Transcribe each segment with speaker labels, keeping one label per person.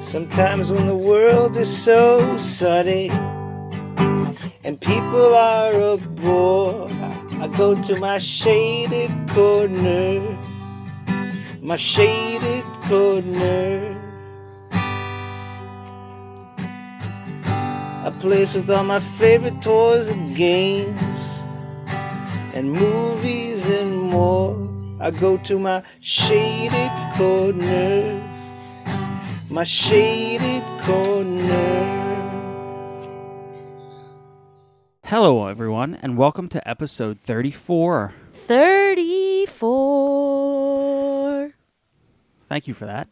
Speaker 1: Sometimes when the world is so sudden and people are a bore, I go to my shaded corner, my shaded corner. A place with all my favorite toys and games and movies and more. I go to my shaded corner, my shaded corner.
Speaker 2: Hello, everyone, and welcome to episode 34.
Speaker 3: 34.
Speaker 2: Thank you for that.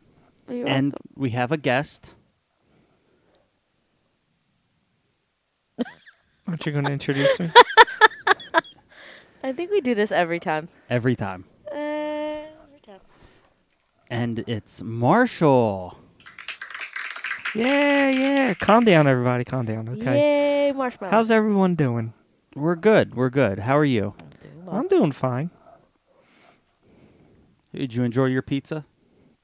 Speaker 3: You're
Speaker 2: and
Speaker 3: welcome.
Speaker 2: we have a guest.
Speaker 4: Aren't you going to introduce me?
Speaker 3: I think we do this every time.
Speaker 2: Every time.
Speaker 3: Every time.
Speaker 2: And it's Marshall.
Speaker 4: yeah, yeah. Calm down, everybody. Calm down. Okay.
Speaker 3: Yay, marshmallow.
Speaker 4: How's everyone doing?
Speaker 2: We're good. We're good. How are you?
Speaker 3: I'm doing well.
Speaker 4: I'm doing fine.
Speaker 2: Did you enjoy your pizza?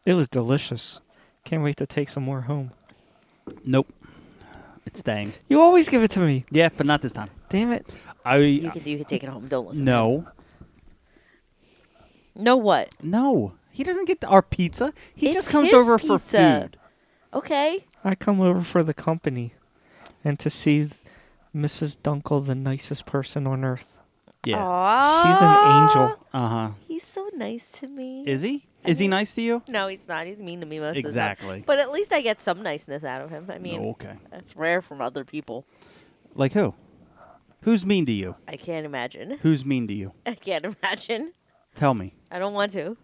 Speaker 4: It was delicious. Can't wait to take some more home.
Speaker 2: Nope. It's staying.
Speaker 4: You always give it to me.
Speaker 2: Yeah, but not this time.
Speaker 4: Damn it.
Speaker 3: You
Speaker 2: I
Speaker 3: can, you can take it home. Don't listen. to him.
Speaker 2: no,
Speaker 3: No what?
Speaker 2: no. He doesn't get our pizza. He
Speaker 3: It's
Speaker 2: just comes
Speaker 3: his
Speaker 2: over for
Speaker 3: pizza.
Speaker 2: food.
Speaker 3: Okay.
Speaker 4: I come over for the company and to see Mrs. Dunkel, the nicest person on earth.
Speaker 2: Yeah.
Speaker 3: Aww.
Speaker 4: She's an angel.
Speaker 2: Uh huh.
Speaker 3: He's so nice to me.
Speaker 2: Is he? Is he nice to you?
Speaker 3: no, he's not. He's mean to me most of the
Speaker 2: Exactly.
Speaker 3: time. But at least I get some niceness out of him. I mean,
Speaker 2: No, okay.
Speaker 3: that's rare from other people.
Speaker 2: Like who? Who's mean to you?
Speaker 3: I can't imagine.
Speaker 2: Who's mean to you?
Speaker 3: I can't imagine.
Speaker 2: Tell me.
Speaker 3: I don't want to.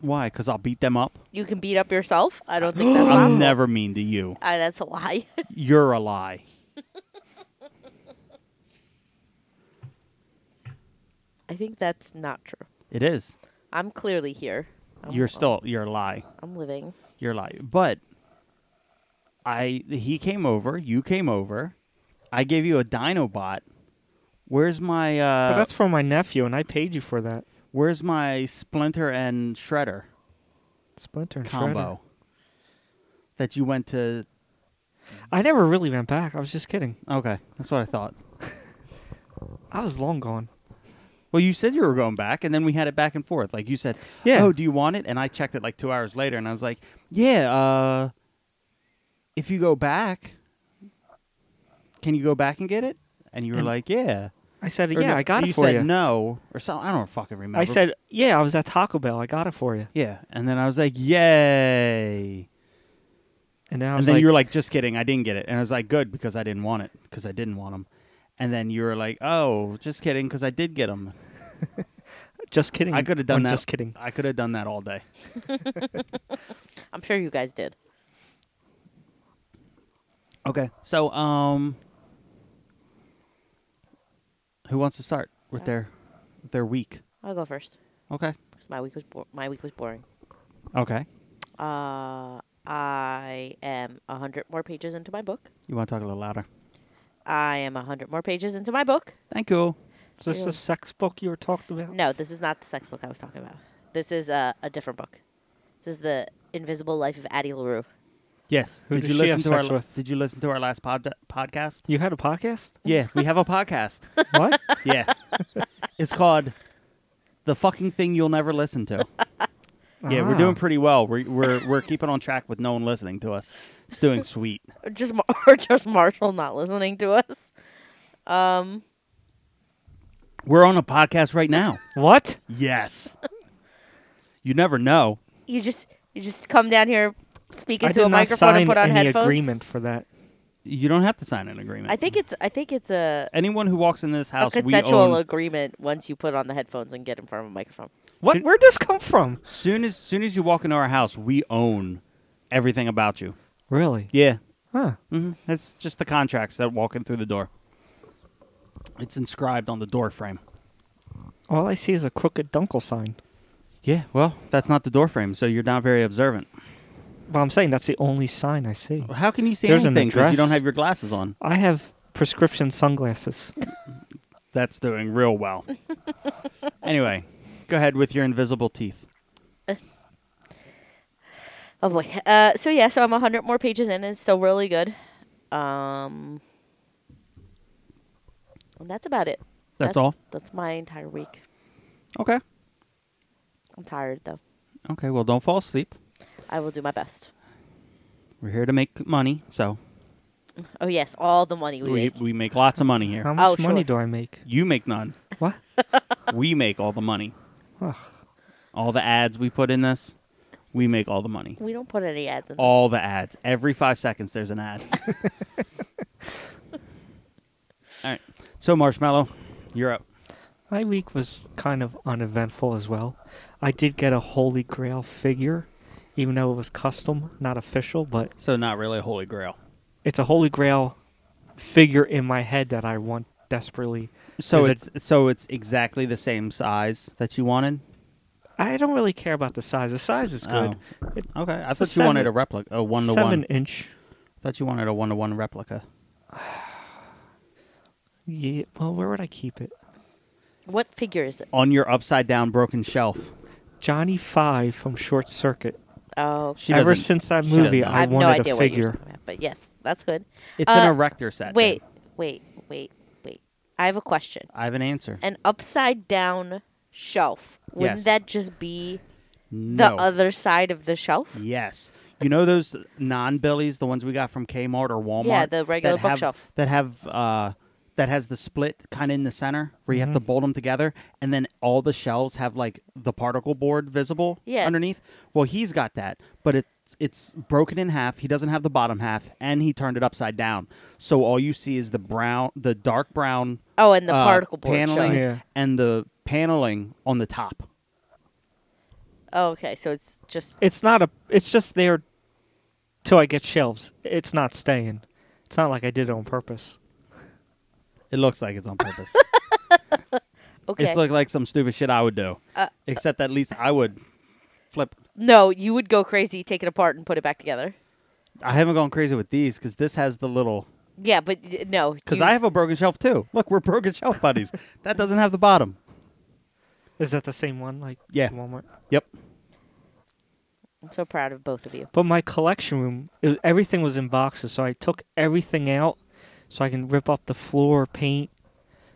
Speaker 2: Why? Because I'll beat them up.
Speaker 3: You can beat up yourself. I don't think that's
Speaker 2: I'm
Speaker 3: possible.
Speaker 2: never mean to you.
Speaker 3: Uh, that's a lie.
Speaker 2: You're a lie.
Speaker 3: I think that's not true.
Speaker 2: It is.
Speaker 3: I'm clearly here.
Speaker 4: Oh.
Speaker 3: I'm,
Speaker 2: You're still you're a lie.
Speaker 3: I'm living.
Speaker 2: You're a lie. But I he came over, you came over. I gave you a Dinobot. Where's my uh
Speaker 4: but that's for my nephew, and I paid you for that.
Speaker 2: where's my Splinter and Shredder
Speaker 4: Splinter and
Speaker 2: combo? That you went to
Speaker 4: Shredder. I never really went back. I was just kidding.
Speaker 2: Okay, that's what I thought.
Speaker 4: I was long gone.
Speaker 2: Well, you said you were going back, and then we had it back and forth. Like you said,
Speaker 4: Yeah.
Speaker 2: Oh, do you want it? And I checked it like two hours later, and I was like, Yeah. Uh, if you go back, can you go back and get it? And you were
Speaker 4: And-
Speaker 2: like, Yeah.
Speaker 4: I said,
Speaker 2: Or
Speaker 4: yeah,
Speaker 2: no-
Speaker 4: I got
Speaker 2: or
Speaker 4: it
Speaker 2: you
Speaker 4: for
Speaker 2: said
Speaker 4: you.
Speaker 2: No, or something. I don't fucking remember.
Speaker 4: I said, yeah, I was at Taco Bell. I got it for you.
Speaker 2: Yeah, and then I was like, Yay!
Speaker 4: And then I
Speaker 2: And
Speaker 4: was
Speaker 2: then
Speaker 4: like,
Speaker 2: you were like, Just kidding, I didn't get it. And I was like, Good, because I didn't want it, because I didn't want them. And then you were like, Oh, just kidding, because I did get them.
Speaker 4: just kidding.
Speaker 2: I could have done
Speaker 4: I'm
Speaker 2: that.
Speaker 4: Just kidding.
Speaker 2: I could have done that all day.
Speaker 3: I'm sure you guys did.
Speaker 2: Okay. So, um, who wants to start with their their week?
Speaker 3: I'll go first
Speaker 2: Okay.
Speaker 3: because my week was bo- my week was boring.
Speaker 2: Okay.
Speaker 3: Uh, I am a hundred more pages into my book.
Speaker 2: You want to talk a little louder?
Speaker 3: I am a hundred more pages into my book.
Speaker 2: Thank you.
Speaker 4: Is this
Speaker 3: Yeah.
Speaker 4: the sex book you were talking about?
Speaker 3: No, this is not the sex book I was talking about. This is a, a different book. This is the Invisible Life of Addie LaRue.
Speaker 2: Yes.
Speaker 4: Who
Speaker 2: did
Speaker 4: does
Speaker 2: you
Speaker 4: she
Speaker 2: listen
Speaker 4: have
Speaker 2: to our
Speaker 4: sex
Speaker 2: la-
Speaker 4: with?
Speaker 2: Did you listen to our last pod- podcast?
Speaker 4: You had a podcast?
Speaker 2: Yeah, we have a podcast.
Speaker 4: What?
Speaker 2: Yeah. it's called the fucking thing you'll never listen to. Yeah, we're doing
Speaker 4: Ah.
Speaker 2: pretty well. We're we're we're keeping on track with no one listening to us. It's doing sweet.
Speaker 3: Or Just Mar- or just Marshall not listening to us. Um,
Speaker 2: We're on a podcast right now.
Speaker 4: What?
Speaker 2: Yes. You never know.
Speaker 3: you just you just come down here, speak
Speaker 4: I
Speaker 3: into
Speaker 4: did
Speaker 3: a
Speaker 4: not
Speaker 3: microphone
Speaker 4: sign
Speaker 3: and put on
Speaker 4: any
Speaker 3: headphones.
Speaker 4: agreement for that.
Speaker 2: You don't have to sign an agreement.
Speaker 3: I think it's I think it's a,
Speaker 2: anyone who walks in this
Speaker 3: a
Speaker 2: house, we
Speaker 3: consensual
Speaker 2: own.
Speaker 3: agreement once you put on the headphones and get in front of a microphone.
Speaker 4: What?
Speaker 2: Should-
Speaker 4: Where'd this come from?
Speaker 2: Soon as soon as you walk into our house, we own everything about you.
Speaker 4: Really?
Speaker 2: Yeah,
Speaker 4: Huh.
Speaker 2: hmm that's just the contracts that walk in through the door. It's inscribed on the door frame.
Speaker 4: All I see is a crooked dunkel sign.
Speaker 2: Yeah, well, that's not the door frame, so you're not very observant.
Speaker 4: But I'm saying that's the only sign I see.
Speaker 2: How can you see
Speaker 4: There's an
Speaker 2: anything because you
Speaker 4: address.
Speaker 2: don't have your glasses on?
Speaker 4: I have prescription sunglasses.
Speaker 2: That's doing real well. anyway, go ahead with your invisible teeth.
Speaker 3: Oh boy. Uh, so yeah, so I'm hundred more pages in, and it's still really good. Um, and that's about it.
Speaker 2: That's
Speaker 3: That-
Speaker 2: all.
Speaker 3: That's my entire week.
Speaker 2: Okay.
Speaker 3: I'm tired though.
Speaker 2: Okay. Well, don't fall asleep.
Speaker 3: I will do my best.
Speaker 2: We're here to make money, so
Speaker 3: Oh yes, all the money we,
Speaker 2: we
Speaker 3: make.
Speaker 2: we make lots of money
Speaker 4: How
Speaker 2: here.
Speaker 3: Oh,
Speaker 4: much money
Speaker 3: sure.
Speaker 4: do I make?
Speaker 2: You make none.
Speaker 4: What?
Speaker 2: we make all the money.
Speaker 4: Ugh.
Speaker 2: All the ads we put in this, we make all the money.
Speaker 3: We don't put any ads in. this.
Speaker 2: All the ads. Every five seconds, there's an ad. all right. So, Marshmallow, you're up.
Speaker 4: My week was kind of uneventful as well. I did get a Holy Grail figure, even though it was custom, not official, but
Speaker 2: So, not really a holy grail.
Speaker 4: it's a Holy Grail figure in my head that I want desperately.
Speaker 2: So
Speaker 4: Is it-
Speaker 2: it's so it's exactly the same size that you wanted.
Speaker 4: I don't really care about the size. The size is good. It-
Speaker 2: Okay, I
Speaker 4: It's a
Speaker 2: thought you wanted
Speaker 4: seven-
Speaker 2: a replica, a Oh. one to
Speaker 4: Seven
Speaker 2: one.
Speaker 4: inch.
Speaker 2: Thought you wanted a one to one replica.
Speaker 4: Yeah. Well, where would I keep it?
Speaker 3: What figure is it?
Speaker 2: on your upside down broken shelf.
Speaker 4: Johnny Five from Short Circuit.
Speaker 3: Oh,
Speaker 2: She
Speaker 4: Ever
Speaker 2: doesn't-
Speaker 4: since that
Speaker 2: she
Speaker 4: movie,
Speaker 2: doesn't
Speaker 4: I,
Speaker 3: have
Speaker 4: wanted
Speaker 3: no idea
Speaker 4: a
Speaker 3: what you're
Speaker 4: figure.
Speaker 3: talking about, but yes, that's good.
Speaker 2: It's
Speaker 3: Uh,
Speaker 2: an erector set.
Speaker 3: Wait,
Speaker 2: babe.
Speaker 3: wait, wait, wait. I have a question.
Speaker 2: I have an answer.
Speaker 3: An upside down shelf. Wouldn't
Speaker 2: Yes.
Speaker 3: that just be the
Speaker 2: no.
Speaker 3: other side of the shelf?
Speaker 2: Yes. You know those non billies, the ones we got from Kmart or Walmart?
Speaker 3: Yeah, the regular
Speaker 2: that have-
Speaker 3: bookshelf.
Speaker 2: That have uh that has the split kind of in the center where you have to bolt them together and then all the shelves have like the particle board visible
Speaker 3: Yeah.
Speaker 2: underneath. Well, he's got that, but it's it's broken in half. He doesn't have the bottom half and he turned it upside down. So all you see is the brown the dark brown
Speaker 3: Oh, and the
Speaker 2: uh,
Speaker 3: particle board
Speaker 2: paneling
Speaker 3: shelf.
Speaker 4: Yeah.
Speaker 2: and the paneling on the top.
Speaker 3: Oh, okay, so it's just
Speaker 4: It's not a. It's just there, till I get shelves. It's not staying. It's not like I did it on purpose.
Speaker 2: It looks like it's on purpose.
Speaker 3: okay.
Speaker 2: It's look like some stupid shit I would do.
Speaker 3: Uh,
Speaker 2: Except at least I would flip.
Speaker 3: no, you would go crazy, take it apart, and put it back together.
Speaker 2: I haven't gone crazy with these because this has the little.
Speaker 3: Yeah, but y- no,
Speaker 2: Because
Speaker 3: you-
Speaker 2: I have a broken shelf too. Look, we're broken shelf buddies. that doesn't have the bottom.
Speaker 4: Is that the same one? Like
Speaker 2: Yeah.
Speaker 4: Walmart.
Speaker 2: Yep.
Speaker 3: I'm so proud of both of you.
Speaker 4: But my collection room, it, everything was in boxes, so I took everything out, so I can rip up the floor, paint.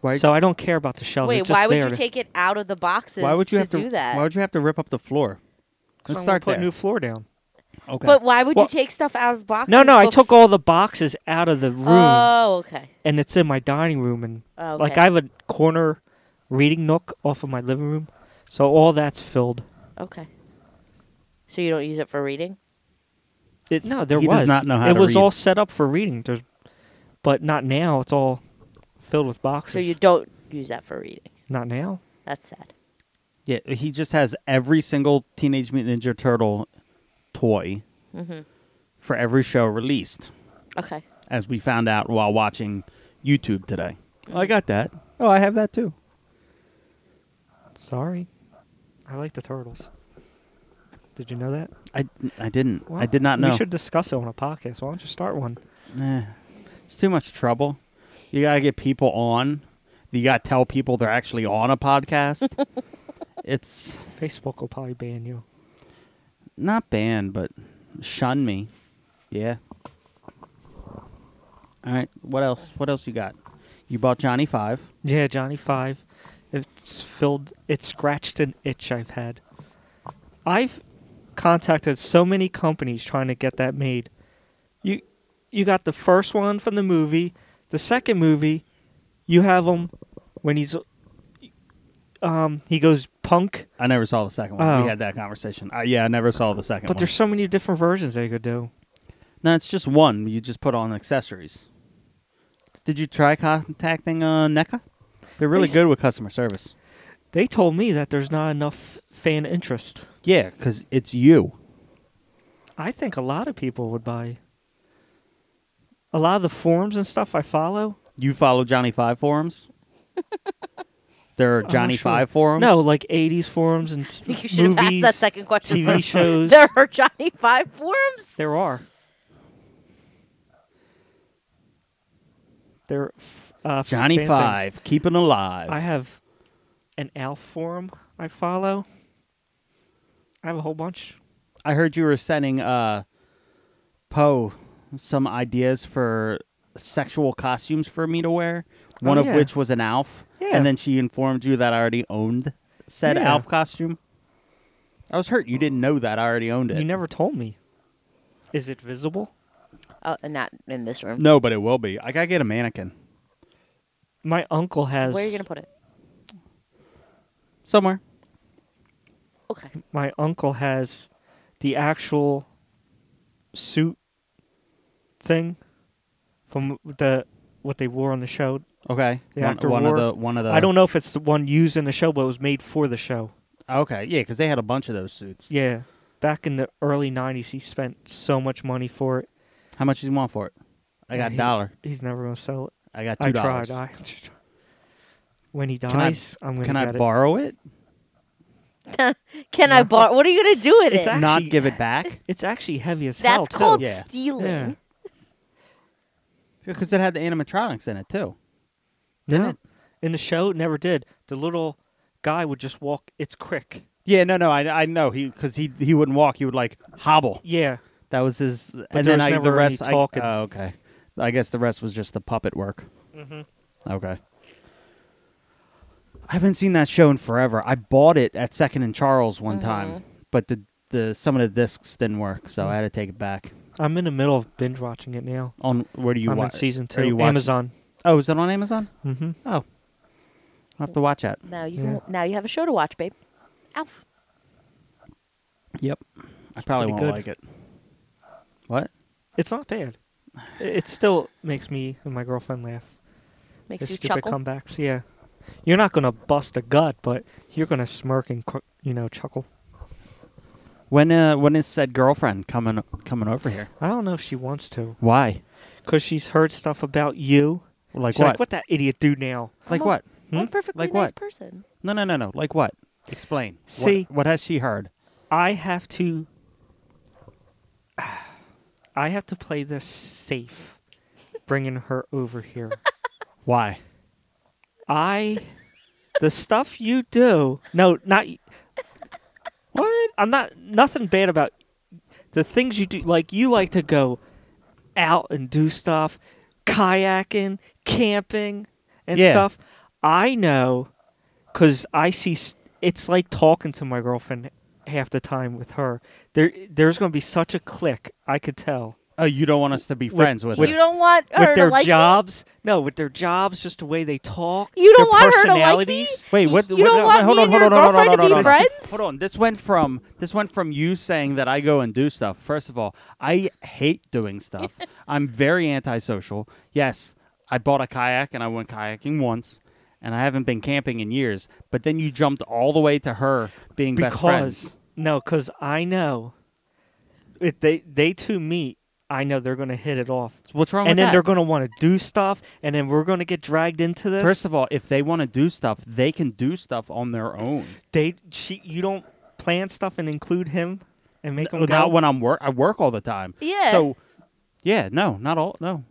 Speaker 2: Why?
Speaker 4: So I don't care about the
Speaker 2: Oh,
Speaker 4: shelves.
Speaker 3: Wait,
Speaker 4: it's just
Speaker 3: why would
Speaker 4: there
Speaker 3: you
Speaker 4: to-
Speaker 3: take it out of the boxes?
Speaker 2: why would you
Speaker 3: to
Speaker 2: have to
Speaker 3: do that?
Speaker 2: Why would you have to rip up the floor?
Speaker 4: so I'm
Speaker 2: Let's
Speaker 4: gonna
Speaker 2: start
Speaker 4: put
Speaker 2: there.
Speaker 4: new floor down.
Speaker 2: okay.
Speaker 3: But why would
Speaker 4: Well-
Speaker 3: you take stuff out of boxes?
Speaker 4: No, no, I
Speaker 3: bef-
Speaker 4: took all the boxes out of the room,
Speaker 3: Oh, okay.
Speaker 4: and it's in my dining room, and
Speaker 3: Oh,
Speaker 4: like
Speaker 3: okay.
Speaker 4: I have a corner reading nook off of my living room, so all that's filled.
Speaker 3: Okay. So you don't use it for reading?
Speaker 4: It, no, there
Speaker 2: He
Speaker 4: was
Speaker 2: does not know how
Speaker 4: It
Speaker 2: to
Speaker 4: was
Speaker 2: read.
Speaker 4: all set up for reading. There's, but not now. It's all filled with boxes.
Speaker 3: So you don't use that for reading.
Speaker 4: not now.
Speaker 3: That's sad.
Speaker 2: yeah, he just has every single Teenage Mutant Ninja Turtle toy
Speaker 3: Mm-hmm.
Speaker 2: for every show released.
Speaker 3: Okay.
Speaker 2: as we found out while watching YouTube today.
Speaker 3: Mm-hmm.
Speaker 2: I got that. Oh, I have that too.
Speaker 4: Sorry, I like the turtles. Did you know that?
Speaker 2: I, I didn't. I
Speaker 4: Well,
Speaker 2: did not know.
Speaker 4: We should discuss it on a podcast. Why don't you start one?
Speaker 2: Eh, it's too much trouble. You gotta get people on. You gotta tell people they're actually on a podcast. it's
Speaker 4: Facebook will probably ban you.
Speaker 2: not banned, but shun me. Yeah. All right. What else? What else you got? You bought Johnny Five.
Speaker 4: Yeah, Johnny Five. It's filled. It scratched an itch I've had. I've contacted so many companies trying to get that made. You, you got the first one from the movie. The second movie, you have him when he's, um, he goes punk.
Speaker 2: I never saw the second one.
Speaker 4: Oh.
Speaker 2: We had that conversation. Uh, yeah, I never saw the second
Speaker 4: But
Speaker 2: one.
Speaker 4: there's so many different versions they could do.
Speaker 2: No, it's just one. You just put on accessories. Did you try contacting uh, NECA? They're really
Speaker 4: They s-
Speaker 2: good with customer service.
Speaker 4: They told me that there's not enough fan interest.
Speaker 2: Yeah, because it's you.
Speaker 4: I think a lot of people would buy. A lot of the forums and stuff I follow.
Speaker 2: You follow Johnny Five forums. there are
Speaker 4: I'm not
Speaker 2: Johnny
Speaker 4: sure.
Speaker 2: Five forums.
Speaker 4: No, like '80s forums and s-
Speaker 3: You should have asked
Speaker 4: movies,
Speaker 3: that second question.
Speaker 4: TV
Speaker 3: first.
Speaker 4: shows.
Speaker 3: There are Johnny Five forums?
Speaker 4: There are. There. Uh,
Speaker 2: Johnny
Speaker 4: fan things.
Speaker 2: Five, keeping alive.
Speaker 4: I have an Alf forum I follow. I have a whole bunch.
Speaker 2: I heard you were sending uh, Poe some ideas for sexual costumes for me to wear.
Speaker 4: Oh,
Speaker 2: One of
Speaker 4: yeah.
Speaker 2: which was an Alf,
Speaker 4: Yeah.
Speaker 2: and then she informed you that I already owned said
Speaker 4: Yeah.
Speaker 2: Alf costume. I was hurt. You didn't know that I already owned it.
Speaker 4: You never told me. Is it visible?
Speaker 3: Oh, and not in this room.
Speaker 2: no, but it will be. I gotta get a mannequin
Speaker 4: My uncle has.
Speaker 3: Where are you gonna put it?
Speaker 2: somewhere.
Speaker 3: Okay.
Speaker 4: my uncle has the actual suit thing from the what they wore on the show.
Speaker 2: Okay.
Speaker 4: The
Speaker 2: one
Speaker 4: actor
Speaker 2: one
Speaker 4: wore-
Speaker 2: of the one of the.
Speaker 4: I don't know if it's the one used in the show, but it was made for the show.
Speaker 2: Okay. Yeah, because they had a bunch of those suits.
Speaker 4: Yeah, back in the early '90s, he spent so much money for it.
Speaker 2: How much do you want for it? I got a
Speaker 4: He's-
Speaker 2: dollar.
Speaker 4: He's never gonna sell it.
Speaker 2: I got two
Speaker 4: I tried.
Speaker 2: dollars.
Speaker 4: I when he
Speaker 2: I-
Speaker 4: dies, I, am gonna
Speaker 2: Can
Speaker 4: get
Speaker 2: I
Speaker 4: it.
Speaker 2: borrow it?
Speaker 3: Can I borrow? What are you gonna do with
Speaker 4: It's
Speaker 3: it?
Speaker 4: a-
Speaker 2: Not
Speaker 4: Actually-
Speaker 2: give it back?
Speaker 4: It's actually heavy as hell.
Speaker 3: That's
Speaker 4: too.
Speaker 3: called
Speaker 2: Yeah.
Speaker 3: stealing.
Speaker 4: Yeah.
Speaker 2: Because it had the animatronics in it too.
Speaker 4: No.
Speaker 2: it?
Speaker 4: In the show, it never did. The little guy would just walk. It's quick.
Speaker 2: Yeah, no, no, I, I know he because he he wouldn't walk. He would like hobble.
Speaker 4: Yeah.
Speaker 2: That was his. and
Speaker 4: there
Speaker 2: then
Speaker 4: was
Speaker 2: I, the
Speaker 4: never any
Speaker 2: rest. I,
Speaker 4: talking.
Speaker 2: oh, okay. I guess the rest was just the puppet work.
Speaker 4: Mhm.
Speaker 2: Okay. I haven't seen that show in forever. I bought it at Second and Charles one time, but the the some of the discs didn't work, so
Speaker 4: Mm.
Speaker 2: I had to take it back.
Speaker 4: I'm in the middle of binge watching it now.
Speaker 2: On where do you
Speaker 4: I'm in
Speaker 2: watch
Speaker 4: season
Speaker 2: Are
Speaker 4: two.
Speaker 2: you watching-
Speaker 4: Amazon.
Speaker 2: Oh, is it on Amazon?
Speaker 4: Mm-hmm.
Speaker 2: Oh, I'll have to watch that.
Speaker 3: Now you can.
Speaker 4: Yeah.
Speaker 3: Now you have a show to watch, babe. Alf.
Speaker 2: Yep. I probably won't
Speaker 4: pretty
Speaker 2: like it. What?
Speaker 4: It's not bad. It- It still makes me and my girlfriend laugh.
Speaker 3: Makes
Speaker 4: His
Speaker 3: you
Speaker 4: stupid
Speaker 3: chuckle.
Speaker 4: comebacks. Yeah. You're not gonna bust a gut, but you're gonna smirk and cr- you know chuckle.
Speaker 2: When uh when is said girlfriend coming coming over here?
Speaker 4: I don't know if she wants to,
Speaker 2: Why?
Speaker 4: cause she's heard stuff about you.
Speaker 2: Like
Speaker 4: She's
Speaker 2: what?
Speaker 4: like, what that idiot do now?
Speaker 2: Like
Speaker 3: I'm a-
Speaker 2: what?
Speaker 3: I'm a
Speaker 4: Hmm?
Speaker 3: perfectly
Speaker 2: Like
Speaker 3: nice
Speaker 2: what?
Speaker 3: person.
Speaker 2: No, no, no, no. Like what? Explain. What-
Speaker 4: See-
Speaker 2: what, has she heard?
Speaker 4: I have to. I have to play this safe, bringing her over here.
Speaker 2: Why?
Speaker 4: I, the stuff you do. No, not. What? I'm not. Nothing bad about the things you do. Like you like to go out and do stuff, kayaking, camping, and
Speaker 2: Yeah.
Speaker 4: stuff. I know, cause I see. s- It's like talking to my girlfriend half the time with her. There, there's gonna be such a click. I could tell
Speaker 2: Oh, you don't want us to be friends with,
Speaker 3: you
Speaker 2: her.
Speaker 3: don't want her
Speaker 4: with their
Speaker 3: to like
Speaker 4: jobs. No, with their jobs, just the way they talk.
Speaker 3: You don't
Speaker 4: their
Speaker 3: want her to like me?
Speaker 4: personalities.
Speaker 2: Wait, what?
Speaker 3: You
Speaker 2: what-
Speaker 3: don't
Speaker 2: no,
Speaker 3: want
Speaker 2: hold
Speaker 3: me
Speaker 2: on,
Speaker 3: and
Speaker 2: hold
Speaker 3: your
Speaker 2: on, hold on,
Speaker 3: girlfriend
Speaker 2: hold
Speaker 3: to
Speaker 2: on, hold
Speaker 3: be
Speaker 2: on.
Speaker 3: friends?
Speaker 2: Hold on. This went from this went from you saying that I go and do stuff. First of all, I hate doing stuff. I'm very antisocial. Yes, I bought a kayak and I went kayaking once, and I haven't been camping in years. But then you jumped all the way to her being best friends.
Speaker 4: because no, because I know if they they two meet, I know they're gonna hit it off,
Speaker 2: What's wrong
Speaker 4: and
Speaker 2: with
Speaker 4: then
Speaker 2: that?
Speaker 4: they're gonna want to do stuff, and then we're gonna get dragged into this.
Speaker 2: First of all, if they want to do stuff, they can do stuff on their own.
Speaker 4: they she you don't plan stuff and include him and make him go.
Speaker 2: Not when I'm work. I work all the time.
Speaker 3: Yeah.
Speaker 2: So, yeah, no, not all. No,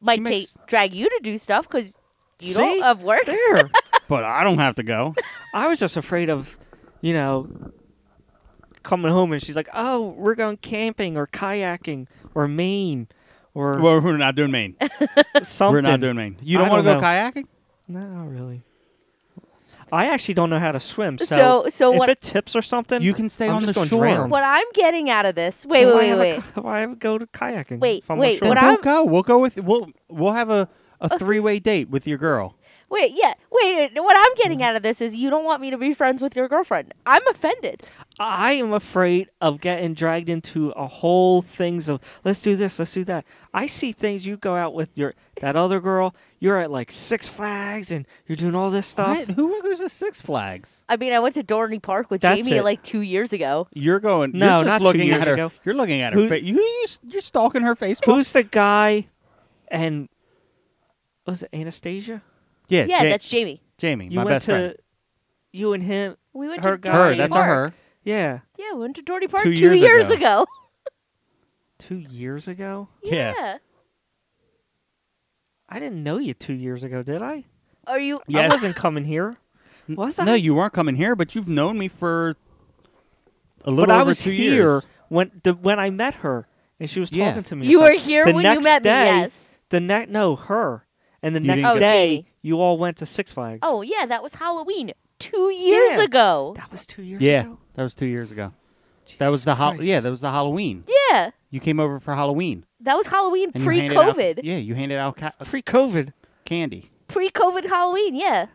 Speaker 3: might
Speaker 2: She makes-
Speaker 3: take drag you to do stuff because you
Speaker 4: See?
Speaker 3: don't have work.
Speaker 4: there.
Speaker 2: but I don't have to go.
Speaker 4: I was just afraid of, you know, coming home and she's like, "Oh, we're going camping or kayaking or Maine or
Speaker 2: we're, we're not doing Maine.
Speaker 4: something."
Speaker 2: We're not doing Maine. You don't
Speaker 4: I
Speaker 2: want to go
Speaker 4: don't
Speaker 2: kayaking?
Speaker 4: No, not really. I actually don't know how to swim, so
Speaker 3: So- so
Speaker 4: if
Speaker 3: what-
Speaker 4: it tips or something,
Speaker 2: You can stay
Speaker 4: I'm
Speaker 2: on
Speaker 4: just
Speaker 2: the
Speaker 4: gonna
Speaker 2: shore.
Speaker 4: drown.
Speaker 3: What I'm getting out of this? Wait,
Speaker 4: Why
Speaker 3: wait, wait, wait.
Speaker 4: have A, why have- go to kayaking?
Speaker 3: Wait,
Speaker 4: if I'm on
Speaker 3: wait,
Speaker 4: shore?
Speaker 3: what
Speaker 2: Then
Speaker 3: I-
Speaker 2: don't go. We'll go with we'll we'll have a, a three way date with your girl.
Speaker 3: Wait, yeah, wait. What I'm getting out of this is you don't want me to be friends with your girlfriend. I'm offended.
Speaker 4: I am afraid of getting dragged into a whole things of let's do this, let's do that. I see things you go out with your that other girl. You're at like Six Flags and you're doing all this stuff.
Speaker 2: What? Who goes to Six Flags?
Speaker 3: I mean, I went to Dorney Park with
Speaker 4: That's
Speaker 3: Jamie
Speaker 4: it.
Speaker 3: like two years ago.
Speaker 2: You're going.
Speaker 4: No,
Speaker 2: you're just
Speaker 4: not two
Speaker 2: looking
Speaker 4: years
Speaker 2: at her.
Speaker 4: ago.
Speaker 2: You're looking at
Speaker 4: Who-
Speaker 2: her. Fa- you, you you're stalking her Facebook.
Speaker 4: Who's the guy? And was it Anastasia?
Speaker 2: yeah,
Speaker 3: Yeah,
Speaker 2: Ja-
Speaker 3: that's Jamie.
Speaker 2: Jamie,
Speaker 4: You
Speaker 2: my
Speaker 4: went
Speaker 2: best
Speaker 4: to
Speaker 2: friend.
Speaker 4: you and him.
Speaker 3: We went
Speaker 4: Her
Speaker 3: to
Speaker 4: guy.
Speaker 2: Her,
Speaker 3: Dorney
Speaker 2: that's a
Speaker 3: Park.
Speaker 2: her.
Speaker 4: Yeah,
Speaker 3: Yeah, we went to Dorney Park
Speaker 2: Two
Speaker 3: two,
Speaker 2: years
Speaker 3: years,
Speaker 2: ago.
Speaker 3: ago.
Speaker 4: two years ago.
Speaker 2: Yeah.
Speaker 4: I didn't know you two years ago, did I?
Speaker 3: Are you?
Speaker 4: I
Speaker 2: Yes.
Speaker 4: wasn't coming here. Was I?
Speaker 2: No, you weren't coming here, but you've known me for a little
Speaker 4: but I
Speaker 2: over
Speaker 4: was
Speaker 2: two
Speaker 4: here
Speaker 2: years.
Speaker 4: when the, when I met her and she was
Speaker 2: Yeah.
Speaker 4: talking to me.
Speaker 3: You
Speaker 4: So
Speaker 3: were here
Speaker 4: the
Speaker 3: when you
Speaker 4: next
Speaker 3: met me,
Speaker 4: day,
Speaker 3: yes.
Speaker 4: The next no her, and the
Speaker 2: You
Speaker 4: next
Speaker 2: didn't
Speaker 3: go. Oh,
Speaker 4: day
Speaker 3: Jamie.
Speaker 4: you all went to Six Flags.
Speaker 3: Oh yeah, that was Halloween two years
Speaker 4: Yeah.
Speaker 3: ago.
Speaker 4: that was two years
Speaker 2: Yeah,
Speaker 4: ago.
Speaker 2: that was two years ago. That was the
Speaker 4: hot.
Speaker 2: hol- yeah, that was the Halloween.
Speaker 3: Yeah,
Speaker 2: You came over for Halloween.
Speaker 3: that was Halloween
Speaker 2: and you handed out-
Speaker 3: pre-COVID.
Speaker 2: yeah, you handed out ca- uh,
Speaker 4: pre-COVID.
Speaker 2: candy.
Speaker 3: Pre-COVID Halloween. Yeah.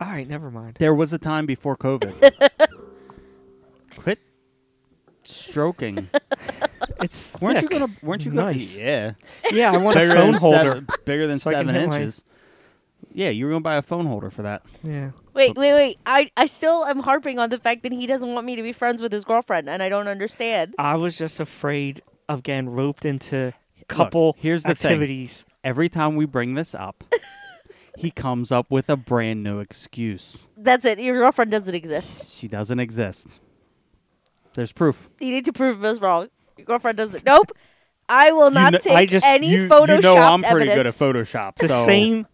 Speaker 4: All right, never mind.
Speaker 2: There was a time before COVID. Quit stroking.
Speaker 4: It's
Speaker 2: Weren't
Speaker 4: thick.
Speaker 2: you gonna? Weren't you gonna?
Speaker 4: Nice.
Speaker 2: Yeah.
Speaker 4: Yeah, I want a
Speaker 2: Bigger
Speaker 4: phone
Speaker 2: than
Speaker 4: holder.
Speaker 2: seven- bigger than
Speaker 4: so I can
Speaker 2: seven
Speaker 4: hit my-
Speaker 2: inches. Yeah, you were gonna buy a phone holder for that.
Speaker 4: Yeah.
Speaker 3: Wait, wait, wait. I, I still am harping on the fact that he doesn't want me to be friends with his girlfriend, and I don't understand.
Speaker 4: I was just afraid of getting roped into couple
Speaker 2: here's the thing.
Speaker 4: activities.
Speaker 2: Every time we bring this up, he comes up with a brand new excuse.
Speaker 3: That's it. Your girlfriend doesn't exist.
Speaker 2: She doesn't exist. There's proof.
Speaker 3: You need to prove us wrong. Your girlfriend doesn't. Nope. I will not
Speaker 4: kn-
Speaker 3: take
Speaker 4: I just-
Speaker 3: any
Speaker 2: you,
Speaker 3: Photoshop
Speaker 2: you know I'm pretty
Speaker 3: evidence.
Speaker 2: good at Photoshop.
Speaker 4: The
Speaker 2: so
Speaker 4: same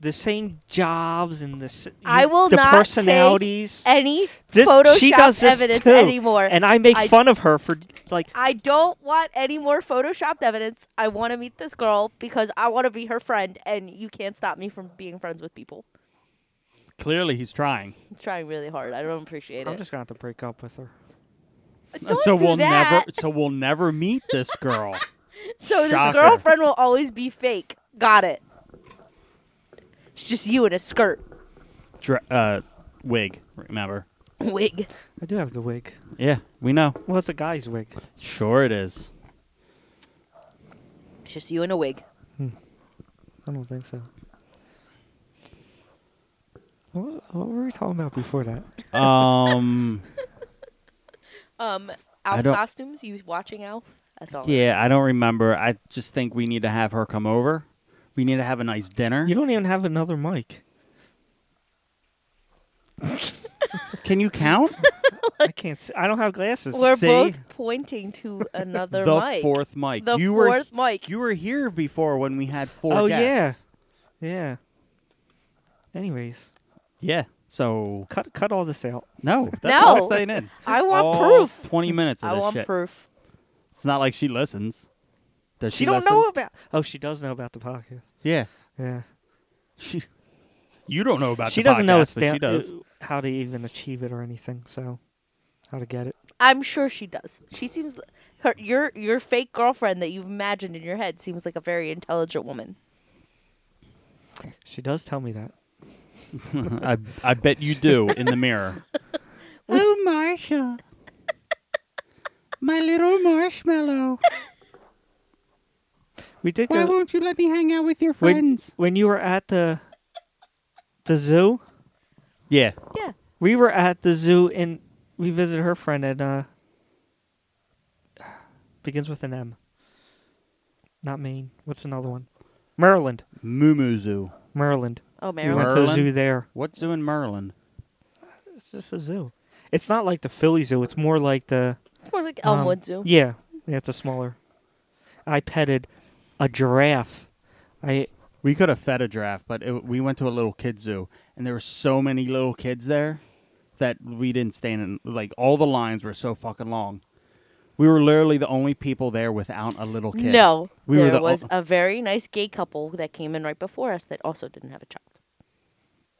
Speaker 4: the same jobs and the s-
Speaker 3: I will
Speaker 4: the
Speaker 3: not take
Speaker 4: personalities.
Speaker 3: Any
Speaker 4: This-
Speaker 3: Photoshop
Speaker 4: she does this
Speaker 3: evidence
Speaker 4: too,
Speaker 3: anymore.
Speaker 4: And I make
Speaker 3: I-
Speaker 4: fun of her for like
Speaker 3: I don't want any more photoshopped evidence. I want to meet this girl because I want to be her friend, and you can't stop me from being friends with people.
Speaker 2: clearly he's trying.
Speaker 3: I'm trying really hard. I don't appreciate
Speaker 4: I'm
Speaker 3: it.
Speaker 4: just gonna have to break up with her.
Speaker 3: Don't
Speaker 2: Uh, so
Speaker 3: do
Speaker 2: we'll
Speaker 3: that.
Speaker 2: never so we'll never meet this girl. Shocker.
Speaker 3: So this girlfriend will always be fake. Got it. It's just you in a skirt
Speaker 2: Dr- uh, wig, remember?
Speaker 3: wig.
Speaker 4: I do have the wig.
Speaker 2: Yeah, we know.
Speaker 4: Well, it's a guy's wig.
Speaker 2: Sure it is.
Speaker 3: It's just you in a wig.
Speaker 4: I don't think so. What, what were we talking about before that?
Speaker 2: Um
Speaker 3: Um,
Speaker 2: I
Speaker 3: Alf
Speaker 2: don't-
Speaker 3: costumes. You watching Alf? That's all.
Speaker 2: yeah, I don't remember. I just think we need to have her come over. We need to have a nice dinner.
Speaker 4: You don't even have another mic.
Speaker 2: Can you count?
Speaker 4: I can't. See, I don't have glasses.
Speaker 3: We're
Speaker 2: See?
Speaker 3: both pointing to another
Speaker 2: the
Speaker 3: mic.
Speaker 2: fourth mic.
Speaker 3: The
Speaker 2: you
Speaker 3: fourth
Speaker 2: were
Speaker 3: mic.
Speaker 2: you were here before when we had four
Speaker 4: Oh,
Speaker 2: guests.
Speaker 4: yeah. Anyways,
Speaker 2: Yeah. Yeah. So
Speaker 4: cut cut all this out.
Speaker 2: no, that's
Speaker 3: No.
Speaker 2: all staying in.
Speaker 3: I want
Speaker 2: All
Speaker 3: proof.
Speaker 2: Twenty minutes of
Speaker 3: I
Speaker 2: this
Speaker 3: want
Speaker 2: shit.
Speaker 3: proof.
Speaker 2: It's not like she listens. Does she,
Speaker 4: She don't
Speaker 2: listen?
Speaker 4: know about. Oh, she does know about the podcast.
Speaker 2: Yeah.
Speaker 4: Yeah.
Speaker 2: She. You don't know about.
Speaker 4: she
Speaker 2: the
Speaker 4: doesn't know
Speaker 2: podcast,
Speaker 4: it's
Speaker 2: but
Speaker 4: down,
Speaker 2: She does.
Speaker 4: uh, how to even achieve it or anything. So, how to get it?
Speaker 3: I'm sure she does. She seems her your your fake girlfriend that you've imagined in your head seems like a very intelligent woman.
Speaker 4: She does tell me that.
Speaker 2: I, I bet you do in the mirror. oh, Marsha, my little marshmallow.
Speaker 4: We did go
Speaker 2: won't you let me hang out with your
Speaker 4: when, when you were at the the zoo.
Speaker 2: Yeah.
Speaker 3: Yeah.
Speaker 4: We were at the zoo and we visited her friend and uh begins with an M. Not Maine. What's another one? Maryland.
Speaker 2: Moo Zoo.
Speaker 4: Maryland.
Speaker 3: Oh,
Speaker 4: We
Speaker 3: Marilyn.
Speaker 4: went to a
Speaker 2: Maryland?
Speaker 4: zoo there.
Speaker 2: What zoo in Maryland?
Speaker 4: It's just a zoo. It's not like the Philly Zoo. It's more like the
Speaker 3: Or like
Speaker 4: um,
Speaker 3: Elmwood Zoo.
Speaker 4: Yeah, yeah. It's a smaller. I petted a giraffe. I
Speaker 2: We could have fed a giraffe, but it, we went to a little kid zoo, and there were so many little kids there that we didn't stand in. Like all the lines were so fucking long. We were literally the only people there without a little kid.
Speaker 3: No,
Speaker 2: We were
Speaker 3: there
Speaker 2: the
Speaker 3: was
Speaker 2: o-
Speaker 3: a very nice gay couple that came in right before us that also didn't have a child.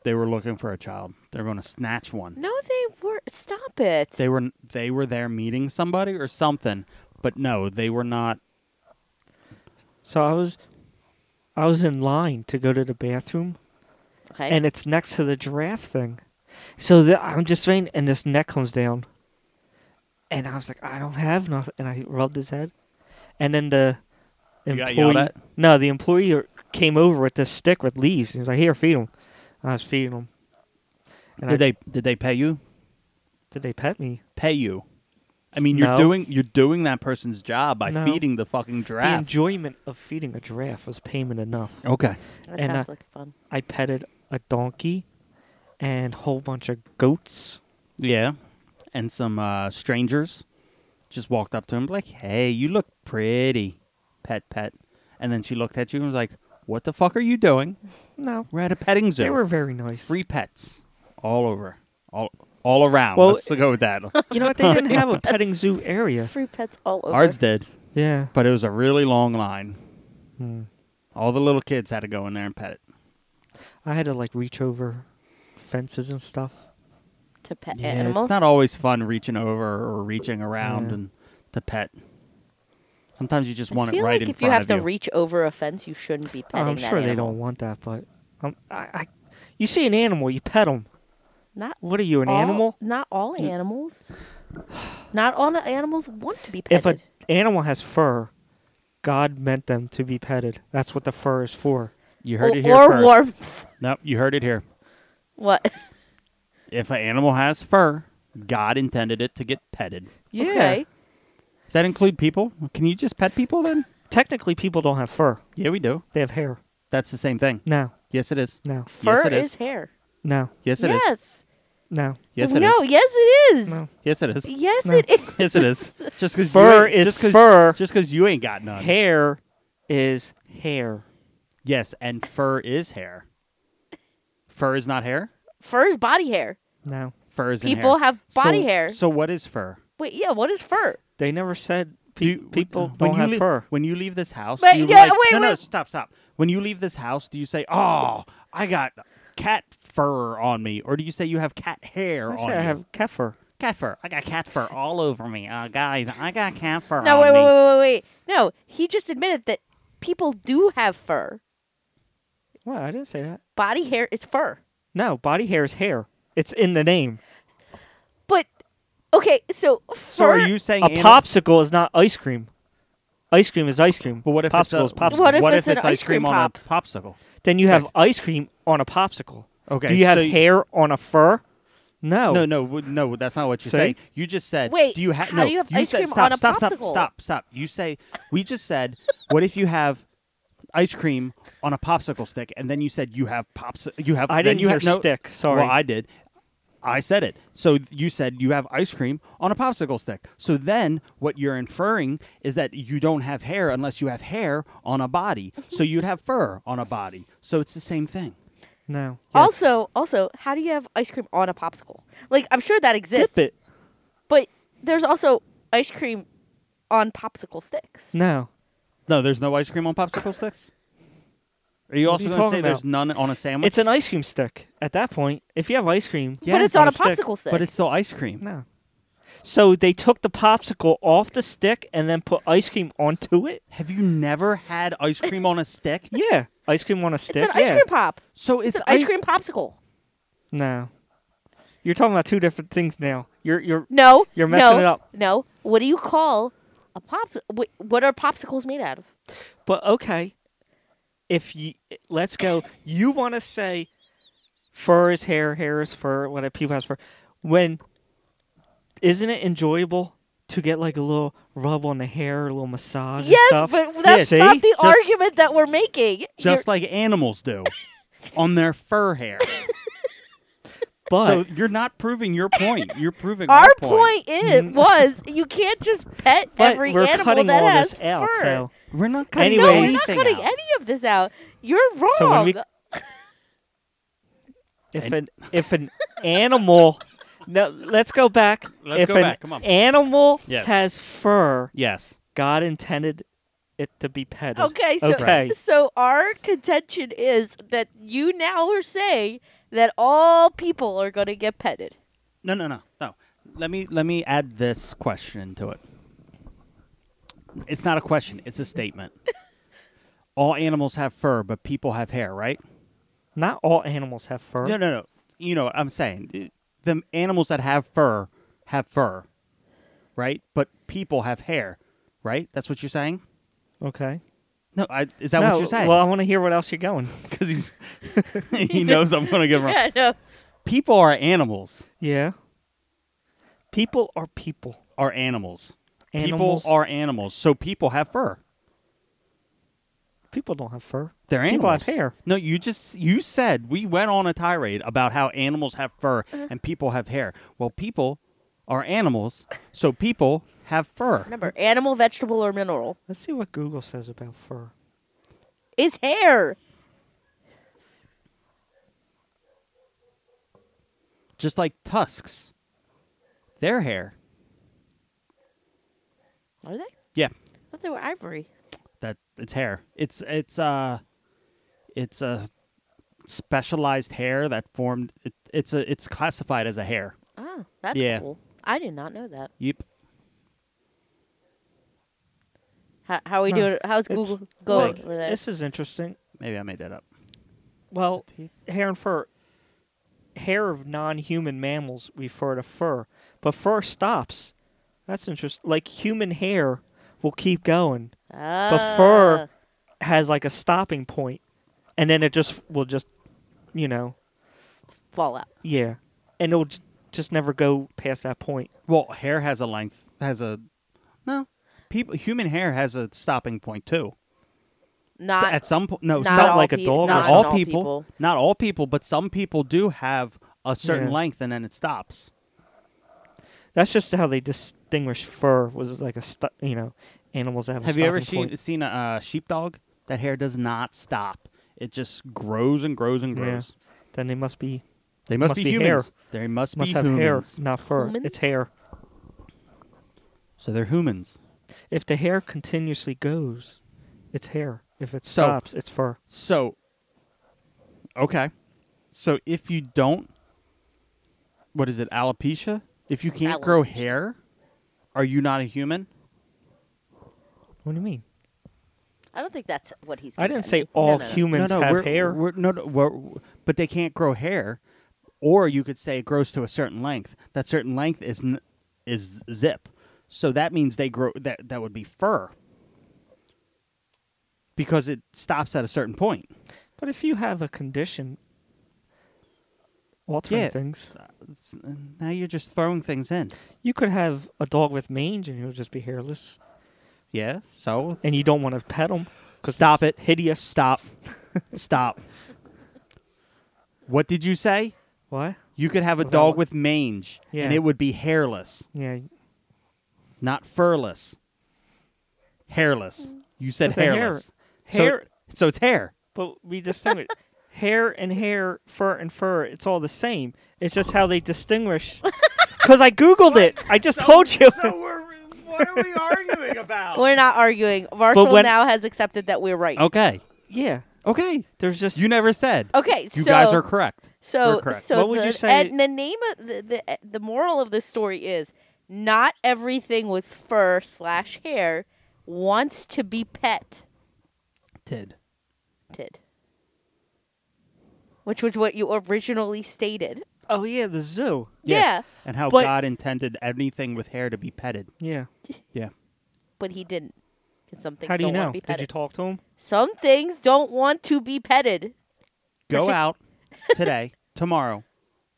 Speaker 2: they were looking for a child. They were going to snatch one.
Speaker 3: No, they were. Stop it.
Speaker 2: They were they were there meeting somebody or something, but no, they were not.
Speaker 4: so I was, I was in line to go to the bathroom
Speaker 3: okay.
Speaker 4: and it's next to the giraffe thing. So the, I'm just saying, and this neck comes down, and I was like, I don't have nothing, and I rubbed his head, and then the
Speaker 2: You got yelled
Speaker 4: employee,
Speaker 2: at?
Speaker 4: no, the employee er, came over with this stick with leaves. He's like, here, feed him. I was feeding him. And I,
Speaker 2: Did they did they pay you?
Speaker 4: did they pet me?
Speaker 2: Pay you? I mean, you're
Speaker 4: No.
Speaker 2: doing you're doing that person's job by
Speaker 4: No.
Speaker 2: feeding the fucking
Speaker 4: The
Speaker 2: giraffe. Oh.
Speaker 4: enjoyment of feeding a giraffe was payment enough.
Speaker 2: okay.
Speaker 3: that
Speaker 4: and,
Speaker 3: sounds
Speaker 4: uh,
Speaker 3: like fun.
Speaker 4: I petted a donkey and a whole bunch of goats.
Speaker 2: Yeah. And some uh, strangers just walked up to him like, "Hey, you look pretty, pet, pet." And then she looked at you and was like, "What the fuck are you doing?
Speaker 4: No,
Speaker 2: We're at a petting zoo.
Speaker 4: they were very nice.
Speaker 2: free pets all over, all all around.
Speaker 4: Well,
Speaker 2: Let's go with that.
Speaker 4: You know what? They didn't have a petting zoo area.
Speaker 3: Free pets all over.
Speaker 2: Ours did,
Speaker 4: Yeah.
Speaker 2: but it was a really long line.
Speaker 4: Hmm.
Speaker 2: All the little kids had to go in there and pet it.
Speaker 4: I had to like reach over fences and stuff.
Speaker 3: to pet
Speaker 2: Yeah,
Speaker 3: animals.
Speaker 2: it's not always fun reaching over or reaching around
Speaker 4: Yeah.
Speaker 2: and to pet. Sometimes you just
Speaker 3: I
Speaker 2: want
Speaker 3: feel
Speaker 2: it right
Speaker 3: like
Speaker 2: in
Speaker 3: if
Speaker 2: front
Speaker 3: you have
Speaker 2: of
Speaker 3: to
Speaker 2: you. Oh,
Speaker 3: reach over a fence, you shouldn't be petting
Speaker 4: I'm
Speaker 3: that
Speaker 4: sure they
Speaker 3: animal.
Speaker 4: don't want that, but um, I, I, you see an animal, you pet them.
Speaker 3: Not
Speaker 4: What are you, an
Speaker 3: all-
Speaker 4: animal?
Speaker 3: Not all
Speaker 2: Hmm.
Speaker 3: animals. not all animals want to be
Speaker 4: If
Speaker 3: petted.
Speaker 4: an animal has fur, God meant them to be petted. That's what the fur is for.
Speaker 2: you heard
Speaker 3: or,
Speaker 2: it here
Speaker 3: or
Speaker 2: first.
Speaker 3: warmth.
Speaker 2: Nope, you heard it here.
Speaker 3: What?
Speaker 2: If an animal has fur, God intended it to get petted.
Speaker 4: Yeah.
Speaker 3: Okay.
Speaker 2: Does that include people? Can you just pet people then?
Speaker 4: Technically, people don't have fur.
Speaker 2: Yeah, we do.
Speaker 4: They have hair.
Speaker 2: That's the same thing.
Speaker 4: No,
Speaker 2: Yes, it is.
Speaker 4: no,
Speaker 3: Fur
Speaker 2: it
Speaker 3: is.
Speaker 2: is.
Speaker 3: hair.
Speaker 4: no,
Speaker 2: Yes, it is.
Speaker 3: yes.
Speaker 4: no,
Speaker 2: Yes, it is.
Speaker 3: no. Yes, it is.
Speaker 4: no.
Speaker 2: Yes, it is.
Speaker 3: Yes,
Speaker 4: No.
Speaker 3: it is.
Speaker 2: Yes, it is. Just because
Speaker 4: Fur
Speaker 2: you ain't-
Speaker 4: is
Speaker 2: just 'cause-
Speaker 4: fur.
Speaker 2: Just because you ain't got none.
Speaker 4: Hair is hair.
Speaker 2: Yes, and fur is hair. Fur is not hair.
Speaker 3: Fur is body hair.
Speaker 4: No,
Speaker 2: Fur is in hair.
Speaker 3: People have body
Speaker 2: So-
Speaker 3: hair.
Speaker 2: So what is fur?
Speaker 3: Wait, yeah. What is fur?
Speaker 4: they never said pe-
Speaker 2: Do you-
Speaker 4: people
Speaker 2: when
Speaker 4: don't
Speaker 2: you
Speaker 4: have
Speaker 2: lea-
Speaker 4: fur.
Speaker 2: When you leave this house,
Speaker 3: Wait,
Speaker 2: do you
Speaker 3: yeah,
Speaker 2: like-
Speaker 3: wait,
Speaker 2: no, no,
Speaker 3: wait.
Speaker 2: stop, stop. When you leave this house, do you say, "Oh, I got cat fur on me," or do you say you have cat hair
Speaker 4: I
Speaker 2: on
Speaker 4: said I
Speaker 2: you?
Speaker 4: have cat fur.
Speaker 2: cat fur. I got cat fur all over me, uh, guys. I got cat fur.
Speaker 3: No,
Speaker 2: on
Speaker 3: wait,
Speaker 2: me.
Speaker 3: wait, wait, wait, wait. No, he just admitted that people do have fur.
Speaker 4: What? I didn't say that.
Speaker 3: Body hair is fur.
Speaker 4: No, body hair is hair. It's in the name.
Speaker 3: But okay, so fur.
Speaker 2: So are you saying
Speaker 4: A
Speaker 2: anim-
Speaker 4: popsicle is not ice cream. Ice cream is ice cream.
Speaker 2: But what if
Speaker 4: popsicle
Speaker 2: it's a,
Speaker 4: is popsicle?
Speaker 3: What if it's an
Speaker 2: it's
Speaker 3: ice
Speaker 2: ice
Speaker 3: cream
Speaker 2: cream on a popsicle?
Speaker 4: Then you
Speaker 2: it's
Speaker 4: have
Speaker 2: like-
Speaker 4: ice cream on a popsicle.
Speaker 2: Okay,
Speaker 4: Do you have
Speaker 2: so you-
Speaker 4: hair on a fur? No.
Speaker 2: No, no, w- no. That's not what you
Speaker 4: See?
Speaker 2: say. You just said.
Speaker 3: Wait,
Speaker 2: Do you ha-
Speaker 3: how
Speaker 2: no,
Speaker 3: do you have ice
Speaker 2: said,
Speaker 3: cream
Speaker 2: stop,
Speaker 3: on a
Speaker 2: stop, stop,
Speaker 3: popsicle?
Speaker 2: Stop, stop. You say. We just said. what if you have ice cream on a popsicle stick, and then you said you have pops. You have.
Speaker 4: I
Speaker 2: then
Speaker 4: didn't
Speaker 2: you
Speaker 4: hear
Speaker 2: have, no,
Speaker 4: stick, sorry.
Speaker 2: Well, I did. I said it. So you said you have ice cream on a popsicle stick. So then what you're inferring is that you don't have hair unless you have hair on a body. So you'd have fur on a body. So it's the same thing.
Speaker 4: No.
Speaker 3: Also, also, how do you have ice cream on a popsicle? Like, I'm sure that exists,
Speaker 4: Dip it.
Speaker 3: but there's also ice cream on popsicle sticks.
Speaker 4: No.
Speaker 2: No, there's no ice cream on popsicle sticks. Are you
Speaker 4: What are
Speaker 2: also
Speaker 4: you
Speaker 2: going to
Speaker 4: talking
Speaker 2: say
Speaker 4: about?
Speaker 2: there's none on a sandwich?
Speaker 4: It's an ice cream stick. At that point, if you have ice cream,
Speaker 2: Yeah,
Speaker 3: but it's
Speaker 2: on
Speaker 3: on a
Speaker 2: a stick,
Speaker 3: popsicle stick.
Speaker 2: but it's still ice cream.
Speaker 4: no. So they took the popsicle off the stick and then put ice cream onto it.
Speaker 2: Have you never had ice cream on a stick?
Speaker 4: Yeah, ice cream on a
Speaker 3: It's
Speaker 4: stick.
Speaker 3: an ice
Speaker 4: yeah.
Speaker 3: cream pop.
Speaker 2: So it's,
Speaker 3: It's, an ice, cream popsicle.
Speaker 4: No. You're talking about two different things now. You're you're
Speaker 3: No,
Speaker 4: You're messing
Speaker 3: no,
Speaker 4: it up.
Speaker 3: No, what do you call a pop? What, what are popsicles made out of?
Speaker 4: But okay, if you let's go, you want to say fur is hair, hair is fur, what people has fur. When isn't it enjoyable to get like a little rub on the hair, a little massage? and
Speaker 3: yes,
Speaker 4: stuff?
Speaker 3: but that's
Speaker 4: Yeah,
Speaker 3: not
Speaker 4: see?
Speaker 3: the
Speaker 4: Just-
Speaker 3: argument that we're making.
Speaker 2: Just
Speaker 3: You're-
Speaker 2: like animals do on their fur hair.
Speaker 4: But
Speaker 2: so you're not proving your point. You're proving
Speaker 3: our
Speaker 2: my
Speaker 3: point is was you can't just pet
Speaker 4: Mm-hmm. but
Speaker 3: every
Speaker 4: we're
Speaker 3: animal
Speaker 4: cutting
Speaker 3: that
Speaker 4: all
Speaker 3: has
Speaker 4: this out.
Speaker 3: fur.
Speaker 4: So
Speaker 2: We're not cutting
Speaker 4: Anyways-
Speaker 3: no, we're not
Speaker 2: anything
Speaker 3: cutting
Speaker 2: out.
Speaker 3: any of this out. You're wrong.
Speaker 4: So when we- if an if an animal, no, let's go back.
Speaker 2: Let's
Speaker 4: if
Speaker 2: go
Speaker 4: an
Speaker 2: back, come on.
Speaker 4: animal
Speaker 2: Yes.
Speaker 4: has fur,
Speaker 2: Yes.
Speaker 4: God intended it to be petted.
Speaker 3: Okay, so
Speaker 4: Okay.
Speaker 3: so our contention is that you now are saying that all people are going to get petted.
Speaker 2: No, no, no, no. Let me let me add this question to it. It's not a question. It's a statement. All animals have fur, but people have hair, right?
Speaker 4: Not all animals have fur.
Speaker 2: No, no, no. You know what I'm saying. The animals that have fur have fur, right? But people have hair, right? That's what you're saying.
Speaker 4: Okay.
Speaker 2: No, I, is that
Speaker 4: No,
Speaker 2: what you're saying?
Speaker 4: Well, I want to hear what else you're going.
Speaker 2: because he's he knows I'm going to get wrong.
Speaker 3: Yeah, no.
Speaker 2: People are animals.
Speaker 4: Yeah. People are people.
Speaker 2: Are animals.
Speaker 4: Animals-
Speaker 2: People are animals. So people have fur.
Speaker 4: People don't have fur.
Speaker 2: They're animals.
Speaker 4: People have hair.
Speaker 2: No, you just you said we went on a tirade about how animals have fur and people have hair. Well, people are animals, so people have fur.
Speaker 3: Remember, animal, vegetable, or mineral
Speaker 4: Let's see what Google says about fur.
Speaker 3: is hair.
Speaker 2: Just like tusks. Their hair.
Speaker 3: Are they?
Speaker 2: Yeah.
Speaker 3: I thought they were ivory.
Speaker 2: That it's hair. It's it's uh it's a specialized hair that formed it, it's a it's classified as a hair.
Speaker 3: Oh, that's
Speaker 2: Yeah.
Speaker 3: cool. I did not know that.
Speaker 2: Yep.
Speaker 3: How, how are we
Speaker 4: Huh.
Speaker 3: doing? How's
Speaker 4: It's-
Speaker 3: Google going
Speaker 4: Look,
Speaker 3: over there?
Speaker 4: This is interesting.
Speaker 2: Maybe I made that up.
Speaker 4: Well, hair and fur. Hair of non-human mammals refer to fur, but fur stops. That's interesting. Like human hair will keep going,
Speaker 3: Ah,
Speaker 4: but fur has like a stopping point, and then it just will just, you know,
Speaker 3: fallout.
Speaker 4: yeah, and it'll j- just never go past that point.
Speaker 2: Well, hair has a length has a no. People human hair has a stopping point too.
Speaker 3: Not
Speaker 2: At some point, no,
Speaker 3: not
Speaker 2: some,
Speaker 3: all
Speaker 4: like a
Speaker 3: pe-
Speaker 4: dog or
Speaker 2: not
Speaker 3: Not
Speaker 2: all,
Speaker 4: something.
Speaker 2: people, not all people, but some people do have a certain
Speaker 4: Yeah.
Speaker 2: length and then it stops.
Speaker 4: That's just how they distinguish fur was like a sto- you know, animals that have. A
Speaker 2: Have you ever
Speaker 4: stopping point.
Speaker 2: seen seen a uh, sheepdog? That hair does not stop. It just grows and grows and
Speaker 4: Yeah.
Speaker 2: grows.
Speaker 4: Then they must be
Speaker 2: They must,
Speaker 4: Must
Speaker 2: be,
Speaker 4: be
Speaker 2: humans. They must,
Speaker 4: must
Speaker 2: be
Speaker 4: have
Speaker 2: humans.
Speaker 4: hair, not fur.
Speaker 3: Humans?
Speaker 4: It's hair.
Speaker 2: So they're humans.
Speaker 4: If the hair continuously goes, it's hair. If it
Speaker 2: So-
Speaker 4: stops, it's fur.
Speaker 2: So okay. So if you don't what is it? Alopecia? If you can't grow
Speaker 3: Alopecia.
Speaker 2: hair, are you not a human?
Speaker 4: What do you mean?
Speaker 3: I don't think that's what he's.
Speaker 4: I didn't
Speaker 3: getting at.
Speaker 4: say
Speaker 3: No,
Speaker 4: all
Speaker 3: no, no.
Speaker 4: humans have
Speaker 2: we're,
Speaker 4: hair.
Speaker 2: We're, no, no, we're- but they can't grow hair, or you could say it grows to a certain length. That certain length is n- is zip, so that means they grow. That that would be fur, because it stops at a certain point.
Speaker 4: but if you have a condition altering
Speaker 2: Yeah.
Speaker 4: things,
Speaker 2: It's- now you're just throwing things in.
Speaker 4: you could have a dog with mange and he'll just be hairless,
Speaker 2: Yeah. So
Speaker 4: and you don't want to pet him.
Speaker 2: Stop
Speaker 4: it's
Speaker 2: it.
Speaker 4: Hideous.
Speaker 2: stop, stop. What did you say?
Speaker 4: What?
Speaker 2: You could have a
Speaker 4: Without-
Speaker 2: dog with mange,
Speaker 4: Yeah.
Speaker 2: and it would be hairless.
Speaker 4: Yeah.
Speaker 2: not furless, hairless. You said
Speaker 4: But the hair-
Speaker 2: hairless. So-
Speaker 4: Hair.
Speaker 2: So, it's hair.
Speaker 4: But we distinguish hair and hair, fur and fur. It's all the same. It's just how they distinguish. Because I googled it. I just told you.
Speaker 2: Oh, we're, what are we arguing about?
Speaker 3: We're not arguing. Marshall
Speaker 4: when-
Speaker 3: now has accepted that we're right.
Speaker 2: Okay.
Speaker 4: yeah.
Speaker 2: Okay.
Speaker 4: There's just
Speaker 2: You never said.
Speaker 3: Okay,
Speaker 2: You
Speaker 3: so
Speaker 2: guys are correct.
Speaker 3: so
Speaker 2: We're correct.
Speaker 3: so
Speaker 4: What would
Speaker 3: the,
Speaker 4: you say-
Speaker 3: and the name of the, the eh, the moral of this story is not everything with fur slash hair wants to be pet.
Speaker 2: Did.
Speaker 3: did. Which was what you originally stated.
Speaker 4: Oh yeah, the zoo.
Speaker 3: Yeah.
Speaker 2: And how
Speaker 4: But-
Speaker 2: God intended anything with hair to be petted.
Speaker 4: Yeah.
Speaker 2: Yeah.
Speaker 3: But he didn't. 'Cause some things
Speaker 4: How do you
Speaker 3: not
Speaker 4: know?
Speaker 3: want to be
Speaker 4: Did
Speaker 3: petted.
Speaker 4: you talk to him?
Speaker 3: some things don't want to be petted.
Speaker 2: Go
Speaker 3: Partic-
Speaker 2: out today, tomorrow,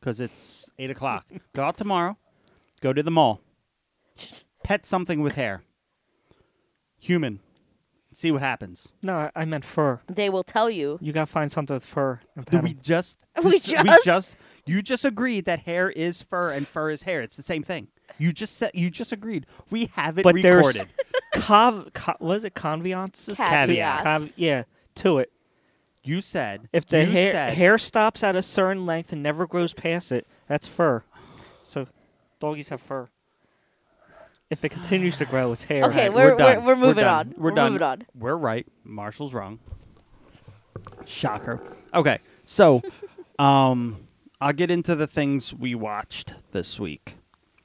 Speaker 2: because it's eight o'clock. Go out tomorrow. Go to the mall. Pet something with hair. Human. See what happens.
Speaker 4: No, I, I meant fur.
Speaker 3: They will tell you.
Speaker 4: You gotta find something with fur. and
Speaker 2: Did
Speaker 4: pet
Speaker 2: we
Speaker 4: 'em.
Speaker 2: just
Speaker 3: We
Speaker 2: dis-
Speaker 3: just-
Speaker 2: you just agreed that hair is fur and fur is hair. It's the same thing. You just said you just agreed. We have it
Speaker 4: But there's-
Speaker 2: recorded.
Speaker 4: Cav, ca- was it conveyances?
Speaker 3: Caveats.
Speaker 4: yeah, to it.
Speaker 2: You said
Speaker 4: If the
Speaker 2: you
Speaker 4: hair
Speaker 2: said,
Speaker 4: hair stops at a certain length and never grows past it, that's fur. So, doggies have fur. If it continues to grow, it's hair.
Speaker 3: Okay,
Speaker 2: Alright,
Speaker 3: we're-
Speaker 2: we're, done.
Speaker 3: we're- we're moving
Speaker 2: done.
Speaker 3: on.
Speaker 2: We're,
Speaker 3: We're
Speaker 2: done.
Speaker 3: moving on.
Speaker 2: We're right. Marshall's wrong. Shocker. Okay, so um, I'll get into the things we watched this week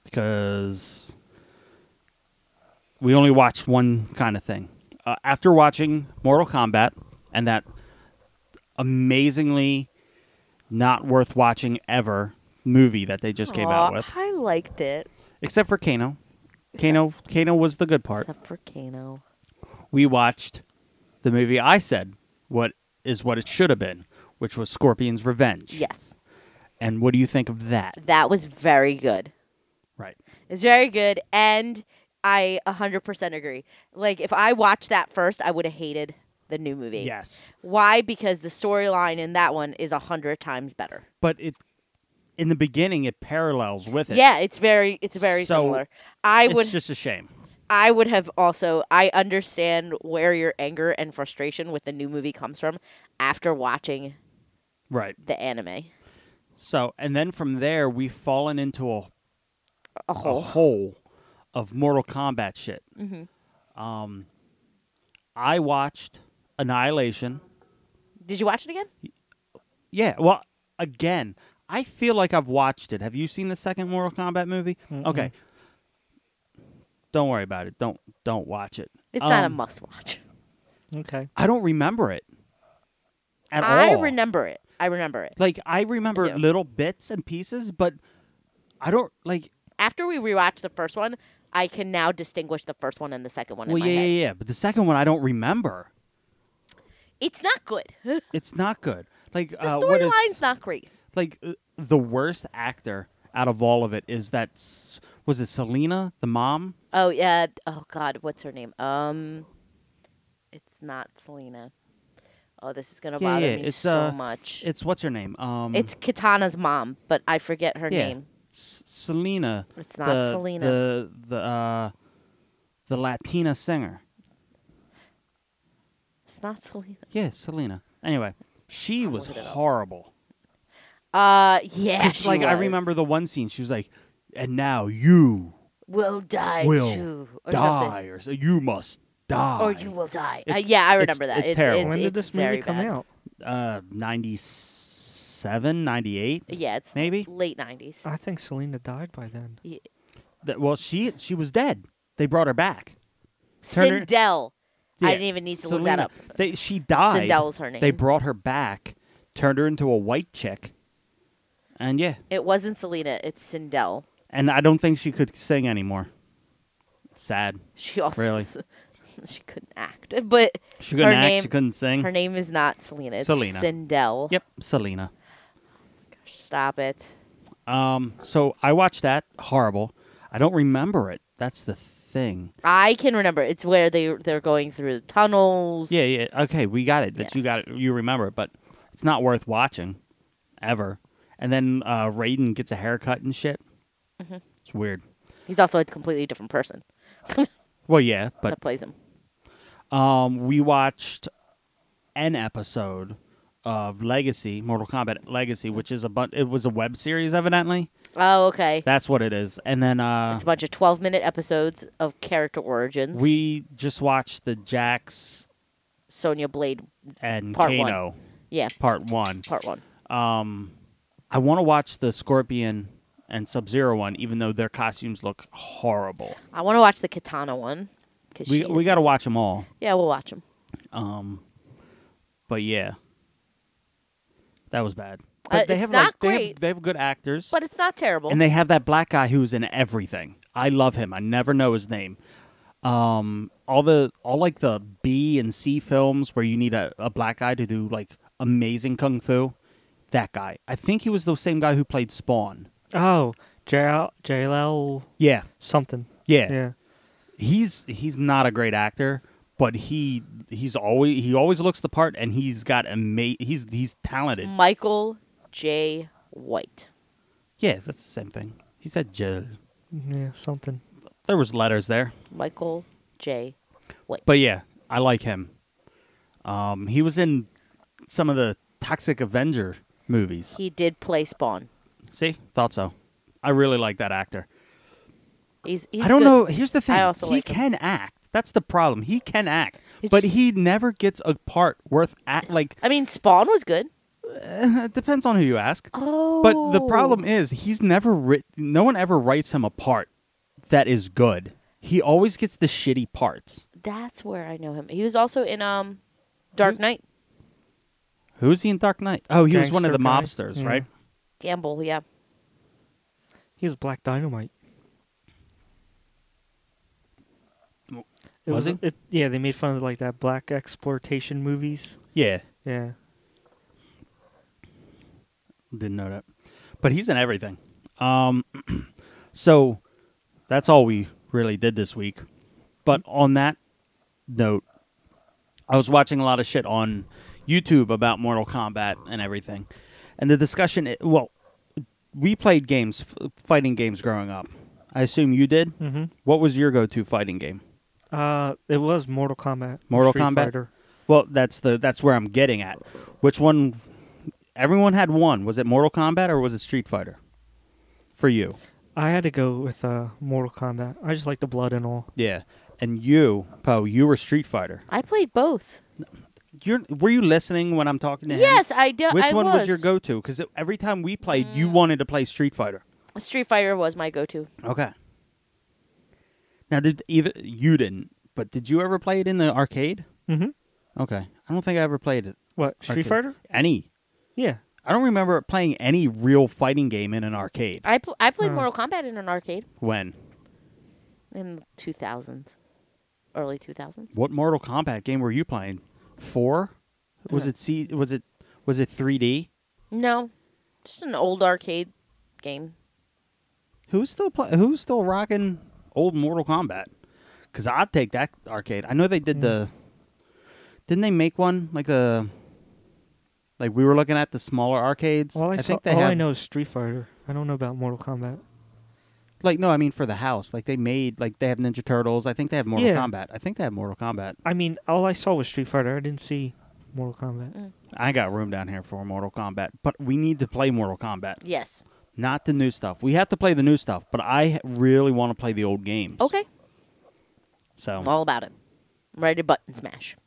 Speaker 2: because we only watched one kind of thing. Uh, after watching Mortal Kombat and that amazingly not worth watching ever movie that they just came out
Speaker 3: Aw,
Speaker 2: with,
Speaker 3: I liked it.
Speaker 2: except for Kano. Kano, Kano was the good part
Speaker 3: Except for Kano.
Speaker 2: we watched the movie I said what is what it should have been, which was Scorpion's Revenge.
Speaker 3: Yes.
Speaker 2: And what do you think of that?
Speaker 3: That was very good.
Speaker 2: Right.
Speaker 3: It's very good and I 100% agree. Like if I watched that first, I would have hated the new movie.
Speaker 2: Yes.
Speaker 3: Why? Because the storyline in that one is a hundred times better.
Speaker 2: But it in the beginning it parallels with it.
Speaker 3: Yeah, it's very it's very
Speaker 2: So,
Speaker 3: similar. I
Speaker 2: It's
Speaker 3: would
Speaker 2: just a shame.
Speaker 3: I would have also I understand where your anger and frustration with the new movie comes from after watching
Speaker 2: Right.
Speaker 3: the anime.
Speaker 2: So and then from there we've fallen into a
Speaker 3: a
Speaker 2: a
Speaker 3: hole.
Speaker 2: whole of Mortal Kombat shit.
Speaker 3: Mhm.
Speaker 2: Um, I watched Annihilation.
Speaker 3: Did you watch it again?
Speaker 2: Yeah. Well, again, I feel like I've watched it. Have you seen the second Mortal Kombat movie? Okay. Don't worry about it. Don't don't watch it.
Speaker 3: It's not a
Speaker 2: Um,
Speaker 3: must watch.
Speaker 4: Okay.
Speaker 2: I don't remember it at
Speaker 3: I
Speaker 2: all.
Speaker 3: remember it. I remember it.
Speaker 2: like I remember
Speaker 3: do.
Speaker 2: little bits and pieces, but I don't like.
Speaker 3: After we rewatched the first one, I can now distinguish the first one and the second one
Speaker 2: Well,
Speaker 3: in my
Speaker 2: yeah,
Speaker 3: head.
Speaker 2: yeah, yeah. But the second one, I don't remember.
Speaker 3: It's not good. the
Speaker 2: It's not good. Like uh, what is
Speaker 3: storyline's not great.
Speaker 2: like uh, the worst actor out of all of it is that s- was it Selena the mom?
Speaker 3: Oh yeah. Oh God, what's her name? Um, it's not Selena. Oh, this is gonna
Speaker 2: Yeah,
Speaker 3: bother
Speaker 2: yeah,
Speaker 3: me
Speaker 2: it's,
Speaker 3: so
Speaker 2: uh,
Speaker 3: much.
Speaker 2: It's what's her name? Um,
Speaker 3: It's Katana's mom, but I forget her
Speaker 2: yeah,
Speaker 3: name.
Speaker 2: S- Selena.
Speaker 3: It's not
Speaker 2: the-
Speaker 3: Selena.
Speaker 2: The the uh, the Latina singer.
Speaker 3: It's not Selena.
Speaker 2: Yeah, Selena. Anyway, she was
Speaker 3: looking it up.
Speaker 2: horrible.
Speaker 3: Uh, yeah.
Speaker 2: 'Cause,
Speaker 3: She
Speaker 2: like I
Speaker 3: was.
Speaker 2: remember the one scene. She was like, "And now you
Speaker 3: Will die.
Speaker 2: will
Speaker 3: too, or
Speaker 2: die, or so you must die."
Speaker 3: Something. Or you will die. Uh,
Speaker 2: It's-
Speaker 3: yeah, I
Speaker 2: it's-
Speaker 3: remember that.
Speaker 2: it's
Speaker 3: It's,
Speaker 2: terrible.
Speaker 3: It's,
Speaker 4: when did
Speaker 3: it's
Speaker 4: this movie
Speaker 3: very
Speaker 4: come
Speaker 3: bad.
Speaker 4: out?
Speaker 2: uh, 97, 98?
Speaker 3: Yeah, it's
Speaker 2: Maybe? Uh,
Speaker 3: late nineties.
Speaker 4: I think Selena died by then.
Speaker 2: That- well, she she was dead. They brought her back. Turner-
Speaker 3: Sindel. I
Speaker 2: Yeah,
Speaker 3: didn't even need to look that
Speaker 2: Selena.
Speaker 3: up.
Speaker 2: They, she died.
Speaker 3: Sindel is her name.
Speaker 2: They brought her back, turned her into a white chick, and yeah,
Speaker 3: It wasn't Selena. It's Sindel.
Speaker 2: and I don't think she could sing anymore. Sad.
Speaker 3: She also
Speaker 2: Really?
Speaker 3: she couldn't act, but
Speaker 2: She couldn't
Speaker 3: Her
Speaker 2: act.
Speaker 3: name-
Speaker 2: she couldn't sing.
Speaker 3: her name is not Selena. It's
Speaker 2: Selena.
Speaker 3: Sindel.
Speaker 2: Yep, Selena.
Speaker 3: Stop it.
Speaker 2: Um, so I watched that. Horrible. I don't remember it. That's the thing.
Speaker 3: I can remember. It's where they they're going through the tunnels.
Speaker 2: Yeah, yeah. Okay, we got it. That
Speaker 3: Yeah.
Speaker 2: you got it. You remember it, but it's not worth watching, ever. And then uh, Raiden gets a haircut and shit.
Speaker 3: Mm-hmm.
Speaker 2: It's weird.
Speaker 3: He's also a completely different person
Speaker 2: Well, yeah, but
Speaker 3: that plays him.
Speaker 2: Um, we watched an episode of Legacy, Mortal Kombat Legacy, which is a bu- it was a web series evidently.
Speaker 3: Oh, okay.
Speaker 2: That's what it is. And then uh
Speaker 3: it's a bunch of twelve minute episodes of character origins.
Speaker 2: we just watched the Jax
Speaker 3: Sonya Blade.
Speaker 2: and
Speaker 3: Part one.
Speaker 2: Kano
Speaker 3: Yeah,
Speaker 2: part 1.
Speaker 3: part one.
Speaker 2: Um I want to watch the Scorpion and Sub-Zero one even though their costumes look horrible.
Speaker 3: I want to watch the Katana one. 'cause
Speaker 2: We
Speaker 3: she
Speaker 2: we
Speaker 3: is-
Speaker 2: got to watch them all.
Speaker 3: Yeah, we'll watch them.
Speaker 2: Um but yeah. That was bad.
Speaker 3: Uh,
Speaker 2: But they
Speaker 3: it's
Speaker 2: have
Speaker 3: not
Speaker 2: like they have-
Speaker 3: great.
Speaker 2: they have good actors.
Speaker 3: But it's not terrible.
Speaker 2: And they have that black guy who's in everything. I love him. I never know his name. Um, all the all like the B and C films where you need a, a black guy to do like amazing kung fu. That guy. I think he was the same guy who played Spawn.
Speaker 4: Oh, J- JLL
Speaker 2: Yeah.
Speaker 4: something.
Speaker 2: Yeah.
Speaker 4: Yeah.
Speaker 2: He's he's not a great actor, but he he's always he always looks the part and he's got ama- he's he's talented.
Speaker 3: Michael J. White.
Speaker 2: Yeah, that's the same thing. He said Jill.
Speaker 4: Yeah, something.
Speaker 2: There was letters there.
Speaker 3: Michael J. White.
Speaker 2: But yeah, I like him. Um, he was in some of the Toxic Avenger movies.
Speaker 3: he did play Spawn.
Speaker 2: See, thought so. I really like that actor.
Speaker 3: He's, he's
Speaker 2: I don't
Speaker 3: good.
Speaker 2: know. Here's the thing.
Speaker 3: also
Speaker 2: he
Speaker 3: like him.
Speaker 2: can act. That's the problem. He can act,
Speaker 3: It's
Speaker 2: but
Speaker 3: just-
Speaker 2: he never gets a part worth act. Like
Speaker 3: I mean, Spawn was good.
Speaker 2: it depends on who you ask.
Speaker 3: Oh.
Speaker 2: But the problem is, he's never writ. No one ever writes him a part that is good. He always gets the shitty parts.
Speaker 3: that's where I know him. He was also in um, Dark
Speaker 2: Hmm?
Speaker 3: Knight.
Speaker 2: Who's he in Dark Knight? Oh, he was one of
Speaker 4: Gangster
Speaker 2: the
Speaker 4: guy.
Speaker 2: mobsters,
Speaker 4: Yeah.
Speaker 2: right?
Speaker 3: Gamble, yeah.
Speaker 4: He was Black Dynamite.
Speaker 2: W-
Speaker 4: It
Speaker 2: was
Speaker 4: was,
Speaker 2: he?
Speaker 4: It, yeah, they made fun of like that black exploitation movies.
Speaker 2: Yeah.
Speaker 4: Yeah.
Speaker 2: Didn't know that. But he's in everything. Um, so that's all we really did this week. But on that note, I was watching a lot of shit on YouTube about Mortal Kombat and everything. And the discussion, i- well, we played games, f- fighting games growing up. I assume you did.
Speaker 4: Mm-hmm.
Speaker 2: What was your go to fighting game?
Speaker 4: Uh, it was Mortal Kombat. or
Speaker 2: Mortal
Speaker 4: Street
Speaker 2: Kombat?
Speaker 4: Fighter.
Speaker 2: Well, that's the that's where I'm getting at. Which one? Everyone had one. Was it Mortal Kombat or was it Street Fighter? For you,
Speaker 4: I had to go with uh, Mortal Kombat. I just like the blood and all.
Speaker 2: Yeah. And you, Poe, you were Street Fighter.
Speaker 3: I played both.
Speaker 2: You're were you listening when I'm talking to him?
Speaker 3: Yes, I do.
Speaker 2: Which
Speaker 3: I
Speaker 2: one
Speaker 3: was. Mm.
Speaker 2: was, your go-to? Because every time we played, you wanted to play Street Fighter.
Speaker 3: Street Fighter was my go-to.
Speaker 2: Okay. Now, did either you didn't, but did you ever play it in the arcade?
Speaker 4: Mm-hmm.
Speaker 2: Okay, I don't think I ever played it.
Speaker 4: What Street
Speaker 2: Arcade.
Speaker 4: Fighter?
Speaker 2: Any?
Speaker 4: Yeah.
Speaker 2: I don't remember playing any real fighting game in an arcade.
Speaker 3: I pl- I played
Speaker 4: Huh.
Speaker 3: Mortal Kombat in an arcade
Speaker 2: When?
Speaker 3: in the 2000s, early 2000s.
Speaker 2: What Mortal Kombat game were you playing? Four? Was it C? Was it was it 3D?
Speaker 3: No, just an old arcade game.
Speaker 2: Who's still pl- who's still rocking old Mortal Kombat? Because I'd take that arcade. I know they did the. Didn't they make one like the? Like we were looking at the smaller arcades.
Speaker 4: All I, saw,
Speaker 2: think they
Speaker 4: all
Speaker 2: had,
Speaker 4: I know is Street Fighter. I don't know about Mortal Kombat.
Speaker 2: Like no, I mean for the house. Like they made like they have Ninja Turtles. I think they have Mortal
Speaker 4: Yeah.
Speaker 2: Kombat. I think they have Mortal Kombat.
Speaker 4: I mean, all I saw was Street Fighter. I didn't see Mortal Kombat.
Speaker 2: I got room down here for Mortal Kombat, but we need to play Mortal Kombat,
Speaker 3: Yes.
Speaker 2: not the new stuff. We have to play the new stuff, but I really want to play the old games.
Speaker 3: Okay,
Speaker 2: So
Speaker 3: I'm all about it. I'm ready to button smash.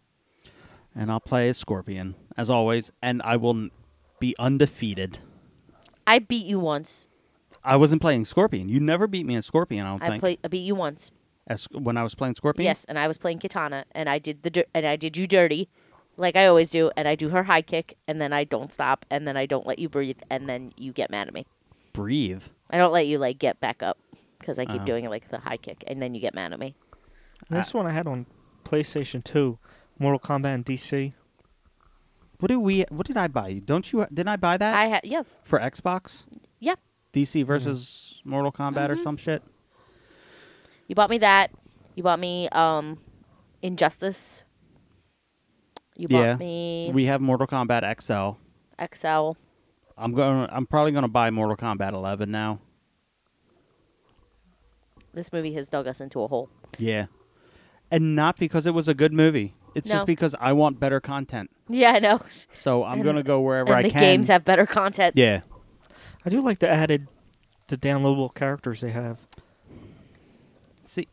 Speaker 2: and I'll play as Scorpion as always, and I will n- be undefeated.
Speaker 3: I beat you once.
Speaker 2: I wasn't playing Scorpion. You never beat me in Scorpion. I don't
Speaker 3: I
Speaker 2: think.
Speaker 3: played. I beat you once.
Speaker 2: as, when I was playing Scorpion.
Speaker 3: Yes, and I was playing Katana, and I did the dir- and I did you dirty, like I always do, and I do her high kick, and then I don't stop, and then I don't let you breathe, and then you get mad at me.
Speaker 2: Breathe.
Speaker 3: I don't let you like get back up because I keep
Speaker 2: Oh.
Speaker 3: doing like the high kick, and then you get mad at me.
Speaker 4: This one I had on PlayStation 2, Mortal Kombat and DC.
Speaker 2: What did we? What did I buy? you? Don't you? Didn't I buy that
Speaker 3: I Mm-hmm. had yeah
Speaker 2: for Xbox?
Speaker 3: yeah.
Speaker 2: DC versus Mortal Kombat
Speaker 3: Mm-hmm.
Speaker 2: or some shit.
Speaker 3: You bought me that. You bought me um, Injustice. You bought
Speaker 2: Yeah.
Speaker 3: me
Speaker 2: We have Mortal Kombat XL.
Speaker 3: XL.
Speaker 2: I'm going. I'm probably going to buy Mortal Kombat 11 now.
Speaker 3: This movie has dug us into a hole.
Speaker 2: Yeah, and not because it was a good movie. It's
Speaker 3: No.
Speaker 2: just because I want better content.
Speaker 3: Yeah, I know.
Speaker 2: So I'm
Speaker 3: And-
Speaker 2: going to go wherever
Speaker 3: and
Speaker 2: I
Speaker 3: the
Speaker 2: can.
Speaker 3: games have better content.
Speaker 2: yeah,
Speaker 4: I do like the added, the downloadable characters they have.
Speaker 2: See,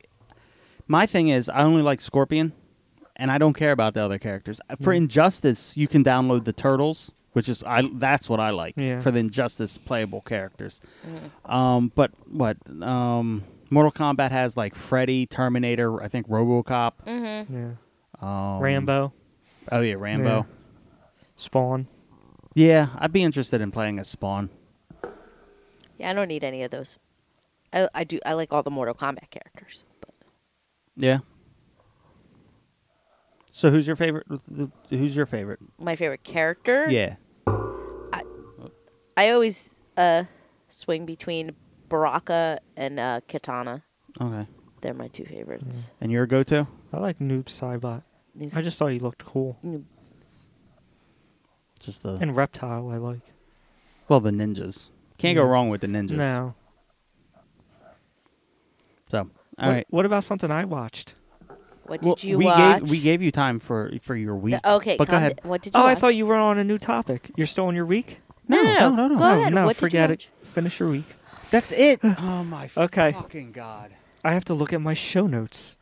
Speaker 2: my thing is, I only like Scorpion, and I don't care about the other characters. Uh, For Injustice, you can download the Turtles, which is I. That's what I like
Speaker 4: Yeah.
Speaker 2: for the Injustice playable characters.
Speaker 3: Mm.
Speaker 2: Um, but what? Um, Mortal Kombat has like Freddy, Terminator, I think RoboCop,
Speaker 3: Mm-hmm.
Speaker 4: Yeah.
Speaker 2: um,
Speaker 4: Rambo,
Speaker 2: Oh yeah, Rambo.
Speaker 4: Spawn.
Speaker 2: Yeah. I'd be interested in playing as Spawn.
Speaker 3: Yeah, I don't need any of those. I, I do. I like all the Mortal Kombat characters. But
Speaker 2: Yeah. So who's your favorite? Who's your favorite?
Speaker 3: my favorite character.
Speaker 2: Yeah.
Speaker 3: I always uh, swing between Baraka and uh, Katana.
Speaker 2: Okay.
Speaker 3: They're my two favorites.
Speaker 2: And your go-to?
Speaker 4: I like Noob Saibot.
Speaker 2: Mm.
Speaker 3: New-
Speaker 4: I just thought he looked cool.
Speaker 3: new-
Speaker 2: Just the
Speaker 4: And Reptile, I like.
Speaker 2: Well, the ninjas. Can't go
Speaker 4: Yeah.
Speaker 2: wrong with the ninjas.
Speaker 4: Now,
Speaker 2: So, all
Speaker 4: what,
Speaker 2: right.
Speaker 4: what about something I watched?
Speaker 3: what did
Speaker 2: Well,
Speaker 3: you
Speaker 2: we
Speaker 3: watch?
Speaker 2: Gave, we gave you time for for your week.
Speaker 3: The- okay,
Speaker 2: but go
Speaker 3: calm
Speaker 2: ahead.
Speaker 3: d- What did you?
Speaker 4: Oh, I
Speaker 3: watch?
Speaker 4: thought you were on a new topic. You're still on your week? Oh,
Speaker 3: No,
Speaker 2: No,
Speaker 3: no, no.
Speaker 2: no, no,
Speaker 3: Go
Speaker 2: no.
Speaker 3: ahead.
Speaker 4: no,
Speaker 3: what
Speaker 4: forget
Speaker 3: did you
Speaker 4: it. Finish your week.
Speaker 2: That's it. oh my
Speaker 4: Okay.
Speaker 2: fucking god.
Speaker 4: I have to look at my show notes.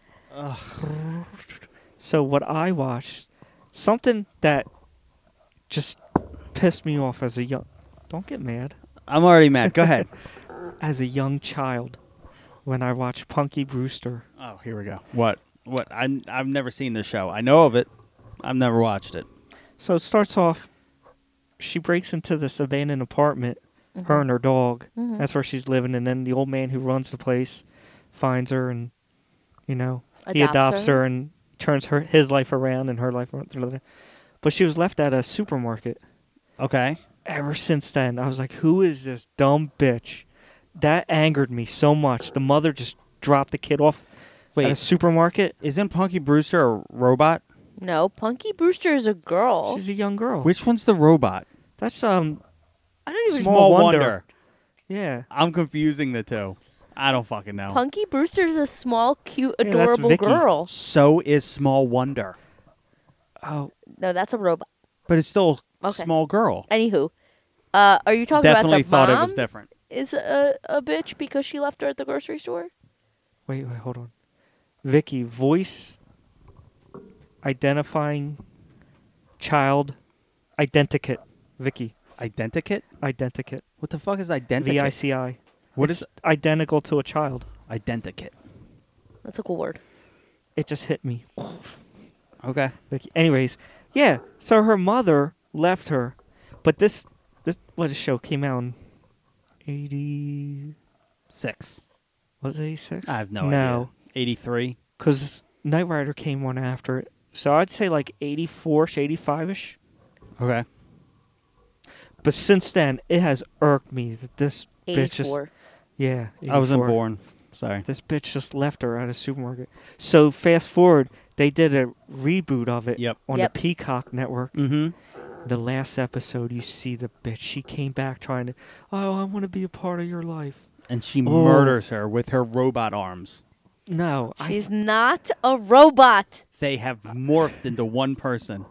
Speaker 4: So what I watched, something that just pissed me off as a young, don't get mad,
Speaker 2: I'm already mad. Go ahead.
Speaker 4: as a young child, when I watched Punky Brewster.
Speaker 2: oh, here we go. What? What? I I've never seen this show. I know of it. I've never watched it.
Speaker 4: So it starts off, she breaks into this abandoned apartment,
Speaker 3: Mm-hmm.
Speaker 4: her and her dog. That's where she's living, and then the old man who runs the place finds her, and you know he
Speaker 3: Adopts
Speaker 4: adopts
Speaker 3: her.
Speaker 4: her. and turns her his life around and her life around. But she was left at a supermarket.
Speaker 2: Okay.
Speaker 4: Ever since then, I was like, "Who is this dumb bitch?" That angered me so much. The mother just dropped the kid off at a
Speaker 2: Wait.
Speaker 4: supermarket.
Speaker 2: Isn't Punky Brewster a robot?
Speaker 3: it? No, Punky Brewster is a girl.
Speaker 4: She's a young girl.
Speaker 2: Which one's the robot?
Speaker 4: That's um,
Speaker 3: I don't even.
Speaker 4: Small wonder. yeah.
Speaker 2: I'm confusing the two. I don't fucking know.
Speaker 3: Punky Brewster's a small, cute,
Speaker 4: that's
Speaker 3: adorable
Speaker 4: Vicky.
Speaker 3: girl.
Speaker 2: so is Small Wonder,
Speaker 4: Oh,
Speaker 3: No, that's a robot.
Speaker 2: but it's still a
Speaker 3: Okay.
Speaker 2: small girl.
Speaker 3: Anywho, uh, are you talking
Speaker 2: Definitely
Speaker 3: about the
Speaker 2: thought
Speaker 3: mom?
Speaker 2: it was different.
Speaker 3: is a, a bitch because she left her at the grocery store?
Speaker 4: Wait, wait, hold on. Vicky, voice identifying child identikit. Vicky,
Speaker 2: Identikit?
Speaker 4: identikit.
Speaker 2: What the fuck is identikit?
Speaker 4: VICI.
Speaker 2: What
Speaker 4: It's
Speaker 2: is
Speaker 4: identical to a child?
Speaker 2: identikit?
Speaker 3: That's a cool word.
Speaker 4: It just hit me.
Speaker 2: Okay.
Speaker 4: Vicky. Anyways, yeah. So her mother left her, but this this what the show came out in eighty
Speaker 2: Six.
Speaker 4: was it eighty six?
Speaker 2: I have no,
Speaker 4: no
Speaker 2: idea. 83.
Speaker 4: because Knight Rider came on after it. So I'd say like eighty four ish, eighty five ish.
Speaker 2: Okay.
Speaker 4: But since then, it has irked me that this bitch just
Speaker 3: 84.
Speaker 4: yeah.
Speaker 2: I wasn't
Speaker 4: 84.
Speaker 2: born. Sorry.
Speaker 4: This bitch just left her at a supermarket. So fast forward, they did a reboot of it
Speaker 2: Yep.
Speaker 4: on
Speaker 3: Yep.
Speaker 4: the Peacock network.
Speaker 2: Mm-hmm.
Speaker 4: The last episode, you see the bitch. She came back trying to, oh, I want to be a part of your life.
Speaker 2: And she
Speaker 4: Oh.
Speaker 2: murders her with her robot arms.
Speaker 4: No, I,
Speaker 3: She's not a robot.
Speaker 2: They have morphed into one person.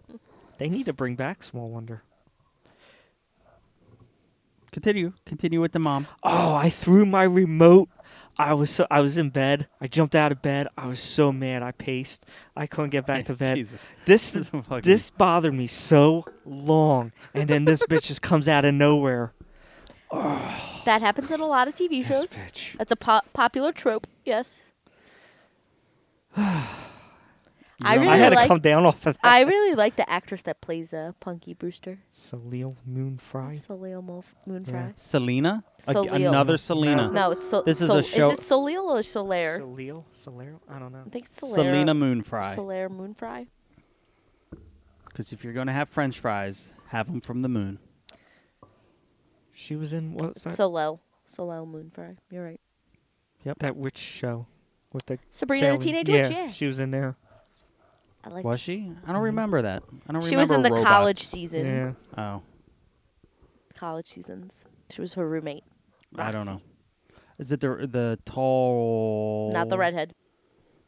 Speaker 4: they need to bring back Small Wonder.
Speaker 2: Continue. Continue with the mom.
Speaker 4: Oh, I threw my remote. I was so, I was in bed. I jumped out of bed. I was so mad. I paced. I couldn't get back to
Speaker 2: Yes,
Speaker 4: bed.
Speaker 2: Jesus.
Speaker 4: This
Speaker 2: Fucking-
Speaker 4: this bothered me so long, and then this bitch just comes out of nowhere.
Speaker 3: That happens in a lot of TV
Speaker 4: This
Speaker 3: shows.
Speaker 4: bitch.
Speaker 3: That's a po- popular trope. Yes. I
Speaker 2: You're on-
Speaker 3: really
Speaker 4: I had to
Speaker 3: like-
Speaker 4: come down off of that.
Speaker 3: I really like the actress that plays uh, Punky Brewster.
Speaker 4: Salil Moon Fry.
Speaker 3: Soleil Mo-
Speaker 4: Yeah.
Speaker 3: Moonfry.
Speaker 2: Selena? A-
Speaker 3: Soleil.
Speaker 2: another Selena.
Speaker 3: No, it's so.
Speaker 2: This is
Speaker 3: Sol-
Speaker 2: a show-
Speaker 3: Is it Soleil or Solaire?
Speaker 4: Salil? Solero? I don't know.
Speaker 3: I think it's Solaire.
Speaker 2: Selena Moonfry.
Speaker 3: Solaire Moonfry.
Speaker 2: Because if you're going to have french fries, have them from the moon.
Speaker 4: She was in what was that?
Speaker 3: Soleil. Soleil Moonfry. You're right.
Speaker 4: that witch show with the
Speaker 3: Sabrina the
Speaker 4: sailing-
Speaker 3: Teenage
Speaker 4: yeah,
Speaker 3: Witch, yeah.
Speaker 4: she was in there.
Speaker 3: I like. mm-hmm.
Speaker 2: Was she? I don't remember that. I don't remember
Speaker 3: she was in the
Speaker 2: robot.
Speaker 3: college season.
Speaker 4: Yeah,
Speaker 2: Oh,
Speaker 3: College seasons. She was her roommate.
Speaker 2: I don't know.
Speaker 3: Roxy.
Speaker 2: Is it the the tall?
Speaker 3: Not the redhead.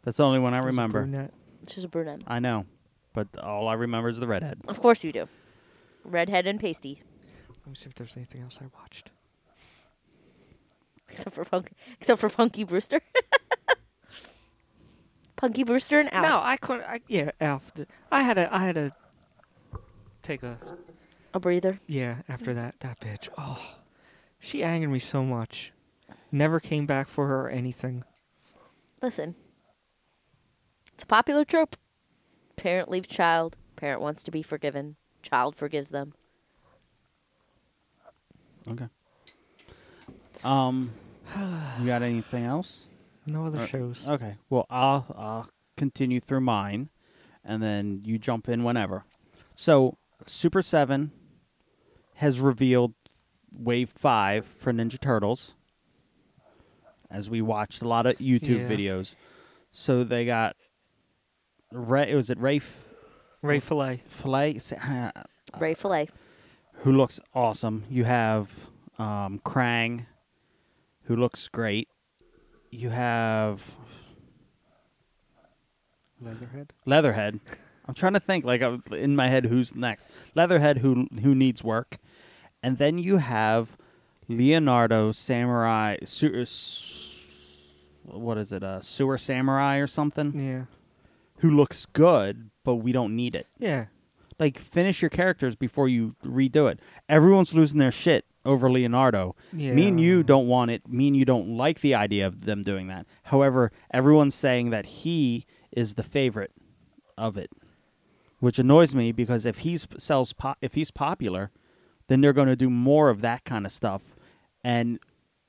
Speaker 2: That's the only one I
Speaker 4: She was a
Speaker 2: remember.
Speaker 4: brunette.
Speaker 3: She's a brunette.
Speaker 2: I know, but all I remember is the redhead.
Speaker 3: Of course you do. Redhead and pasty.
Speaker 4: Let me see if there's anything else I watched.
Speaker 3: Except for Punk except for Punky Brewster. Punky Brewster and Alf.
Speaker 4: No, I couldn't. I, yeah, Alf. did- I had a. I had a. Take a.
Speaker 3: a breather.
Speaker 4: Yeah, after that, that bitch. Oh, she angered me so much. Never came back for her or anything.
Speaker 3: Listen. It's a popular trope. Parent leaves child. Parent wants to be forgiven. Child forgives them.
Speaker 2: Okay. Um, you got anything else?
Speaker 4: No other
Speaker 2: Uh,
Speaker 4: shows.
Speaker 2: Okay. Well, I'll I'll continue through mine, and then you jump in whenever. So, Super Seven has revealed Wave Five for Ninja Turtles, as we watched a lot of YouTube
Speaker 4: Yeah.
Speaker 2: videos. So they got Ray. Was it Ray
Speaker 4: Ray Fillet.
Speaker 2: Flay? Uh,
Speaker 3: Ray Fillet.
Speaker 2: who looks awesome. You have um, Krang, who looks great. You have
Speaker 4: Leatherhead.
Speaker 2: Leatherhead. I'm trying to think, like uh, in my head, who's next? Leatherhead, who who needs work, and then you have Leonardo Samurai. Su- uh, s- what is it? A sewer samurai or something?
Speaker 4: Yeah.
Speaker 2: Who looks good, but we don't need it.
Speaker 4: Yeah.
Speaker 2: like finish your characters before you redo it. Everyone's losing their shit over Leonardo. Me and you
Speaker 4: Yeah.
Speaker 2: don't want it. Me and you don't like the idea of them doing that. However, everyone's saying that he is the favorite of it, which annoys me because if he's sells po- if he's popular, then they're going to do more of that kind of stuff, and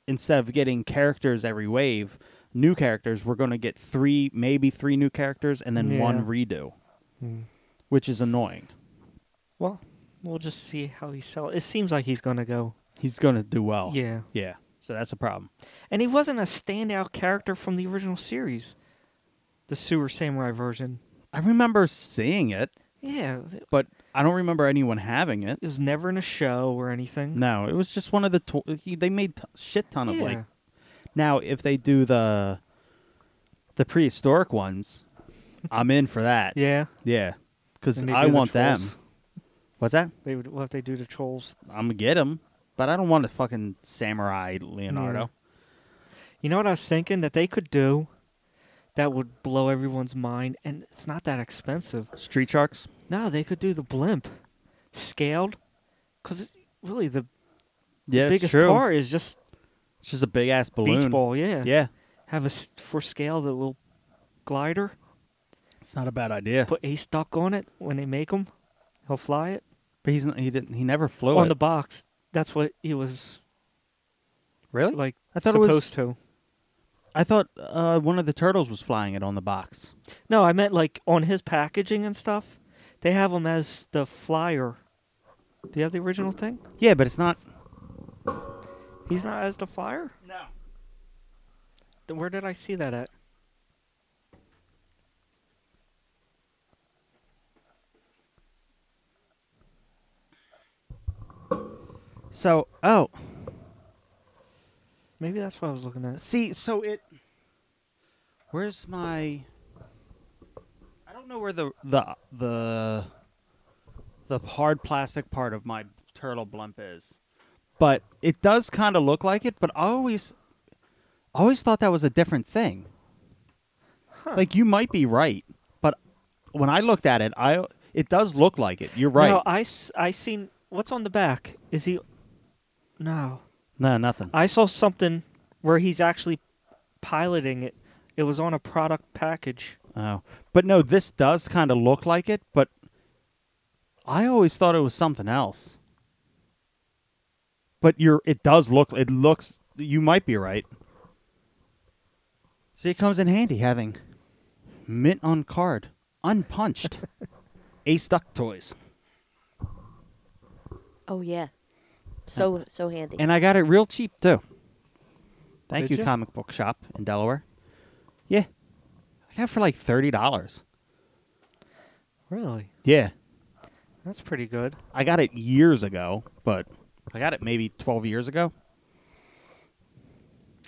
Speaker 2: instead of getting characters every wave, new characters, we're going to get three, maybe three new characters, and then
Speaker 4: Yeah.
Speaker 2: one redo,
Speaker 4: Mm.
Speaker 2: which is annoying.
Speaker 4: Well, we'll just see how he sells. It seems like he's gonna go.
Speaker 2: He's going to do well.
Speaker 4: Yeah.
Speaker 2: Yeah. So that's a problem.
Speaker 4: And he wasn't a standout character from the original series, the Sewer Samurai version.
Speaker 2: I remember seeing it,
Speaker 4: Yeah, it
Speaker 2: but I don't remember anyone having it.
Speaker 4: it was never in a show or anything.
Speaker 2: No, it was just one of the to- he- they made t- shit ton of like.
Speaker 4: Yeah.
Speaker 2: Now if they do the the prehistoric ones, I'm in for that.
Speaker 4: Yeah,
Speaker 2: Yeah. Cuz
Speaker 4: And they
Speaker 2: I
Speaker 4: do the
Speaker 2: want them.
Speaker 4: trolls.
Speaker 2: What's that?
Speaker 4: They would what they do to trolls.
Speaker 2: I'm gonna get them, but I don't want a fucking samurai Leonardo.
Speaker 4: You know what I was thinking that they could do that would blow everyone's mind and it's not that expensive.
Speaker 2: Street sharks.
Speaker 4: No, they could do the blimp scaled cuz really the
Speaker 2: Yeah,
Speaker 4: biggest part is just
Speaker 2: It's just a big ass balloon.
Speaker 4: beach ball, yeah.
Speaker 2: Yeah,
Speaker 4: Have a s- for scale the little glider,
Speaker 2: it's not a bad idea. But,
Speaker 4: put ace duck on it when they make him. He'll fly it
Speaker 2: he's not, he didn't. He never flew
Speaker 4: on
Speaker 2: it.
Speaker 4: the box. That's what he was
Speaker 2: really?
Speaker 4: like
Speaker 2: I thought it
Speaker 4: supposed
Speaker 2: was-
Speaker 4: to.
Speaker 2: I thought uh, one of the turtles was flying it on the box.
Speaker 4: No, I meant like on his packaging and stuff. They have him as the flyer. Do you have the original thing?
Speaker 2: Yeah, but it's not.
Speaker 4: He's not as the flyer? No. Where did I see that at?
Speaker 2: So oh,
Speaker 4: Maybe that's what I was looking at.
Speaker 2: see, so it. Where's my? I don't know where the the the the hard plastic part of my turtle blimp is, but it does kind of look like it. But I always, I always thought that was a different thing.
Speaker 4: Huh.
Speaker 2: Like you might be right, but when I looked at it, I it does look like it. You're right.
Speaker 4: No, I, s- I seen. What's on the back? Is he. No.
Speaker 2: no nothing.
Speaker 4: I saw something where he's actually piloting it. It was on a product package.
Speaker 2: Oh, but no, this does kind of look like it, but I always thought it was something else. But you're, it does look, it looks, you might be right. See, it comes in handy having mint on card, unpunched, ace duck toys,
Speaker 3: Oh yeah. So so handy.
Speaker 2: and I got it real cheap too. Thank
Speaker 4: Did
Speaker 2: you,
Speaker 4: ya?
Speaker 2: comic book shop in Delaware. Yeah, I got it for like thirty dollars.
Speaker 4: Really?
Speaker 2: Yeah,
Speaker 4: That's pretty good.
Speaker 2: I got it years ago, but I got it maybe 12 years ago.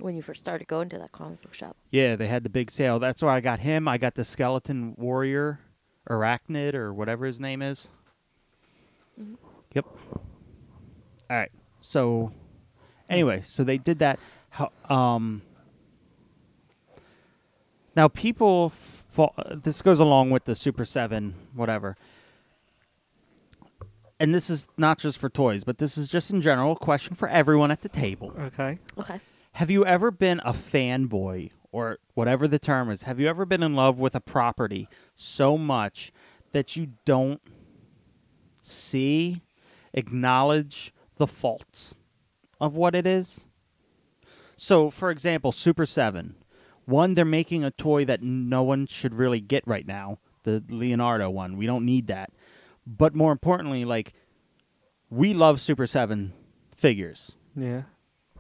Speaker 3: when you first started going to that comic book shop.
Speaker 2: Yeah, they had the big sale. That's why I got him. I got the skeleton warrior, arachnid, or whatever his name is. Yep. All right. So, anyway, so they did that. How, um, now people, fall, this goes along with the Super Seven, whatever. And this is not just for toys, but this is just in general a question for everyone at the table.
Speaker 4: Okay.
Speaker 3: Okay.
Speaker 2: Have you ever been a fanboy or whatever the term is? Have you ever been in love with a property so much that you don't see, acknowledge the faults of what it is? So, for example, Super 7. One, they're making a toy that no one should really get right now, the Leonardo one. We don't need that. But more importantly, like, we love Super 7 figures
Speaker 4: Yeah.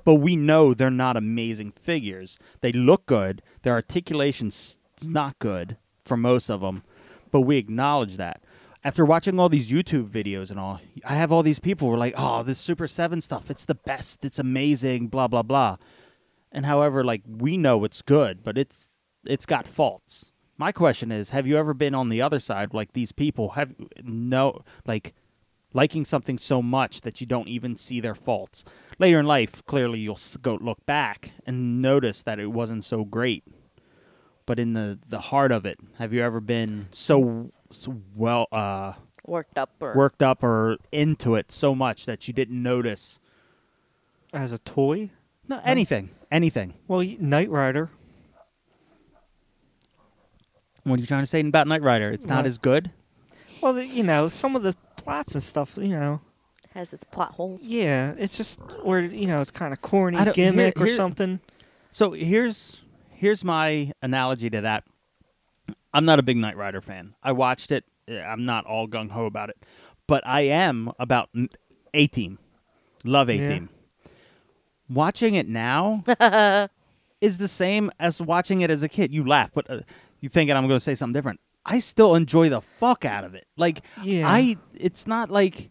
Speaker 2: but we know they're not amazing figures. They look good. Their articulation's not good for most of them, but we acknowledge that. After watching all these YouTube videos and all, I have all these people who are like, "Oh, this Super 7 stuff, it's the best. It's amazing, blah blah blah." And however, like we know it's good, but it's it's got faults. My question is, have you ever been on the other side like these people have no like liking something so much that you don't even see their faults. Later in life, clearly you'll s- go look back and notice that it wasn't so great. But in the the heart of it, have you ever been so, so well uh,
Speaker 3: Worked up or
Speaker 2: worked up or into it so much that you didn't notice
Speaker 4: As a toy?
Speaker 2: no, anything, anything?
Speaker 4: Well, y- Knight Rider.
Speaker 2: What are you trying to say about Knight Rider? It's not
Speaker 4: Right.
Speaker 2: as good.
Speaker 4: Well, the, you know, some of the plots and stuff, you know.
Speaker 3: has its plot holes.
Speaker 4: Yeah, it's just where, you know, it's kind of corny
Speaker 2: I don't- here-
Speaker 4: gimmick or
Speaker 2: here-
Speaker 4: something.
Speaker 2: So here's here's my analogy to that. I'm not a big Knight Rider fan. I watched it. eh, I'm not all gung ho about it, but I am about A Team. Love A
Speaker 4: Yeah.
Speaker 2: Team. Watching it now is the same as watching it as a kid. You laugh, but uh, you thinking I'm going to say something different. I still enjoy the fuck out of it. Like
Speaker 4: Yeah.
Speaker 2: I, it's not like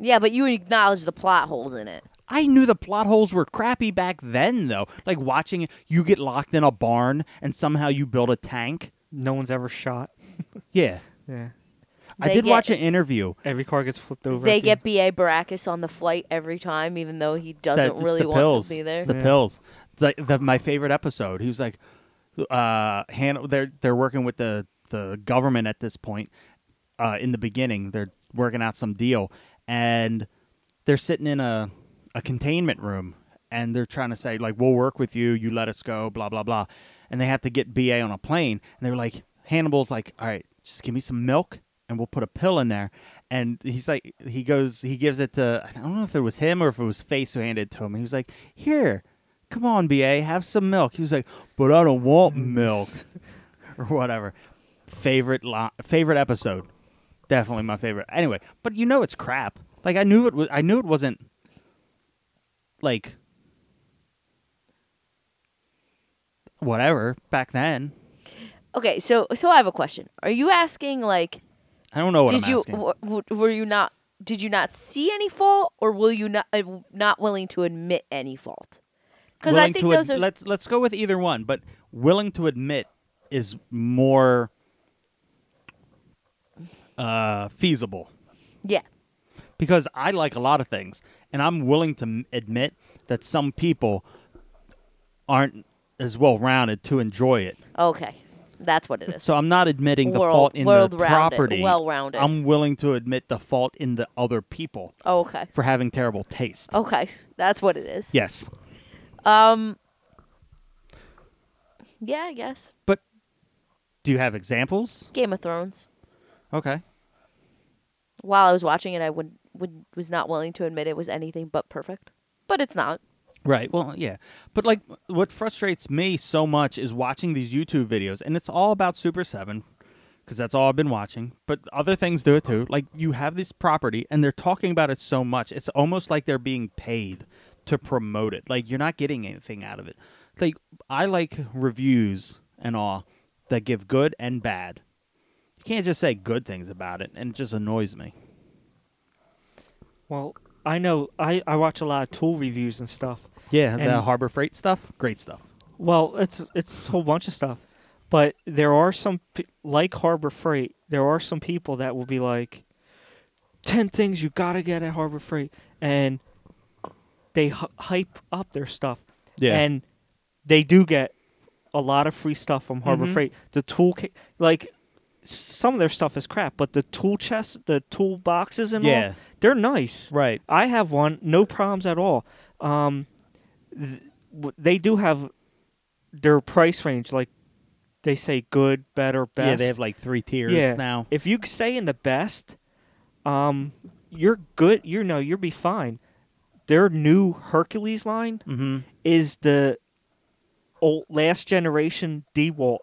Speaker 3: Yeah, but you acknowledge the plot holes in it.
Speaker 2: I knew the plot holes were crappy back then, though. Like watching it, you get locked in a barn and somehow you build a tank.
Speaker 4: No one's ever shot.
Speaker 2: Yeah.
Speaker 4: Yeah.
Speaker 2: I
Speaker 3: They
Speaker 2: did
Speaker 3: get-
Speaker 2: watch an interview.
Speaker 4: Every car gets flipped over.
Speaker 3: They
Speaker 4: at the
Speaker 3: get BA Baracus on the flight every time, even though he
Speaker 2: It's the-
Speaker 3: doesn't
Speaker 2: it's
Speaker 3: really
Speaker 2: the
Speaker 3: want
Speaker 2: pills.
Speaker 3: to be
Speaker 2: It's
Speaker 3: there.
Speaker 2: the
Speaker 4: Yeah.
Speaker 2: pills. It's like the, my favorite episode. He was like, uh, hand, they're they're working with the the government at this point. Uh, in the beginning, they're working out some deal, and they're sitting in a a containment room, and they're trying to say like, "We'll work with you. You let us go." Blah blah blah, and they have to get Ba on a plane, and they were like, Hannibal's like, "All right, just give me some milk." And we'll put a pill in there, and he's like, he goes, he gives it to, I don't know if it was him or if it was Face who handed it to him. He was like, "Here, come on, BA, have some milk. He was like, but I don't want milk or whatever. Favorite lo- favorite episode. Definitely my favorite. Anyway, but you know it's crap. Like I knew it was I knew it wasn't like whatever back then.
Speaker 3: Okay, so so I have a question. Are you asking like
Speaker 2: I don't know what
Speaker 3: did
Speaker 2: I'm
Speaker 3: you
Speaker 2: asking.
Speaker 3: w- w- were you not did you not see any fault or will you not uh, not willing to admit any fault? Because I
Speaker 2: Willing
Speaker 3: think
Speaker 2: to
Speaker 3: those
Speaker 2: ad-
Speaker 3: are
Speaker 2: let's let's go with either one, but willing to admit is more uh feasible.
Speaker 3: yeah.
Speaker 2: because I like a lot of things, and I'm willing to m- admit that some people aren't as well rounded to enjoy it.
Speaker 3: Okay, that's what it is.
Speaker 2: So I'm not admitting the
Speaker 3: World-
Speaker 2: fault in the
Speaker 3: world-rounded,
Speaker 2: property.
Speaker 3: well-rounded.
Speaker 2: I'm willing to admit the fault in the other people
Speaker 3: okay,
Speaker 2: for having terrible taste.
Speaker 3: okay, that's what it is.
Speaker 2: Yes,
Speaker 3: Um. Yeah, I guess
Speaker 2: but do you have examples?
Speaker 3: Game of Thrones.
Speaker 2: Okay.
Speaker 3: While I was watching it, I would, would was not willing to admit it was anything but perfect, but it's not.
Speaker 2: Right. Well, yeah. But like what frustrates me so much is watching these YouTube videos and it's all about Super 7 cuz that's all I've been watching, but other things do it too. Like you have this property and they're talking about it so much. It's almost like they're being paid to promote it. Like you're not getting anything out of it. Like I like reviews and all that give good and bad. You can't just say good things about it and it just annoys me.
Speaker 4: Well, I know I, I watch a lot of tool reviews and stuff.
Speaker 2: Yeah, the
Speaker 4: And-
Speaker 2: Harbor Freight stuff, great stuff.
Speaker 4: Well, it's it's a whole bunch of stuff, but there are some pe- like Harbor Freight. There are some people that will be like, ten things you gotta get at Harbor Freight, and they hy- hype up their stuff.
Speaker 2: Yeah.
Speaker 4: and they do get a lot of free stuff from Harbor
Speaker 2: Mhm.
Speaker 4: Freight. The tool, ca- like s- some of their stuff is crap, but the tool chest, the tool boxes, and
Speaker 2: Yeah.
Speaker 4: all, they're nice.
Speaker 2: Right.
Speaker 4: I have one, no problems at all. Um, th- w- they do have their price range, like they say, good, better, best.
Speaker 2: Yeah, they have like three tiers
Speaker 4: Yeah.
Speaker 2: now.
Speaker 4: If you say in the best, um, you're good. You know, you'll be fine. Their new Hercules line
Speaker 2: Mm-hmm.
Speaker 4: is the old last generation DeWalt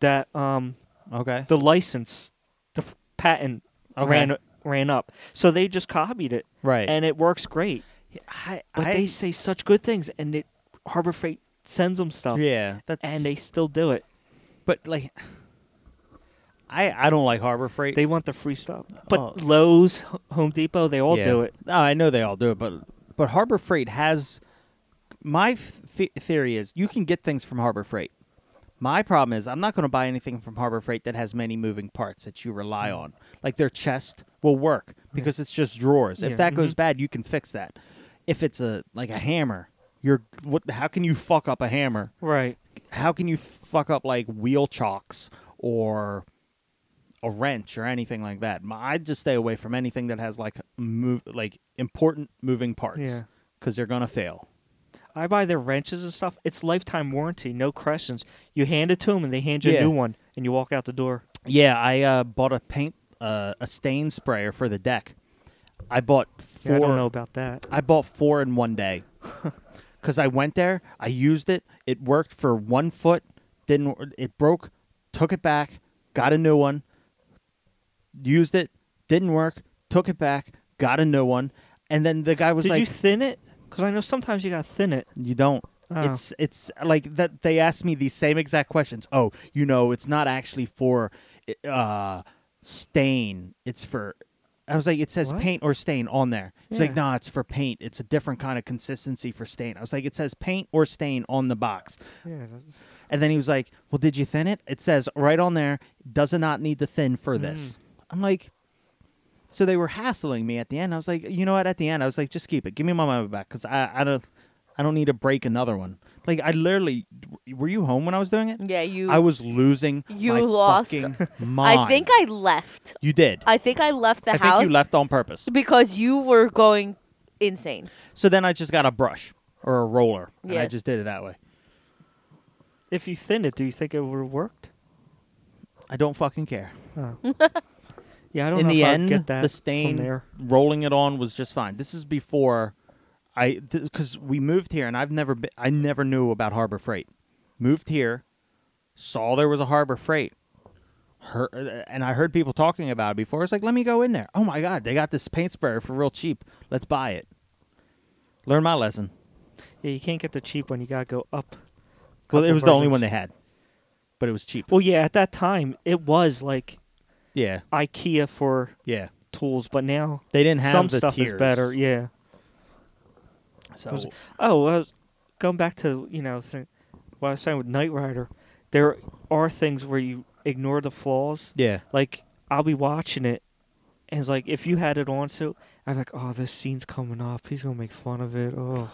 Speaker 4: that um
Speaker 2: Okay.
Speaker 4: the license, the f- patent
Speaker 2: Okay.
Speaker 4: ran ran up. So they just copied it,
Speaker 2: right.
Speaker 4: and it works great.
Speaker 2: I,
Speaker 4: But they say such good things, and it Harbor Freight sends them stuff,
Speaker 2: yeah, that's,
Speaker 4: and they still do it.
Speaker 2: but like, I I don't like Harbor Freight.
Speaker 4: They want the free stuff, but
Speaker 2: Oh.
Speaker 4: Lowe's, H- Home Depot, they all
Speaker 2: Yeah.
Speaker 4: do it.
Speaker 2: No, I know they all do it, but but Harbor Freight has my f- f- theory is you can get things from Harbor Freight. My problem is I'm not going to buy anything from Harbor Freight that has many moving parts that you rely
Speaker 4: Mm.
Speaker 2: on. Like their chest will work because it's just drawers. If
Speaker 4: Yeah. Mm-hmm.
Speaker 2: that goes bad, you can fix that. If it's a like a hammer, you're what? How can you fuck up a hammer?
Speaker 4: Right.
Speaker 2: how can you fuck up like wheel chocks or a wrench or anything like that? M- I'd just stay away from anything that has like move like important moving parts
Speaker 4: Yeah.
Speaker 2: because they're gonna fail.
Speaker 4: I buy their wrenches and stuff. It's lifetime warranty, no questions. You hand it to them, and they hand you
Speaker 2: Yeah.
Speaker 4: a new one, and you walk out the door.
Speaker 2: Yeah, I uh, bought a paint uh, a stain sprayer for the deck. I bought four.
Speaker 4: Yeah, I don't know about that.
Speaker 2: I bought four in one day because I went there. I used it. It worked for one foot. Didn't it broke? Took it back. Got a new one. Used it. Didn't work. Took it back. Got a new one. And then the guy was
Speaker 4: Did
Speaker 2: like,
Speaker 4: you thin it? Because I know sometimes you gotta thin it.
Speaker 2: you don't.
Speaker 4: Oh.
Speaker 2: It's it's like that. They asked me these same exact questions. Oh, you know, it's not actually for uh, stain. It's for. I was like, it says
Speaker 4: What?
Speaker 2: paint or stain on there. It's like,
Speaker 4: Yeah.
Speaker 2: nah, it's for paint. It's a different kind of consistency for stain. I was like, it says paint or stain on the box.
Speaker 4: Yeah.
Speaker 2: And then he was
Speaker 3: Mm.
Speaker 2: like, well, did you thin it? It says right on there, does not need to thin for this. I'm like, So they were hassling me at the end. I was like, you know what? At the end, I was like, just keep it. Give me my money back because I, I don't, I don't need to break another one. Like I literally, were you home when I was doing it?
Speaker 3: Yeah, you.
Speaker 2: I was losing.
Speaker 3: You
Speaker 2: my
Speaker 3: lost.
Speaker 2: fucking
Speaker 3: I
Speaker 2: mind.
Speaker 3: think I left.
Speaker 2: you did.
Speaker 3: I think I left the
Speaker 2: I
Speaker 3: house
Speaker 2: think you left on purpose.
Speaker 3: because you were going insane.
Speaker 2: So then I just got a brush or a roller, and I
Speaker 3: Yeah.
Speaker 2: just did it that way.
Speaker 4: If you thinned it, do you think it would have worked?
Speaker 2: I don't fucking care.
Speaker 4: Oh. yeah, I don't
Speaker 2: In
Speaker 4: know
Speaker 2: the
Speaker 4: if
Speaker 2: end,
Speaker 4: I'd get that
Speaker 2: the
Speaker 4: from
Speaker 2: stain
Speaker 4: there.
Speaker 2: rolling it on was just fine. This is before I because we moved here, and I've never been. I never knew about Harbor Freight. Moved here, saw there was a Harbor Freight. Her, and I heard people talking about it before. It's like, let me go in there. Oh my God, they got this paint sprayer for real cheap. Let's buy it. Learn my lesson.
Speaker 4: Yeah, you can't get the cheap one. You gotta go up.
Speaker 2: Well, it
Speaker 4: couple
Speaker 2: was the only
Speaker 4: versions.
Speaker 2: one they had, but it was cheap.
Speaker 4: Well, yeah, at that time it was like
Speaker 2: Yeah,
Speaker 4: IKEA for
Speaker 2: yeah.
Speaker 4: tools, but now
Speaker 2: They didn't have
Speaker 4: some
Speaker 2: the
Speaker 4: stuff
Speaker 2: tiers.
Speaker 4: is better. Yeah.
Speaker 2: So
Speaker 4: was- Oh, well, I was- going back to you know th- what I was saying with Knight Rider, there are things where you ignore the flaws.
Speaker 2: yeah,
Speaker 4: Like I'll be watching it, and it's like if you had it on, so I'm like, oh, this scene's coming up. He's gonna make fun of it. Oh,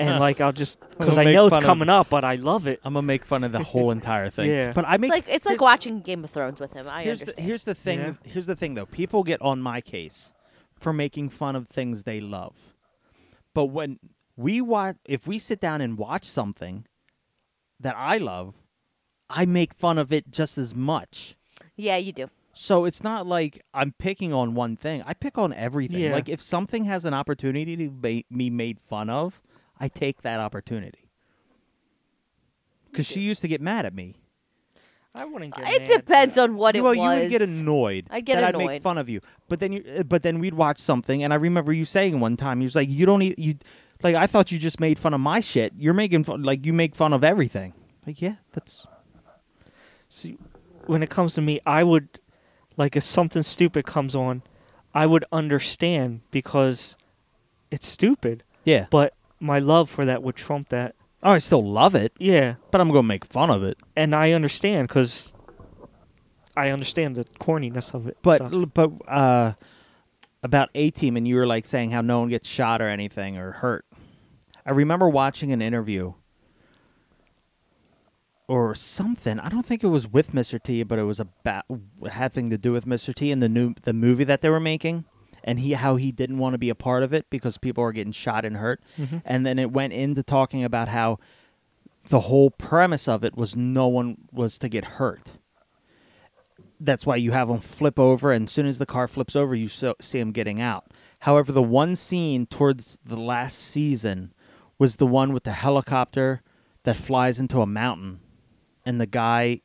Speaker 4: and like I'll just because
Speaker 2: Gonna
Speaker 4: I
Speaker 2: make
Speaker 4: know it's
Speaker 2: fun of-
Speaker 4: coming up, but I love it.
Speaker 2: I'm gonna make fun of the whole entire thing.
Speaker 4: Yeah.
Speaker 2: but I
Speaker 3: It's
Speaker 2: make
Speaker 3: like it's like watching Game of Thrones with him. I
Speaker 2: here's the,
Speaker 3: understand.
Speaker 2: here's the thing.
Speaker 4: Yeah.
Speaker 2: Here's the thing though. People get on my case for making fun of things they love, but when we watch, if we sit down and watch something that I love, I make fun of it just as much.
Speaker 3: yeah, you do.
Speaker 2: So it's not like I'm picking on one thing. I pick on everything.
Speaker 4: Yeah.
Speaker 2: Like if something has an opportunity to be, be made fun of, I take that opportunity. Because she used to get mad at me.
Speaker 4: I wouldn't get.
Speaker 3: It depends on what it
Speaker 2: well,
Speaker 3: was.
Speaker 2: you would get annoyed.
Speaker 3: I'd get
Speaker 2: that I'd make
Speaker 3: annoyed.
Speaker 2: fun of you. But then you, uh, but then we'd watch something, and I remember you saying one time, you was like, "You don't e you, like I thought you just made fun of my shit. You're making fun, like you make fun of everything." Like yeah, that's
Speaker 4: See, when it comes to me, I would like if something stupid comes on, I would understand because it's stupid.
Speaker 2: yeah. But
Speaker 4: But my love for that would trump that.
Speaker 2: oh, I still love it,
Speaker 4: Yeah,
Speaker 2: but I'm gonna make fun of it.
Speaker 4: and I understand because I understand the corniness of it.
Speaker 2: But
Speaker 4: so.
Speaker 2: l- but uh, about A Team, and you were like saying how no one gets shot or anything or hurt. I remember watching an interview or something. I don't think it was with Mr. T, but it was about having to do with Mr. T and the new the movie that they were making, and he how he didn't want to be a part of it because people are getting shot and hurt. And then it went into talking about how the whole premise of it was no one was to get hurt. That's why you have them flip over, and as soon as the car flips over, you so, see them getting out. However, the one scene towards the last season was the one with the helicopter that flies into a mountain, and the guy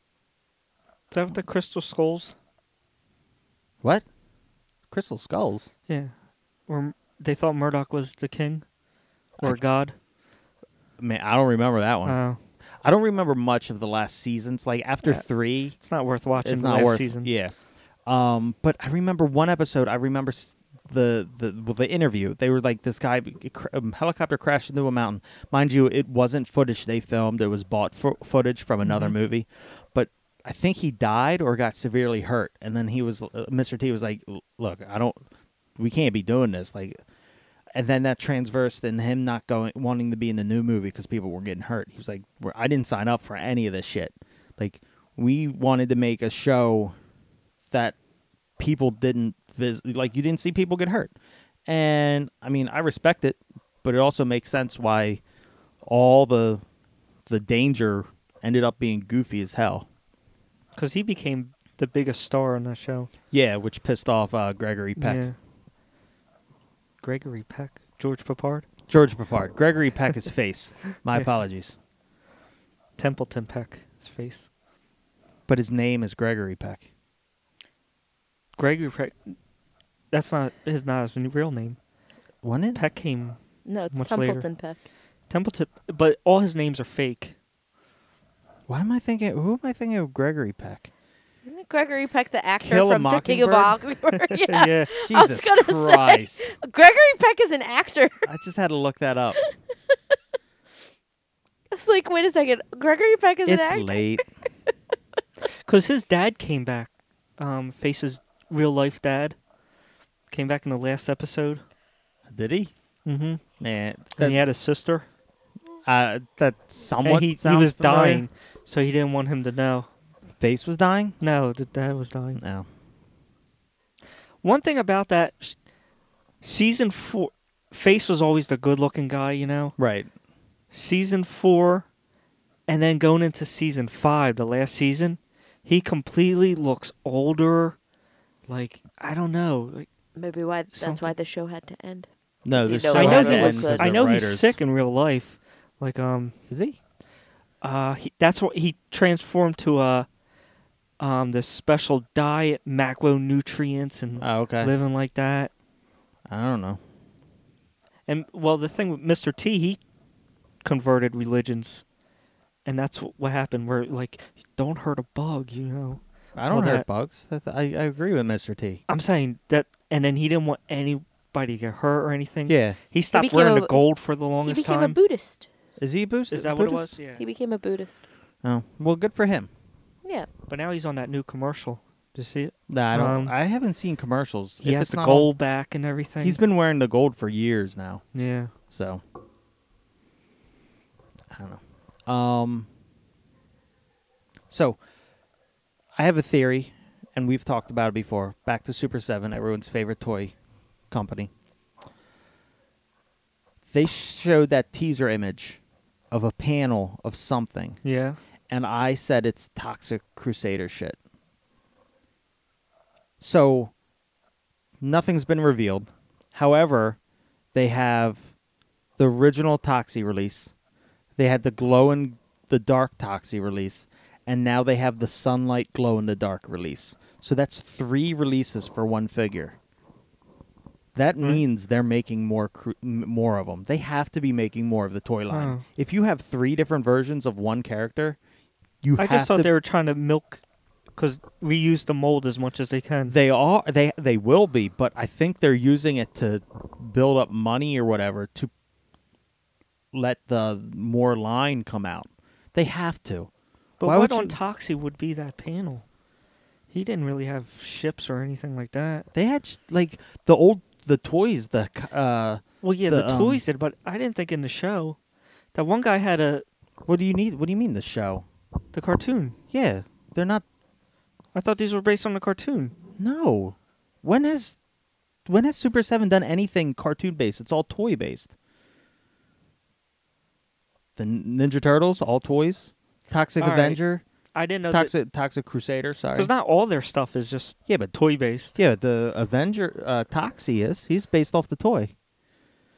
Speaker 4: is that with the crystal skulls?
Speaker 2: what? Crystal skulls.
Speaker 4: Yeah, or they thought Murdoch was the king or god.
Speaker 2: Man, I don't remember that one.
Speaker 4: Uh,
Speaker 2: I don't remember much of the last seasons. Like after
Speaker 4: Yeah.
Speaker 2: three,
Speaker 4: it's not worth watching.
Speaker 2: it's
Speaker 4: the
Speaker 2: not
Speaker 4: last
Speaker 2: worth
Speaker 4: season.
Speaker 2: yeah um but i remember one episode i remember s- the the well, the interview they were like this guy cr- um, helicopter crashed into a mountain mind you it wasn't footage they filmed it was bought fo- footage from another
Speaker 4: Mm-hmm.
Speaker 2: movie but i think he died or got severely hurt and then he was uh, mr t was like "L- look i don't we can't be doing this like and then that transversed in him not going wanting to be in the new movie because people were getting hurt. He was like, "We're- "I didn't sign up for any of this shit. Like, we wanted to make a show that people didn't vis- like. You didn't see people get hurt, and I mean, I respect it, but it also makes sense why all the the danger ended up being goofy as hell.
Speaker 4: because he became the biggest star on that show.
Speaker 2: Yeah, which pissed off uh, Gregory Peck.
Speaker 4: Yeah. Gregory Peck, George Papard,
Speaker 2: George Papard, Gregory Peck is face. My
Speaker 4: Yeah.
Speaker 2: apologies,
Speaker 4: Templeton Peck, his face.
Speaker 2: but his name is Gregory Peck.
Speaker 4: Gregory Peck. That's not his not his real name.
Speaker 2: Wasn't it?
Speaker 4: Peck came
Speaker 3: No, it's
Speaker 4: Much later.
Speaker 3: Templeton Peck.
Speaker 4: Templeton, but all his names are fake.
Speaker 2: Why am I thinking? Who am I thinking of? Gregory Peck.
Speaker 3: Isn't it Gregory Peck the actor
Speaker 2: Kill a
Speaker 3: from To King of Mockingbird? yeah.
Speaker 4: yeah.
Speaker 3: I was gonna say.
Speaker 2: Christ!
Speaker 3: Gregory Peck is an actor.
Speaker 2: I just had to look that up.
Speaker 3: I was like, wait a second, Gregory Peck is an
Speaker 2: it's
Speaker 3: actor.
Speaker 2: late.
Speaker 4: Because his dad came back, um, faces real life dad, Came back in the last episode.
Speaker 2: Did he?
Speaker 4: Mm-hmm.
Speaker 2: Nah,
Speaker 4: And he
Speaker 2: that,
Speaker 4: had a sister.
Speaker 2: uh, that
Speaker 4: And
Speaker 2: somewhat
Speaker 4: he, he
Speaker 2: sounds
Speaker 4: was
Speaker 2: familiar.
Speaker 4: dying, so he didn't want him to know.
Speaker 2: Face was dying.
Speaker 4: No, the dad was dying.
Speaker 2: No,
Speaker 4: One thing about that sh- season four, Face was always the good-looking guy, you know.
Speaker 2: right.
Speaker 4: Season four, and then going into season five, the last season, he completely looks older. Like I don't know. Like,
Speaker 3: Maybe why that's
Speaker 4: Something-
Speaker 3: why the show had to end.
Speaker 2: No,
Speaker 3: Does he
Speaker 2: there's
Speaker 3: know
Speaker 2: so
Speaker 4: I know
Speaker 3: how
Speaker 2: much
Speaker 3: to
Speaker 4: he
Speaker 2: that
Speaker 3: look
Speaker 4: was,
Speaker 2: ends
Speaker 3: good?
Speaker 2: as
Speaker 4: I know
Speaker 2: the
Speaker 4: he's
Speaker 2: writers.
Speaker 4: sick in real life. Like um,
Speaker 2: Is he?
Speaker 4: uh, he, that's what he transformed to uh, um, this special diet, macronutrients, and
Speaker 2: Oh, okay.
Speaker 4: living like that.
Speaker 2: I don't know.
Speaker 4: And well, the thing with Mr. T, he converted religions, and that's wh- what happened. Where like, don't hurt a bug, you know.
Speaker 2: I don't
Speaker 4: Well,
Speaker 2: hurt
Speaker 4: that-
Speaker 2: bugs. That, I, I agree with Mr. T.
Speaker 4: I'm saying that, and then he didn't want anybody to get hurt or anything.
Speaker 2: Yeah.
Speaker 4: he stopped
Speaker 3: became
Speaker 4: wearing
Speaker 3: a-
Speaker 4: the gold for the
Speaker 3: He
Speaker 4: longest
Speaker 3: became a
Speaker 4: time.
Speaker 3: Buddhist.
Speaker 2: Is he a boost?
Speaker 4: Is that what it
Speaker 2: Buddhist?
Speaker 4: was? Yeah.
Speaker 3: He became a Buddhist.
Speaker 2: Oh, well, good for him.
Speaker 3: Yeah.
Speaker 4: But now he's on that new commercial. Do you see it?
Speaker 2: Nah, I don't.
Speaker 4: Um,
Speaker 2: I haven't seen commercials.
Speaker 4: He
Speaker 2: If
Speaker 4: has
Speaker 2: it's
Speaker 4: the
Speaker 2: not
Speaker 4: gold back and everything.
Speaker 2: on- he's been wearing the gold for years now.
Speaker 4: yeah.
Speaker 2: So I don't know. Um So I have a theory and we've talked about it before. Back to Super 7, everyone's favorite toy company. They showed that teaser image of a panel of something
Speaker 4: Yeah.
Speaker 2: and I said it's toxic crusader shit. So nothing's been revealed. However, they have the original Toxie release. They had the glow in the dark Toxie release, and now they have the sunlight glow in the dark release. So that's three releases for one figure. That
Speaker 4: Hmm.
Speaker 2: means they're making more cru- m- more of them. They have to be making more of the toy line.
Speaker 4: Huh.
Speaker 2: If you have three different versions of one character, you
Speaker 4: I
Speaker 2: have
Speaker 4: just thought
Speaker 2: to
Speaker 4: they were trying to milk because reuse the mold as much as they can.
Speaker 2: They are they they will be, but I think they're using it to build up money or whatever to let the more line come out. They have to.
Speaker 4: but
Speaker 2: why
Speaker 4: what
Speaker 2: would
Speaker 4: on
Speaker 2: you-
Speaker 4: Toxie would be that panel? He didn't really have ships or anything like that.
Speaker 2: They had sh- like the old the toys the c- uh
Speaker 4: Well, yeah,
Speaker 2: The,
Speaker 4: the, toys did, but I didn't think in the show that one guy had a
Speaker 2: what do you need what do you mean the show?
Speaker 4: the cartoon.
Speaker 2: Yeah, they're not
Speaker 4: I thought these were based on the cartoon.
Speaker 2: no. When has when has Super 7 done anything cartoon based? It's all toy based. The Ninja Turtles all toys. Toxic
Speaker 4: All right.
Speaker 2: Avenger,
Speaker 4: I didn't know
Speaker 2: Toxic Toxic Crusader, sorry.
Speaker 4: because not all their stuff is just
Speaker 2: Yeah, but
Speaker 4: toy based,
Speaker 2: yeah, the Avenger uh, Toxie is he's based off the toy.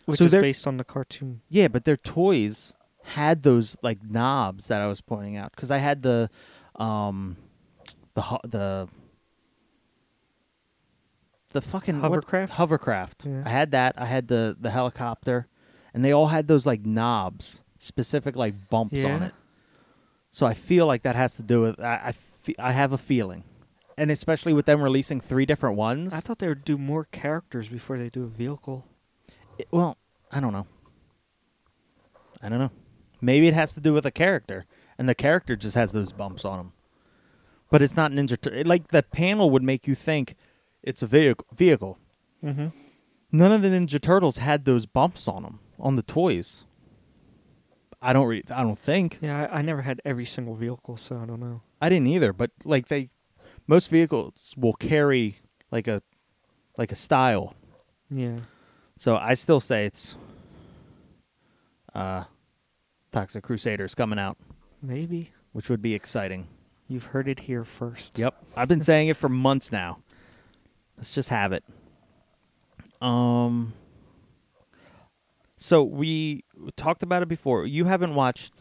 Speaker 4: which
Speaker 2: So
Speaker 4: is
Speaker 2: they're-
Speaker 4: based on the cartoon.
Speaker 2: Yeah, but their toys had those like knobs that I was pointing out because I had the, um, the ho- the the fucking what-
Speaker 4: Hovercraft?
Speaker 2: hovercraft.
Speaker 4: Yeah.
Speaker 2: I had that. I had the the helicopter, and they all had those like knobs, specific like bumps on
Speaker 4: Yeah.
Speaker 2: it. So I feel like that has to do with I I, fe- I have a feeling, and especially with them releasing three different ones.
Speaker 4: I thought they would do more characters before they do a vehicle.
Speaker 2: It- well, I don't know. I don't know. Maybe it has to do with a character, and the character just has those bumps on him. But it's not Ninja Tur- it- Like the panel would make you think it's a vehicle. Vehicle.
Speaker 4: Mm-hmm.
Speaker 2: None of the Ninja Turtles had those bumps on them on the toys. I don't. Re- I don't think
Speaker 4: Yeah, I, I never had every single vehicle, so I don't know.
Speaker 2: I didn't either. But like they, most vehicles will carry like a, like a style.
Speaker 4: Yeah.
Speaker 2: So I still say it's uh Toxic Crusaders coming out,
Speaker 4: Maybe.
Speaker 2: which would be exciting.
Speaker 4: You've heard it here first.
Speaker 2: Yep. I've been saying it for months now. Let's just have it. Um So we talked about it before. You haven't watched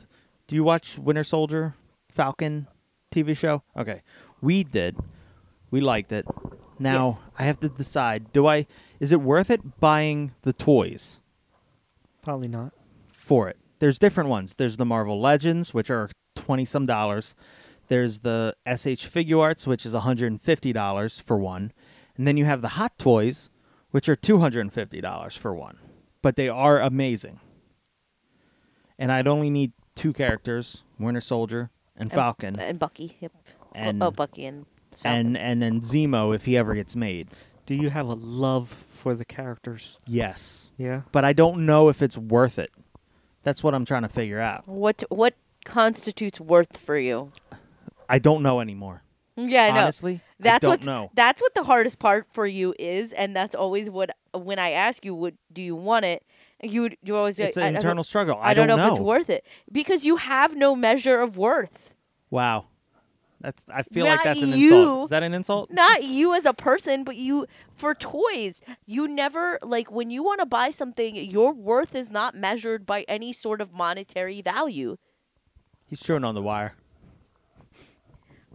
Speaker 2: Do you watch Winter Soldier Falcon TV show? Okay. We did. We liked it. Now
Speaker 3: Yes.
Speaker 2: I have to decide, do I is it worth it buying the toys?
Speaker 4: Probably not.
Speaker 2: for it. There's different ones. There's the Marvel Legends, which are twenty some dollars. There's the SH Figure Arts, which is hundred and fifty dollars for one, and then you have the Hot Toys, which are two hundred and fifty dollars for one. But they are amazing. And I'd only need two characters: Winter Soldier and Falcon,
Speaker 3: And Bucky. Yep.
Speaker 2: And-
Speaker 3: oh, Bucky and Falcon.
Speaker 2: and and then Zemo if he ever gets made.
Speaker 4: Do do you have a love for the characters?
Speaker 2: Yes.
Speaker 4: Yeah.
Speaker 2: But I don't know if it's worth it. That's what I'm trying to figure out.
Speaker 3: What what constitutes worth for you?
Speaker 2: I don't know anymore.
Speaker 3: Yeah, I know.
Speaker 2: Honestly, I
Speaker 3: that's
Speaker 2: don't
Speaker 3: what's-
Speaker 2: know.
Speaker 3: That's what the hardest part for you is, and that's always what when I ask you, "Would do you want it?" You would- you always
Speaker 2: It's
Speaker 3: I- I
Speaker 2: an
Speaker 3: don't-
Speaker 2: internal struggle.
Speaker 3: I, don't, know, if it's worth it because you have no measure of worth.
Speaker 2: Wow. That's I feel
Speaker 3: Not
Speaker 2: like that's an
Speaker 3: you.
Speaker 2: insult. Is that an insult?
Speaker 3: Not you as a person, but you for toys. You never like when you want to buy something, your worth is not measured by any sort of monetary value.
Speaker 2: He's chewing on the wire.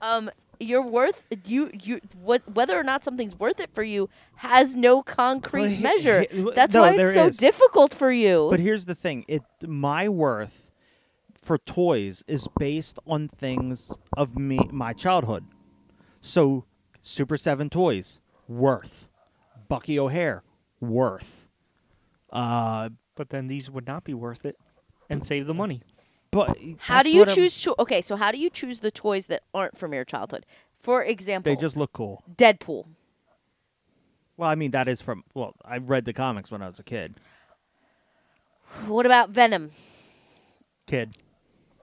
Speaker 3: um your worth you you what whether or not something's worth it for you has no concrete
Speaker 2: Well, he-
Speaker 3: measure
Speaker 2: he- w-
Speaker 3: that's
Speaker 2: no,
Speaker 3: why
Speaker 2: there
Speaker 3: it's so
Speaker 2: is.
Speaker 3: difficult for you
Speaker 2: But here's the thing: it my worth for toys is based on things of me my childhood. So, Super Seven toys worth, Bucky O'Hare worth. Uh,
Speaker 4: But then these would not be worth it, and save the money.
Speaker 2: but
Speaker 3: how
Speaker 2: that's
Speaker 3: do you
Speaker 2: what I'm-
Speaker 3: choose to okay so how do you choose the toys that aren't from your childhood for example
Speaker 2: They just look cool.
Speaker 3: deadpool
Speaker 2: Well, I mean that is from well, I read the comics when I was a kid.
Speaker 3: what about venom
Speaker 2: Kid,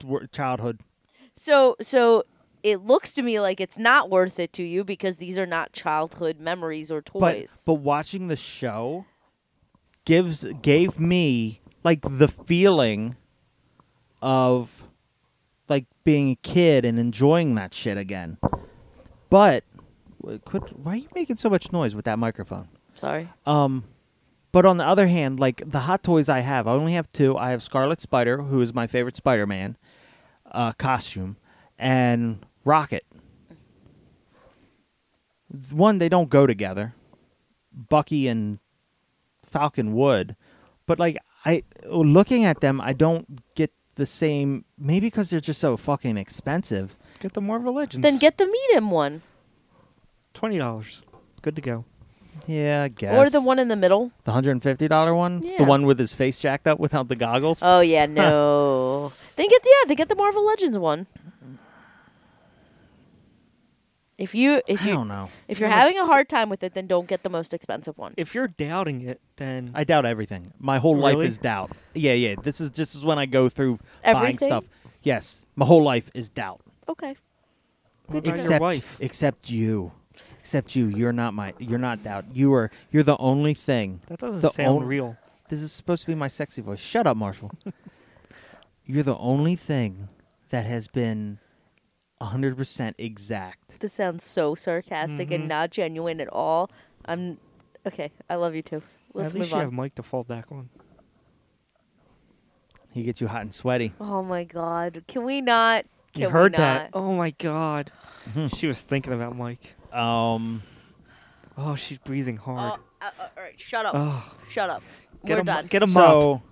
Speaker 2: Wor- childhood.
Speaker 3: so so it looks to me like it's not worth it to you because these are not childhood memories or
Speaker 2: but
Speaker 3: toys
Speaker 2: but watching the show gives gave me like the feeling of like being a kid and enjoying that shit again. But w- quit, why are you making so much noise with that microphone?
Speaker 3: sorry
Speaker 2: Um, but on the other hand, like the hot toys I have, I only have two. I have Scarlet Spider, who is my favorite Spider-Man uh, costume, and Rocket. One, they don't go together. Bucky and Falcon would, but like I looking at them, I don't get the same. Maybe because they're just so fucking expensive.
Speaker 4: Get the Marvel Legends.
Speaker 3: then get the medium one
Speaker 4: twenty dollars. Good to go.
Speaker 2: Yeah, I guess.
Speaker 3: or the one in the middle
Speaker 2: the hundred and fifty dollar one,
Speaker 3: Yeah.
Speaker 2: the one with his face jacked up without the goggles.
Speaker 3: Oh yeah, no. then get the yeah, they get the Marvel Legends one. If you if
Speaker 2: I
Speaker 3: you
Speaker 2: don't know.
Speaker 3: if you're having a hard time with it, then don't get the most expensive one.
Speaker 4: If you're doubting it, then
Speaker 2: I doubt everything. My whole life
Speaker 4: Really?
Speaker 2: is doubt. Yeah, yeah. This is this is when I go through buying
Speaker 3: Everything?
Speaker 2: stuff. Yes, my whole life is doubt.
Speaker 3: Okay.
Speaker 4: what about
Speaker 2: except
Speaker 4: your wife.
Speaker 2: except you, except you. You're not my. You're not doubt. You are. You're the only thing.
Speaker 4: That doesn't
Speaker 2: the
Speaker 4: sound
Speaker 2: on-
Speaker 4: real.
Speaker 2: This is supposed to be my sexy voice. Shut up, Marshall. you're the only thing that has been hundred percent exact.
Speaker 3: This sounds so sarcastic
Speaker 2: Mm-hmm.
Speaker 3: and not genuine at all. I'm okay. I love you too. Let's
Speaker 4: At
Speaker 3: move
Speaker 4: least you have
Speaker 3: on.
Speaker 4: Mike to fall back on.
Speaker 2: He gets you hot and sweaty.
Speaker 3: Oh my God! Can we not? Can
Speaker 4: you heard
Speaker 3: we
Speaker 4: that?
Speaker 3: not?
Speaker 4: Oh my God.
Speaker 2: Hmm.
Speaker 4: she was thinking about Mike.
Speaker 2: Um.
Speaker 4: Oh, she's breathing hard.
Speaker 3: uh, uh, all right, shut up!
Speaker 4: Oh,
Speaker 3: Shut up!
Speaker 4: get
Speaker 3: We're
Speaker 4: a, mo-
Speaker 3: done.
Speaker 4: Get a mop.
Speaker 2: so.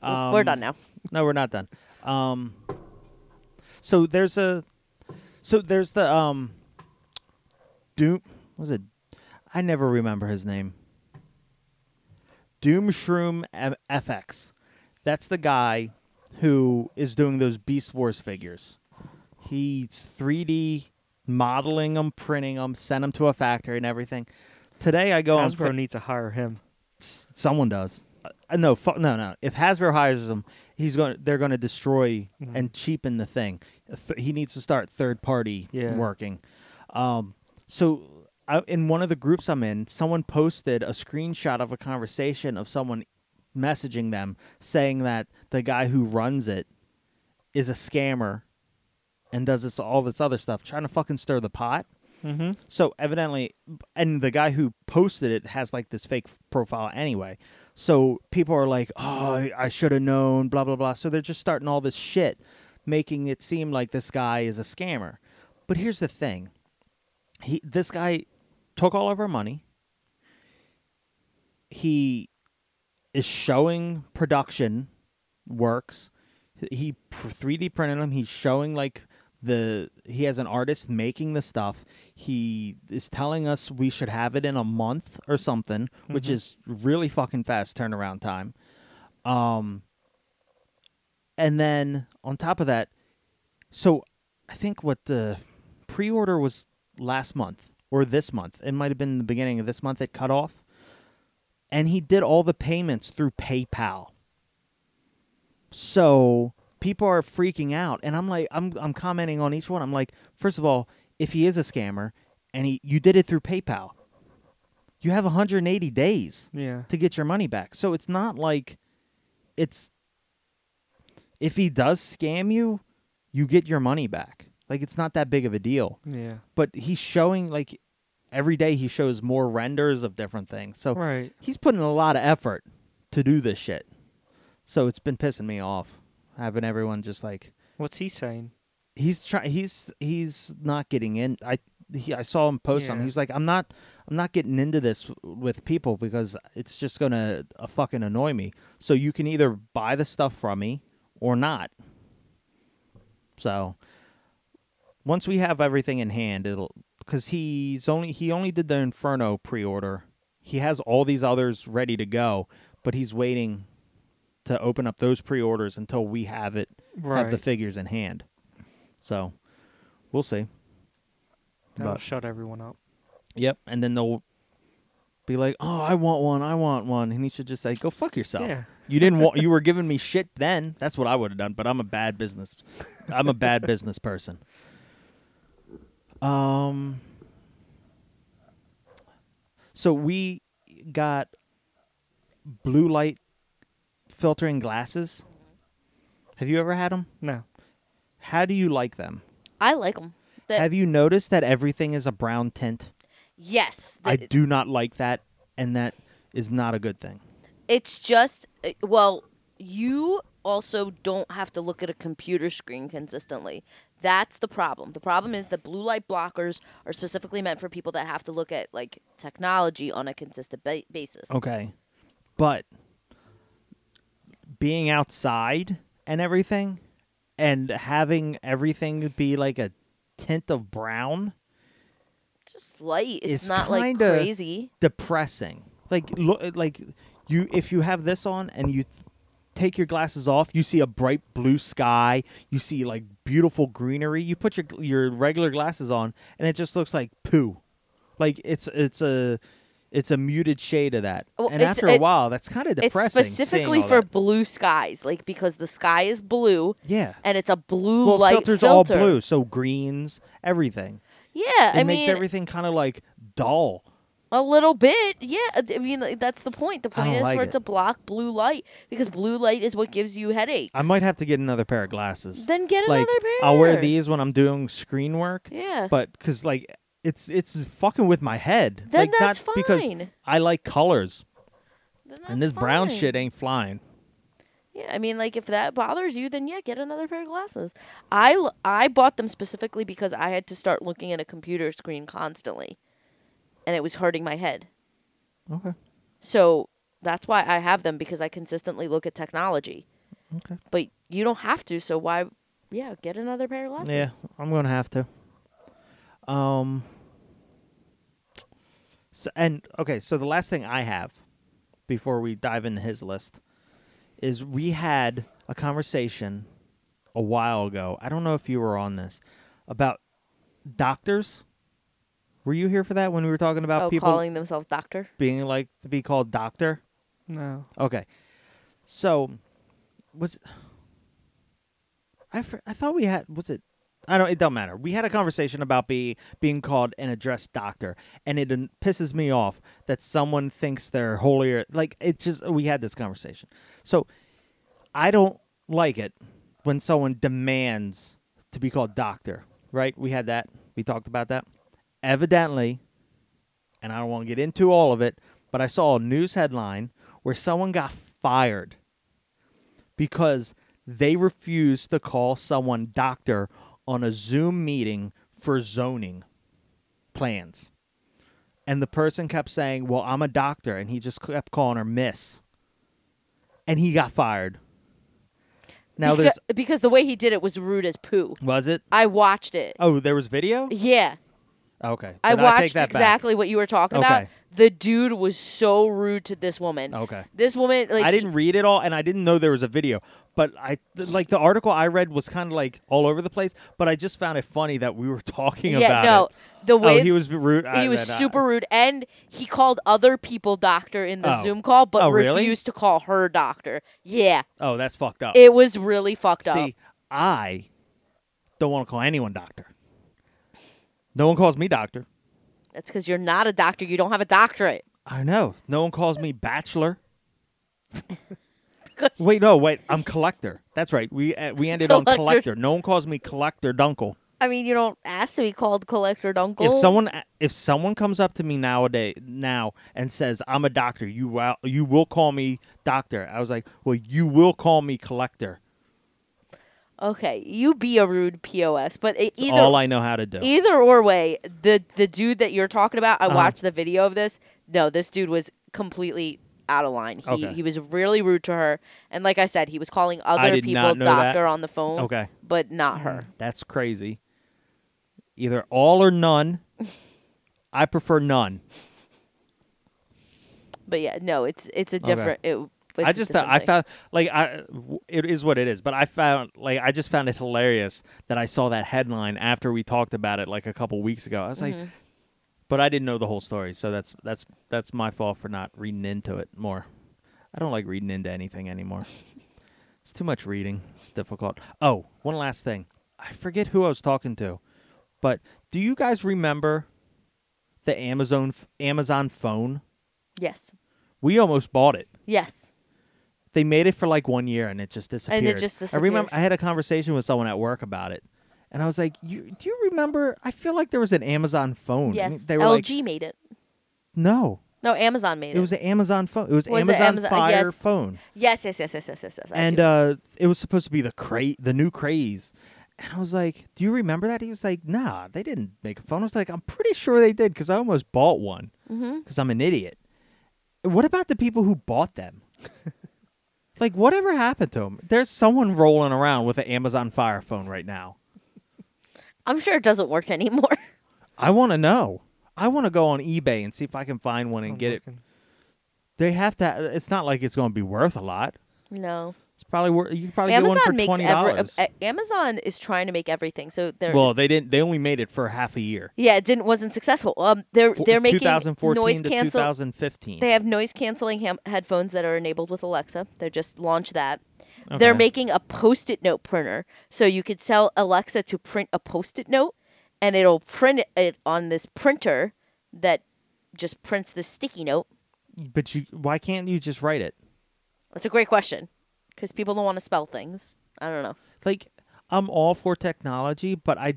Speaker 3: W- We're
Speaker 2: um,
Speaker 3: done now.
Speaker 2: No, we're not done. Um, so there's a, so there's the um. Doom what was it? I never remember his name. Doom Shroom M- FX. That's the guy who is doing those Beast Wars figures. He's 3D modeling them, printing them, send them to a factory and everything. Today I go on
Speaker 4: Hasbro needs to hire him.
Speaker 2: S- someone does. Uh, no, fu- no, no. If Hasbro hires him, he's going. to They're going to destroy and cheapen the thing. Th- he needs to start third party
Speaker 4: Yeah.
Speaker 2: working. Um, so, I, in one of the groups I'm in, someone posted a screenshot of a conversation of someone messaging them saying that the guy who runs it is a scammer and does this all this other stuff, trying to fucking stir the pot.
Speaker 4: Mm-hmm.
Speaker 2: So evidently, and the guy who posted it has like this fake profile anyway. So people are like, "Oh, I, I should have known," blah blah blah. So they're just starting all this shit, making it seem like this guy is a scammer. But here's the thing: he, this guy, took all of our money. He is showing production works. He three D printed them. He's showing like the he has an artist making the stuff. He is telling us we should have it in a month or something, which is really fucking fast turnaround time. Um, and then on top of that, so I think what the pre order was last month. or this month. It might have been the beginning of this month it cut off. And he did all the payments through PayPal. So people are freaking out and I'm like I'm I'm commenting on each one. I'm like, first of all, if he is a scammer and he you did it through PayPal, you have 180 days
Speaker 4: Yeah.
Speaker 2: to get your money back. So it's not like it's if he does scam you, you get your money back. Like it's not that big of a deal.
Speaker 4: Yeah.
Speaker 2: But he's showing like every day he shows more renders of different things. So
Speaker 4: Right.
Speaker 2: he's putting a lot of effort to do this shit. So it's been pissing me off having everyone just like
Speaker 4: What's he saying?
Speaker 2: he's trying he's he's not getting in i he, i saw him post something
Speaker 4: Yeah.
Speaker 2: he's like i'm not i'm not getting into this w- with people because it's just gonna uh, fucking annoy me so you can either buy the stuff from me or not so once we have everything in hand it'll because he's only he only did the inferno pre-order he has all these others ready to go but he's waiting to open up those pre-orders until we have it have the
Speaker 4: Right.
Speaker 2: figures in hand. So we'll see.
Speaker 4: That'll
Speaker 2: But-
Speaker 4: shut everyone up.
Speaker 2: Yep. And then they'll be like, "Oh, I want one. I want one." And he should just say, "Go fuck yourself."
Speaker 4: Yeah.
Speaker 2: You didn't want. You were giving me shit then. That's what I would have done. But I'm a bad business. I'm a bad business person. Um. So we got blue light filtering glasses. Have you ever had them?
Speaker 4: No.
Speaker 2: How do you like them?
Speaker 3: I like them.
Speaker 2: Have you noticed that everything is a brown tint?
Speaker 3: yes,
Speaker 2: I
Speaker 3: the-
Speaker 2: do not like that, and that is not a good thing.
Speaker 3: it's just uh, well, you also don't have to look at a computer screen consistently. That's the problem. The problem is that blue light blockers are specifically meant for people that have to look at like technology on a consistent ba- basis.
Speaker 4: Oh,
Speaker 2: Okay. But being outside and everything and having everything be like a tint of brown
Speaker 3: Just light. It's,
Speaker 2: It's
Speaker 3: not like
Speaker 2: kinda-
Speaker 3: crazy.
Speaker 2: depressing. Like look like you if you have this on and you take your glasses off, you see a bright blue sky, you see like beautiful greenery. You put your your regular glasses on and it just looks like poo. Like it's it's a it's a muted shade of that.
Speaker 3: Well,
Speaker 2: and
Speaker 3: it's-
Speaker 2: after a
Speaker 3: it-
Speaker 2: while, that's kind of
Speaker 3: It's
Speaker 2: depressing. seeing
Speaker 3: specifically
Speaker 2: all
Speaker 3: for
Speaker 2: that.
Speaker 3: blue skies, like because the sky is blue
Speaker 2: yeah.
Speaker 3: and it's a blue
Speaker 2: Well,
Speaker 3: light
Speaker 2: filters
Speaker 3: filter.
Speaker 2: all blue, so greens, everything.
Speaker 3: Yeah,
Speaker 2: It
Speaker 3: I
Speaker 2: makes
Speaker 3: mean,
Speaker 2: everything kind of like dull.
Speaker 3: A little bit, yeah. I mean, like, that's the point. The point
Speaker 2: don't
Speaker 3: is
Speaker 2: like
Speaker 3: for it.
Speaker 2: it.
Speaker 3: to block blue light because blue light is what gives you headaches.
Speaker 2: I might have to get another pair of glasses.
Speaker 3: Then get
Speaker 2: like,
Speaker 3: another pair.
Speaker 2: I'll wear these when I'm doing screen work.
Speaker 3: Yeah.
Speaker 2: But because like it's it's fucking with my head.
Speaker 3: Then
Speaker 2: like,
Speaker 3: that's
Speaker 2: not because
Speaker 3: fine.
Speaker 2: I like colors,
Speaker 3: Then
Speaker 2: and
Speaker 3: that's
Speaker 2: this brown
Speaker 3: fine.
Speaker 2: shit ain't flying.
Speaker 3: Yeah, I mean, like if that bothers you, then yeah, get another pair of glasses. I l- I bought them specifically because I had to start looking at a computer screen constantly, and it was hurting my head.
Speaker 2: Okay.
Speaker 3: So that's why I have them because I consistently look at technology.
Speaker 2: Okay.
Speaker 3: But you don't have to, so why? Yeah, get another pair of glasses.
Speaker 2: Yeah, I'm gonna have to. Um. So and okay, so the last thing I have before we dive into his list is we had a conversation a while ago. I don't know if you were on this about doctors. Were you here for that when we were talking about
Speaker 3: Oh,
Speaker 2: people
Speaker 3: calling themselves doctor.
Speaker 2: being like to be called doctor?
Speaker 4: No.
Speaker 2: Okay. So, was I? fr- I thought we had. Was it? I don't. It don't matter. We had a conversation about be being called an address doctor, and it an- pisses me off that someone thinks they're holier. Like it's just we had this conversation. So, I don't like it when someone demands to be called doctor. Right? We had that. We talked about that. Evidently, and I don't want to get into all of it, but I saw a news headline where someone got fired because they refused to call someone doctor on a Zoom meeting for zoning plans. And the person kept saying, Well, I'm a doctor. And he just kept calling her miss. And he got fired. Now
Speaker 3: Becau-
Speaker 2: there's.
Speaker 3: because, the way he did it was rude as poo.
Speaker 2: Was it?
Speaker 3: I watched it.
Speaker 2: Oh, there was video?
Speaker 3: Yeah,
Speaker 2: Okay.
Speaker 3: I
Speaker 2: Then take
Speaker 3: watched
Speaker 2: that back.
Speaker 3: exactly what you were talking about.
Speaker 2: Okay.
Speaker 3: The dude was so rude to this woman.
Speaker 2: Okay.
Speaker 3: This woman, like,
Speaker 2: I didn't read it all, and I didn't know there was a video. But I th- like the article I read was kind of like all over the place. But I just found it funny that we were talking
Speaker 3: yeah,
Speaker 2: about
Speaker 3: no,
Speaker 2: it.
Speaker 3: The way
Speaker 2: oh, he was uh, rude.
Speaker 3: he was super rude, and he called other people doctor in the
Speaker 2: Oh.
Speaker 3: Zoom call, but
Speaker 2: Oh,
Speaker 3: refused
Speaker 2: really?
Speaker 3: to call her doctor. Yeah,
Speaker 2: oh, that's fucked up.
Speaker 3: it was really fucked up.
Speaker 2: See, I don't want to call anyone doctor. No one calls me doctor.
Speaker 3: That's because you're not a doctor. You don't have a doctorate.
Speaker 2: I know. No one calls me bachelor.
Speaker 3: 'Cause-
Speaker 2: Wait, no, wait. I'm collector. That's right. We uh, we ended on
Speaker 3: Collector.
Speaker 2: collector. No one calls me collector dunkle.
Speaker 3: I mean, you don't ask to be called collector uncle.
Speaker 2: If someone if someone comes up to me nowadays now and says I'm a doctor, you will you will call me doctor. I was like, well, you will call me collector.
Speaker 3: okay, you be a rude pos, but it,
Speaker 2: It's
Speaker 3: either
Speaker 2: all I know how to do.
Speaker 3: either or way, the the dude that you're talking about, I
Speaker 2: Uh-huh.
Speaker 3: watched the video of this. No, this dude was completely out of line. He
Speaker 2: Okay.
Speaker 3: he was really rude to her, and like I said, he was calling other
Speaker 2: did
Speaker 3: people
Speaker 2: not know that.
Speaker 3: doctor on the phone.
Speaker 2: Okay. Mm.
Speaker 3: but not her.
Speaker 2: That's crazy. Either all or none. I prefer none.
Speaker 3: But yeah, no, it's it's a different. It, it's
Speaker 2: I
Speaker 3: a
Speaker 2: just thought
Speaker 3: different
Speaker 2: I
Speaker 3: thing.
Speaker 2: found like I w- it is what it is, but I found like I just found it hilarious that I saw that headline after we talked about it like a couple weeks ago. I was
Speaker 3: Mm-hmm.
Speaker 2: like, but I didn't know the whole story, so that's that's that's my fault for not reading into it more. I don't like reading into anything anymore. it's too much reading. It's difficult. Oh, one last thing. I forget who I was talking to, but do you guys remember the Amazon f- Amazon phone?
Speaker 3: yes,
Speaker 2: We almost bought it
Speaker 3: yes.
Speaker 2: they made it for like one year and it just disappeared.
Speaker 3: just
Speaker 2: I remember
Speaker 3: disappeared.
Speaker 2: I had a conversation with someone at work about it, and I was like, "You do you remember? I feel like there was an Amazon phone.
Speaker 3: Yes,
Speaker 2: they were
Speaker 3: LG
Speaker 2: like,
Speaker 3: made it.
Speaker 2: no,
Speaker 3: No, Amazon made it.
Speaker 2: it was an Amazon phone. It was,
Speaker 3: Was it
Speaker 2: Amazon,
Speaker 3: Amazon-
Speaker 2: Fire
Speaker 3: yes.
Speaker 2: phone,
Speaker 3: yes, yes, yes, yes, yes, yes, yes. I
Speaker 2: and
Speaker 3: do.
Speaker 2: uh, it was supposed to be the cra- the new craze." And I was like, "Do you remember that?" He was like, "Nah, they didn't make a phone." I was like, "I'm pretty sure they did because I almost bought one
Speaker 3: Mhm.
Speaker 2: because I'm an idiot." What about the people who bought them? like, whatever happened to them? There's someone rolling around with an Amazon Fire phone right now.
Speaker 3: I'm sure it doesn't work anymore.
Speaker 2: I want to know. I want to go on eBay and see if I can find one and
Speaker 4: I'm
Speaker 2: get it.
Speaker 4: looking.
Speaker 2: They have to. uh, It's not like it's going to be worth a lot.
Speaker 3: no.
Speaker 2: It's probably worth. You can probably
Speaker 3: Amazon
Speaker 2: get one for
Speaker 3: makes
Speaker 2: twenty
Speaker 3: every,
Speaker 2: dollars.
Speaker 3: uh, Amazon is trying to make everything. So they're
Speaker 2: well, they didn't. They only made it for half a year.
Speaker 3: yeah, it didn't wasn't successful. Um, they're
Speaker 2: For-
Speaker 3: they're making
Speaker 2: 2014
Speaker 3: noise
Speaker 2: to
Speaker 3: cancel.
Speaker 2: 2015.
Speaker 3: They have noise canceling ham- headphones that are enabled with Alexa. They just launched that. They're
Speaker 2: Okay.
Speaker 3: making a post-it note printer, so you could tell Alexa to print a post-it note, and it'll print it on this printer that just prints the sticky note.
Speaker 2: but you, why can't you just write it?
Speaker 3: That's a great question, because people don't want to spell things. I don't know.
Speaker 2: like I'm all for technology, but I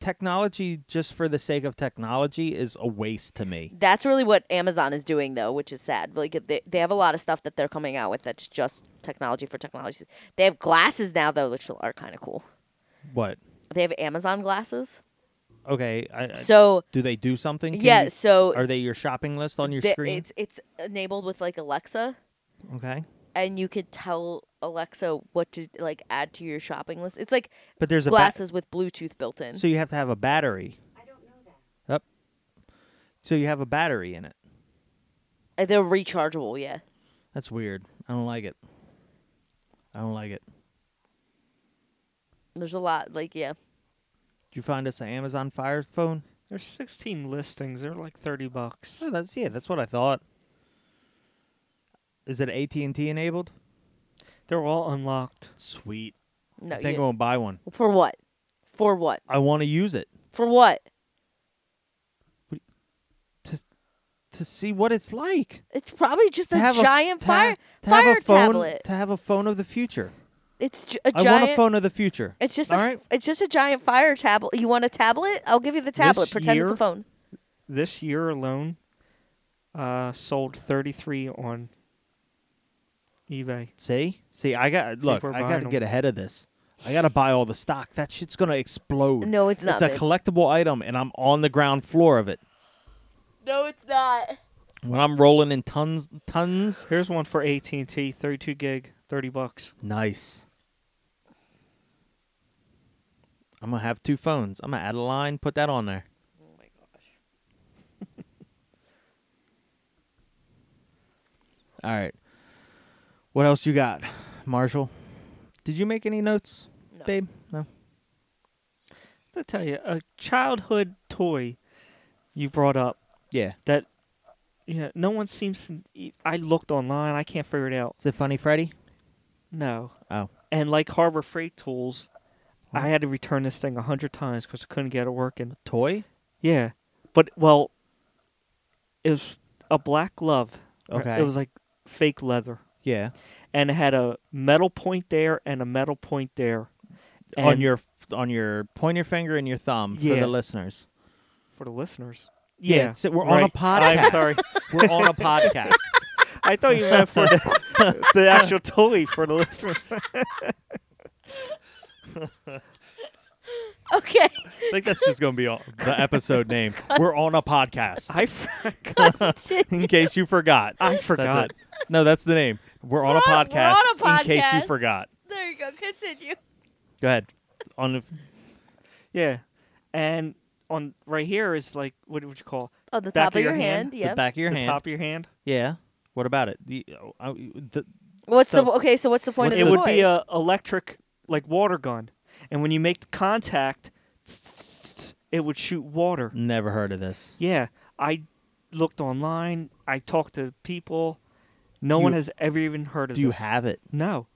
Speaker 2: technology just for the sake of technology is a waste to me.
Speaker 3: That's really what Amazon is doing, though, which is sad. Like they, they have a lot of stuff that they're coming out with that's just technology for technology. They have glasses now, though, which are kind of cool.
Speaker 2: What?
Speaker 3: They have Amazon glasses.
Speaker 2: Okay, I, I-
Speaker 3: So
Speaker 2: do they do something? Can
Speaker 3: yeah,
Speaker 2: you-
Speaker 3: so
Speaker 2: are they your shopping list on your
Speaker 3: the-
Speaker 2: screen?
Speaker 3: it's it's enabled with like Alexa,
Speaker 2: okay,
Speaker 3: and you could tell Alexa what to like add to your shopping list. It's like
Speaker 2: but there's a ba-
Speaker 3: glasses with Bluetooth built in.
Speaker 2: so you have to have a battery. I don't know that. Up. So you have a battery in it.
Speaker 3: Uh, they're rechargeable. Yeah.
Speaker 2: That's weird. I don't like it. I don't like it.
Speaker 3: There's a lot, like yeah,
Speaker 2: Did you find us an Amazon Fire phone?
Speaker 4: There's 16 listings. They're like 30 bucks.
Speaker 2: Oh, that's yeah. That's what I thought. Is it AT and T enabled?
Speaker 4: They're all unlocked.
Speaker 2: Sweet.
Speaker 3: no.
Speaker 2: I think
Speaker 3: you-
Speaker 2: I'm gonna buy one.
Speaker 3: for what? For what?
Speaker 2: I want to use it
Speaker 3: For what?
Speaker 2: to see what it's like.
Speaker 3: It's probably just
Speaker 2: To
Speaker 3: a
Speaker 2: have a-
Speaker 3: giant
Speaker 2: to
Speaker 3: fire
Speaker 2: have- to have
Speaker 3: fire
Speaker 2: a phone,
Speaker 3: tablet.
Speaker 2: To have a phone of the future.
Speaker 3: It's ju- a
Speaker 2: I want
Speaker 3: giant.
Speaker 2: a phone of the future.
Speaker 3: It's just a
Speaker 2: All right.
Speaker 3: f- it's just a giant fire tablet. You want a tablet? I'll give you the tablet.
Speaker 4: This
Speaker 3: Pretend it's a
Speaker 4: year?
Speaker 3: phone.
Speaker 4: This year alone, uh, sold 33 on eBay.
Speaker 2: See, see, I got look.
Speaker 4: are
Speaker 2: I got
Speaker 4: buying
Speaker 2: to
Speaker 4: 'em.
Speaker 2: get ahead of this. I got to buy all the stock. That shit's gonna explode.
Speaker 3: No, it's not.
Speaker 2: it's a
Speaker 3: babe.
Speaker 2: collectible item, and I'm on the ground floor of it.
Speaker 3: no, it's not.
Speaker 2: When I'm rolling in tons, tons.
Speaker 4: Here's one for AT&T, 32 gig, 30 bucks.
Speaker 2: Nice. I'm gonna have two phones. I'm gonna add a line. Put that on there.
Speaker 3: Oh my gosh.
Speaker 2: All right. What else you got, Marshall? Did you make any notes,
Speaker 3: No.
Speaker 2: babe? No.
Speaker 4: to tell you a childhood toy you brought up
Speaker 2: Yeah.
Speaker 4: that you know, no one seems to. e, I looked online. I can't figure it out.
Speaker 2: Is it Funny Freddy?
Speaker 4: No.
Speaker 2: Oh.
Speaker 4: And like Harbor Freight Tools, I had to return this thing a hundred times because I couldn't get it working.
Speaker 2: Toy?
Speaker 4: Yeah, but well, it was a black glove. right?
Speaker 2: Okay.
Speaker 4: It was like fake leather,
Speaker 2: Yeah.
Speaker 4: and it had a metal point there and a metal point there.
Speaker 2: on
Speaker 4: And
Speaker 2: your on your pointer finger and your thumb for
Speaker 4: Yeah.
Speaker 2: the listeners.
Speaker 4: for the listeners.
Speaker 2: Yeah,
Speaker 4: Yeah,
Speaker 2: so we're on a
Speaker 4: right.
Speaker 2: podcast.
Speaker 4: I'm sorry.
Speaker 2: We're on a podcast.
Speaker 4: I thought you meant for the, the actual toy for the listeners.
Speaker 3: Okay.
Speaker 2: I think that's just going to be all, the episode name. We're on a podcast.
Speaker 4: I forgot.
Speaker 2: in case you forgot.
Speaker 4: I
Speaker 2: That's
Speaker 4: forgot.
Speaker 2: it. No, that's the name. We're on a
Speaker 3: We're on- we're
Speaker 2: podcast.
Speaker 3: on a
Speaker 2: In case you
Speaker 3: podcast.
Speaker 2: forgot.
Speaker 3: there you go. Continue.
Speaker 2: Go ahead. On the,
Speaker 4: Yeah, and on right here is like what would you call
Speaker 3: Oh, the
Speaker 4: Back
Speaker 3: top of your hand.
Speaker 2: the
Speaker 3: Yeah.
Speaker 2: back of your
Speaker 4: the
Speaker 2: hand.
Speaker 4: top of your hand?
Speaker 2: Yeah. What about it? The, oh, I- the-
Speaker 3: What's the
Speaker 2: So-
Speaker 3: okay? So what's the point of
Speaker 4: it
Speaker 3: the
Speaker 4: would
Speaker 3: toy?
Speaker 4: be a electric like water gun, and when you make the contact, it would shoot water.
Speaker 2: never heard of this.
Speaker 4: Yeah, I looked online. I talked to people. No
Speaker 2: Do
Speaker 4: one
Speaker 2: you-
Speaker 4: has ever even heard of
Speaker 2: Do you
Speaker 4: this.
Speaker 2: have it?
Speaker 4: No,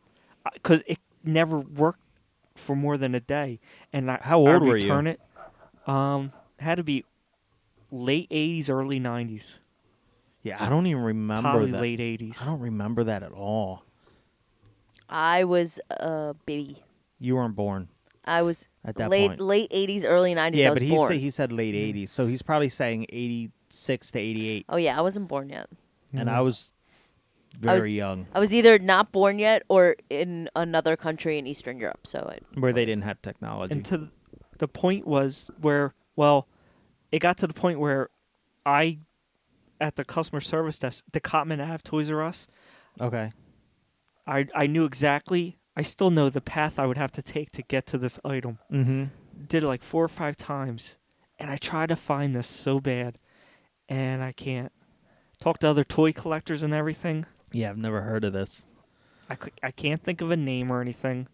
Speaker 4: because it never worked for more than a day. And I,
Speaker 2: How
Speaker 4: I
Speaker 2: old were you?
Speaker 4: return it. Um, had to be late '80s, early '90s,
Speaker 2: Yeah, I don't even remember
Speaker 4: probably
Speaker 2: that.
Speaker 4: late '80s.
Speaker 2: I don't remember that at all.
Speaker 3: I was a baby.
Speaker 2: You weren't born.
Speaker 3: I was
Speaker 2: At that
Speaker 3: late
Speaker 2: point.
Speaker 3: late eighties, early nineties. I
Speaker 2: Yeah,
Speaker 3: was
Speaker 2: but he
Speaker 3: born.
Speaker 2: said he said late '80s, so he's probably saying '86 to '88,
Speaker 3: oh yeah, I wasn't born yet.
Speaker 2: and I was
Speaker 3: I
Speaker 2: very
Speaker 3: was-
Speaker 2: young,
Speaker 3: I was either not born yet or in another country in Eastern Europe. So I,
Speaker 2: where they didn't have technology.
Speaker 4: and to th- the point was where well it got to the point where i at the customer service desk the cotman ave toys r us
Speaker 2: okay,
Speaker 4: I, I knew exactly i still know the path i would have to take to get to this item
Speaker 2: mm-hmm.
Speaker 4: did it like four or five times and i tried to find this so bad and i can't talk to other toy collectors and everything
Speaker 2: Yeah, I've never heard of this.
Speaker 4: i, cou- I can't think of a name or anything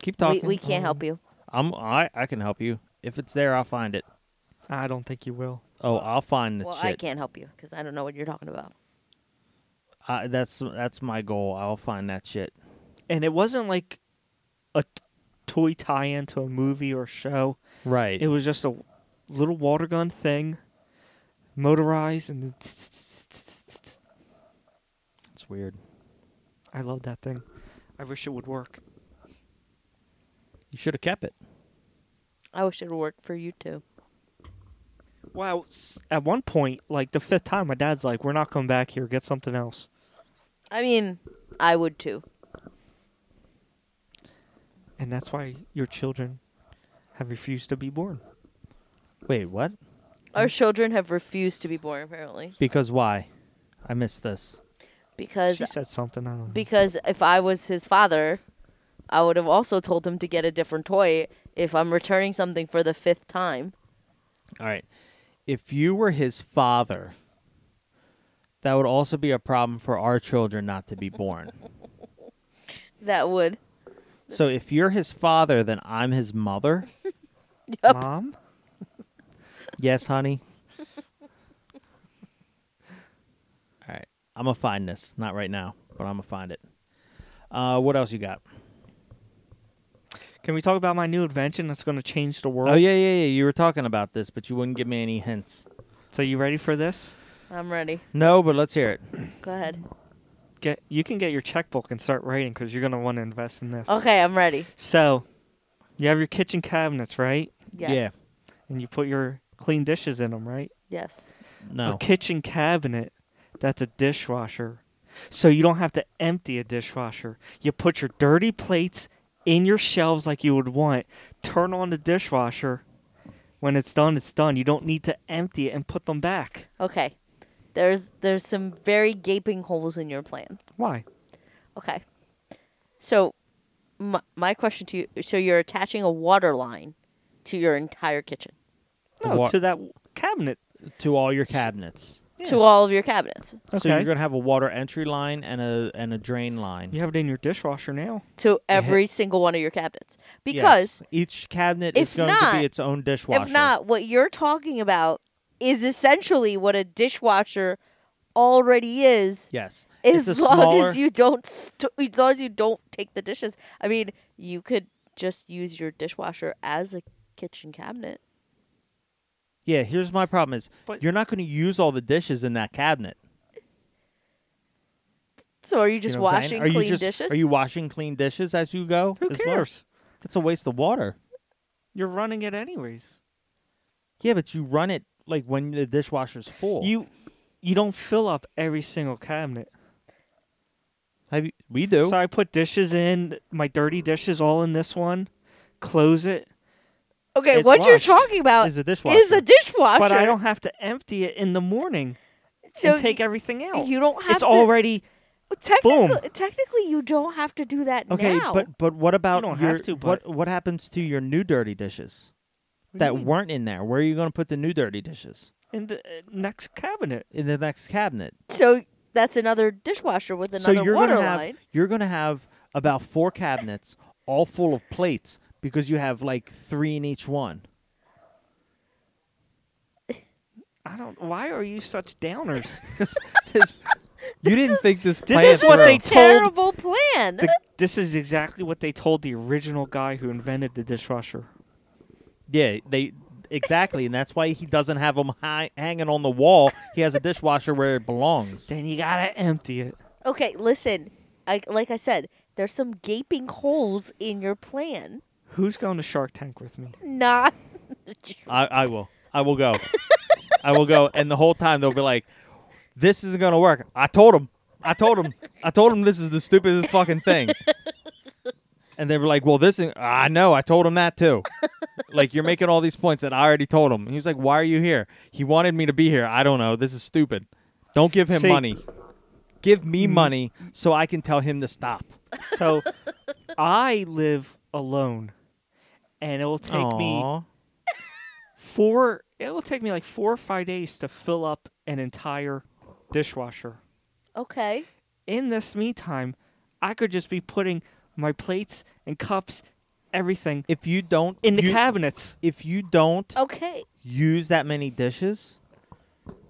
Speaker 2: Keep
Speaker 3: we,
Speaker 2: talking.
Speaker 3: we can't help you.
Speaker 2: I'm I I can help you if it's there. I'll find it.
Speaker 4: i don't think you will
Speaker 2: Oh, I'll find the
Speaker 3: Well,
Speaker 2: shit.
Speaker 3: I can't help you because I don't know what you're talking about.
Speaker 2: I- that's that's my goal. I'll find that shit.
Speaker 4: and it wasn't like a t- toy tie-in to a movie or show.
Speaker 2: Right.
Speaker 4: It was just a little water gun thing, motorized, and it-
Speaker 2: it's weird.
Speaker 4: I love that thing. I wish it would work.
Speaker 2: You should have kept it.
Speaker 3: I wish it would work for you too.
Speaker 4: Wow! s- At one point, like the fifth time, my dad's like, "We're not coming back here. Get something else."
Speaker 3: I mean, I would too.
Speaker 4: And that's why your children have refused to be born.
Speaker 2: Wait, what?
Speaker 3: Our children have refused to be born apparently
Speaker 2: Because why? I missed this.
Speaker 3: because
Speaker 4: She said something. I don't know.
Speaker 3: because if I was his father, I would have also told him to get a different toy if I'm returning something for the fifth time.
Speaker 2: All right. If you were his father, that would also be a problem for our children not to be born.
Speaker 3: That would.
Speaker 2: so if you're his father, then I'm his mother.
Speaker 4: Mom,
Speaker 2: Yes, honey. All right. I'm going to find this. Not right now, but I'm going to find it. Uh, what else you got?
Speaker 4: can we talk about my new invention that's going to change the world?
Speaker 2: Oh, yeah, yeah, yeah. You were talking about this, but you wouldn't give me any hints.
Speaker 4: So you ready for this?
Speaker 3: I'm ready.
Speaker 2: No, but let's hear it.
Speaker 3: Go ahead.
Speaker 4: Get you can get your checkbook and start writing because you're going to want to invest in this.
Speaker 3: Okay, I'm ready.
Speaker 4: So, you have your kitchen cabinets, right?
Speaker 3: Yes.
Speaker 2: Yeah.
Speaker 4: And you put your clean dishes in them, right?
Speaker 3: Yes.
Speaker 2: No.
Speaker 4: A kitchen cabinet that's a dishwasher. So you don't have to empty a dishwasher. You put your dirty plates in your shelves like you would want. Turn on the dishwasher. When it's done, it's done. You don't need to empty it and put them back.
Speaker 3: Okay. There's there's some very gaping holes in your plan.
Speaker 4: Why?
Speaker 3: Okay. So my, my question to you so you're attaching a water line to your entire kitchen.
Speaker 4: No,
Speaker 2: Wha-
Speaker 4: to that cabinet.
Speaker 2: to all your cabinets.
Speaker 3: to all of your cabinets.
Speaker 2: So
Speaker 4: Okay.
Speaker 2: you're gonna have a water entry line and a and a drain line.
Speaker 4: You have it in your dishwasher now.
Speaker 3: To every single one of your cabinets. Because
Speaker 2: Yes. each cabinet
Speaker 3: if
Speaker 2: is going to
Speaker 3: not-
Speaker 2: be its own dishwasher.
Speaker 3: if not, what you're talking about is essentially what a dishwasher already is.
Speaker 2: yes,
Speaker 3: As
Speaker 2: it's a
Speaker 3: long
Speaker 2: smaller,
Speaker 3: as you don't, st- as long as you don't take the dishes. I mean, you could just use your dishwasher as a kitchen cabinet.
Speaker 2: yeah. Here's my problem: is
Speaker 4: But-
Speaker 2: you're not going to use all the dishes in that cabinet.
Speaker 3: So are you
Speaker 2: You
Speaker 3: just
Speaker 2: know what I'm saying?
Speaker 3: washing
Speaker 2: Are you
Speaker 3: clean
Speaker 2: just-
Speaker 3: dishes?
Speaker 2: Are you washing clean dishes as you go?
Speaker 4: Who
Speaker 2: as well?
Speaker 4: cares?
Speaker 2: That's a waste of water.
Speaker 4: You're running it anyways.
Speaker 2: Yeah, but you run it like when the dishwasher's full.
Speaker 4: You you don't fill up every single cabinet.
Speaker 2: have you, we do.
Speaker 4: So I put dishes in, my dirty dishes all in this one, close it,
Speaker 3: okay,
Speaker 2: it's
Speaker 3: what you're
Speaker 2: washed.
Speaker 3: talking about
Speaker 2: is
Speaker 3: is
Speaker 2: a dishwasher.
Speaker 3: a, dishwasher.
Speaker 4: but I don't have to empty it in the morning
Speaker 3: so
Speaker 4: and take
Speaker 3: y-
Speaker 4: everything out.
Speaker 3: You don't have
Speaker 4: it's
Speaker 3: to.
Speaker 4: already
Speaker 3: technically,
Speaker 4: boom.
Speaker 3: technically, you don't have to do that
Speaker 2: okay,
Speaker 3: now.
Speaker 2: but but what about
Speaker 4: don't
Speaker 2: your
Speaker 4: have to,
Speaker 2: what
Speaker 4: but-
Speaker 2: what happens to your new dirty dishes that weren't in there? Where are you going to put the new dirty dishes
Speaker 4: in the uh, next cabinet.
Speaker 2: in the next cabinet?
Speaker 3: so that's another dishwasher with another
Speaker 2: so you're
Speaker 3: water
Speaker 2: gonna have
Speaker 3: line.
Speaker 2: you're gonna have about four cabinets all full of plates because you have like three in each one.
Speaker 4: I don't. Why are you such downers?
Speaker 2: you didn't think this.
Speaker 4: this is what they told.
Speaker 3: Terrible plan.
Speaker 4: the- this is exactly what they told the original guy who invented the dishwasher.
Speaker 2: Yeah, they exactly, and that's why he doesn't have them hi- hanging on the wall. He has a dishwasher where it belongs.
Speaker 4: Then you gotta empty it.
Speaker 3: okay, listen. I, like I said, there's some gaping holes in your plan.
Speaker 4: Who's going to Shark Tank with me?
Speaker 3: Not.
Speaker 2: I, I will. I will go. I will go. And the whole time they'll be like, "This isn't gonna work." I told him. I told him. I told him this is the stupidest fucking thing. And they were like, "Well, this is, "Ah, I know. I told him that too. like you're making all these points that I already told him." And he was like, "Why are you here? He wanted me to be here. I don't know. This is stupid. Don't give him
Speaker 4: See-
Speaker 2: money. Give me money so I can tell him to stop."
Speaker 4: So I live alone, and it will take me
Speaker 2: Aw.
Speaker 4: four. It will take me like four or five days to fill up an entire dishwasher.
Speaker 3: Okay.
Speaker 4: In this meantime, I could just be putting my plates and cups, everything
Speaker 2: if you don't
Speaker 4: in the
Speaker 2: you-
Speaker 4: cabinets.
Speaker 2: If you don't
Speaker 3: Okay.
Speaker 2: use that many dishes,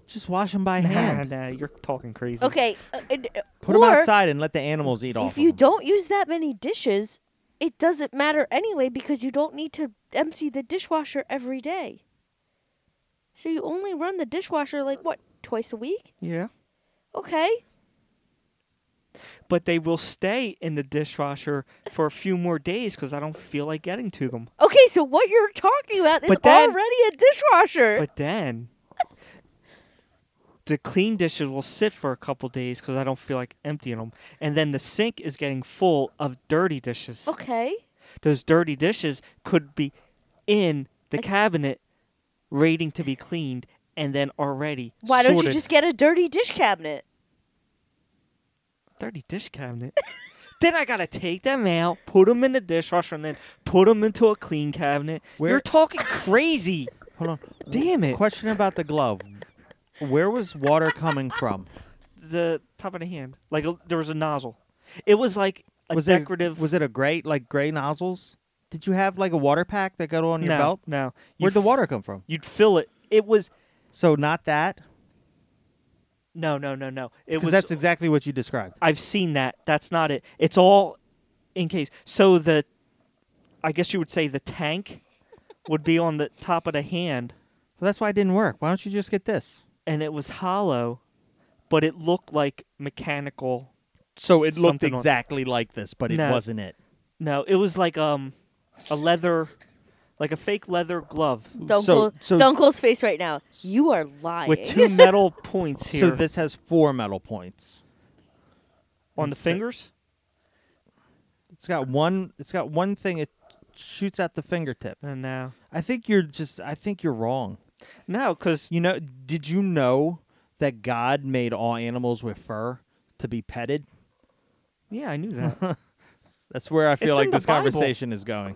Speaker 2: just wash them by
Speaker 4: Nah,
Speaker 2: hand.
Speaker 4: nah, you're talking crazy.
Speaker 3: Okay. uh, and-
Speaker 2: Put
Speaker 3: or
Speaker 2: them outside and let the animals eat off.
Speaker 3: if you
Speaker 2: 'em.
Speaker 3: don't use that many dishes, it doesn't matter anyway because you don't need to empty the dishwasher every day. So you only run the dishwasher like what twice a week?
Speaker 4: Yeah.
Speaker 3: Okay.
Speaker 4: but they will stay in the dishwasher for a few more days because I don't feel like getting to them.
Speaker 3: Okay, so what you're talking about is
Speaker 4: But then-
Speaker 3: already a dishwasher.
Speaker 4: But then the clean dishes will sit for a couple days because I don't feel like emptying them. And then the sink is getting full of dirty dishes.
Speaker 3: okay.
Speaker 4: Those dirty dishes could be in the cabinet waiting to be cleaned and then already
Speaker 3: Why don't you
Speaker 4: sorted.
Speaker 3: just get a dirty dish cabinet?
Speaker 4: dirty dish cabinet? then I gotta take them out, put them in the dishwasher, and then put them into a clean cabinet.
Speaker 2: Where-
Speaker 4: You're talking crazy.
Speaker 2: hold on.
Speaker 4: Damn it.
Speaker 2: Question about the glove. Where was water coming from?
Speaker 4: the top of the hand. Like a, there was a nozzle. It was like a
Speaker 2: was
Speaker 4: decorative.
Speaker 2: It, was it a gray like gray nozzles? Did you have like a water pack that got on
Speaker 4: no,
Speaker 2: your belt?
Speaker 4: No. You
Speaker 2: Where'd the
Speaker 4: f-
Speaker 2: water come from?
Speaker 4: You'd fill it. It was
Speaker 2: So not that.
Speaker 4: no, no, no, no. It
Speaker 2: Because
Speaker 4: was.
Speaker 2: that's exactly what you described.
Speaker 4: I've seen that. That's not it. It's all in case. So the, I guess you would say the tank, would be on the top of the hand,
Speaker 2: Well, that's why it didn't work. Why don't you just get this?
Speaker 4: and it was hollow, but it looked like mechanical.
Speaker 2: So it
Speaker 4: looked Something on-
Speaker 2: exactly like this, but
Speaker 4: it No. wasn't
Speaker 2: it.
Speaker 4: No, it was like um, a leather, like a fake leather glove
Speaker 3: Dunkel,
Speaker 2: So- so-
Speaker 3: Dunkel's face right now. You are lying.
Speaker 4: with two metal points here
Speaker 2: So this has four metal points.
Speaker 4: on the
Speaker 2: it's the-
Speaker 4: fingers.
Speaker 2: It's got one. It's got one thing. It shoots at the fingertip.
Speaker 4: Uh, no,
Speaker 2: I think you're just. I think you're wrong.
Speaker 4: no, because
Speaker 2: You know? Did you know that God made all animals with fur to be petted?
Speaker 4: yeah, I knew that.
Speaker 2: That's where I feel
Speaker 4: It's in
Speaker 2: like
Speaker 4: the
Speaker 2: this
Speaker 4: Bible.
Speaker 2: conversation is going.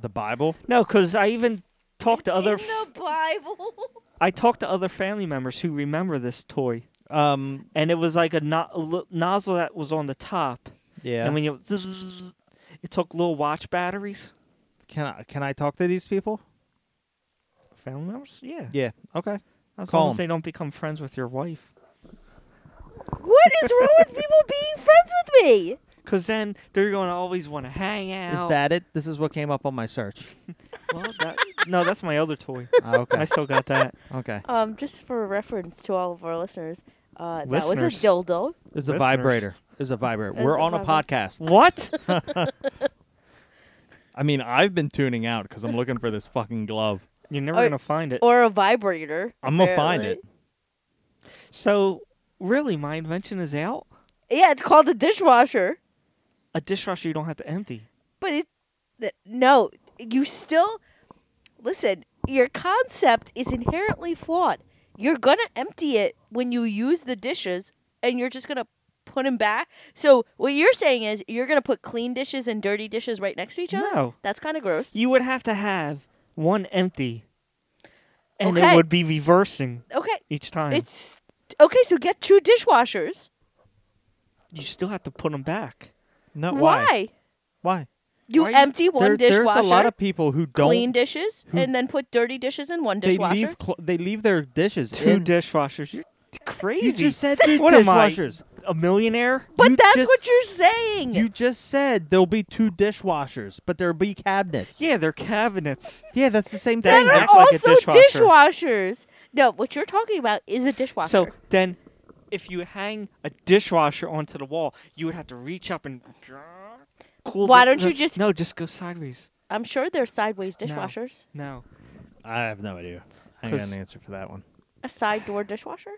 Speaker 2: The Bible.
Speaker 4: no, because I even talked
Speaker 3: It's
Speaker 4: to other.
Speaker 3: in the Bible.
Speaker 4: I talked to other family members who remember this toy,
Speaker 2: Um,
Speaker 4: and it was like a, no- a li- nozzle that was on the top,
Speaker 2: yeah.
Speaker 4: and when you zzzz, it took little watch batteries.
Speaker 2: can I can I talk to these people?
Speaker 4: Family members, yeah.
Speaker 2: Yeah. Okay.
Speaker 4: I was
Speaker 2: call
Speaker 4: long as
Speaker 2: 'em.
Speaker 4: they don't become friends with your wife,
Speaker 5: What is wrong with people being friends with me?
Speaker 4: because then they're going to always want to hang out.
Speaker 2: Is that it? This is what came up on my search.
Speaker 4: Well, that- no? That's my other toy.
Speaker 2: Ah,
Speaker 4: I
Speaker 2: okay.
Speaker 4: still got that.
Speaker 2: Okay.
Speaker 3: Um, just for reference to all of our listeners, uh, that was
Speaker 4: Listeners.
Speaker 3: a dildo.
Speaker 2: It's a
Speaker 4: Listeners.
Speaker 2: vibrator. It's a vibrator.
Speaker 3: It's
Speaker 2: We're
Speaker 3: a
Speaker 2: on a
Speaker 3: vibrator.
Speaker 2: podcast.
Speaker 4: What?
Speaker 2: I mean, I've been tuning out because I'm looking for this fucking glove.
Speaker 4: You're never
Speaker 3: Or-
Speaker 4: gonna find it.
Speaker 3: Or a vibrator.
Speaker 2: I'm gonna find it.
Speaker 3: apparently.
Speaker 4: so, really, my invention is out.
Speaker 3: Yeah, it's called a dishwasher.
Speaker 4: A dishwasher you don't have to empty.
Speaker 3: But it, th- no, you still listen. Your concept is inherently flawed. You're gonna empty it when you use the dishes, and you're just gonna put them back. So what you're saying is you're gonna put clean dishes and dirty dishes right next to each other.
Speaker 4: No.
Speaker 3: that's kind of gross.
Speaker 4: You would have to have one empty, and
Speaker 3: Okay.
Speaker 4: it would be reversing
Speaker 3: okay,
Speaker 4: each time.
Speaker 3: it's okay. So get two dishwashers.
Speaker 4: you still have to put them back.
Speaker 2: No.
Speaker 3: Why?
Speaker 2: Why? Why?
Speaker 3: You
Speaker 4: Why you-
Speaker 3: empty one
Speaker 2: There-
Speaker 3: dishwasher,
Speaker 2: There's a lot of people who don't.
Speaker 3: clean dishes,
Speaker 2: who-
Speaker 3: and then put dirty dishes in one
Speaker 2: they
Speaker 3: dishwasher.
Speaker 2: leave. Cl- they leave their dishes.
Speaker 4: Two
Speaker 2: in-
Speaker 4: dishwashers. You're t- crazy.
Speaker 2: You just said two
Speaker 4: What am I?
Speaker 2: dishwashers.
Speaker 4: a millionaire.
Speaker 3: but
Speaker 2: You
Speaker 3: that's
Speaker 2: just-
Speaker 3: what you're saying.
Speaker 2: You just said there'll be two dishwashers, but there'll be cabinets.
Speaker 4: Yeah, they're cabinets.
Speaker 2: Yeah, that's the same
Speaker 4: That
Speaker 2: thing.
Speaker 3: that are
Speaker 4: acts
Speaker 2: That's-
Speaker 4: like a
Speaker 3: also
Speaker 4: dishwasher.
Speaker 3: dishwashers. No, what you're talking about is a dishwasher.
Speaker 4: So then, if you hang a dishwasher onto the wall, you would have to reach up and. Cool
Speaker 3: Why
Speaker 4: the-
Speaker 3: don't you
Speaker 4: no,
Speaker 3: just-
Speaker 4: No, just go sideways.
Speaker 3: I'm sure they're sideways
Speaker 4: No.
Speaker 3: dishwashers.
Speaker 4: No.
Speaker 2: I have no idea. I ain't got
Speaker 4: 'Cause-
Speaker 2: an answer for that one.
Speaker 3: A side door dishwasher.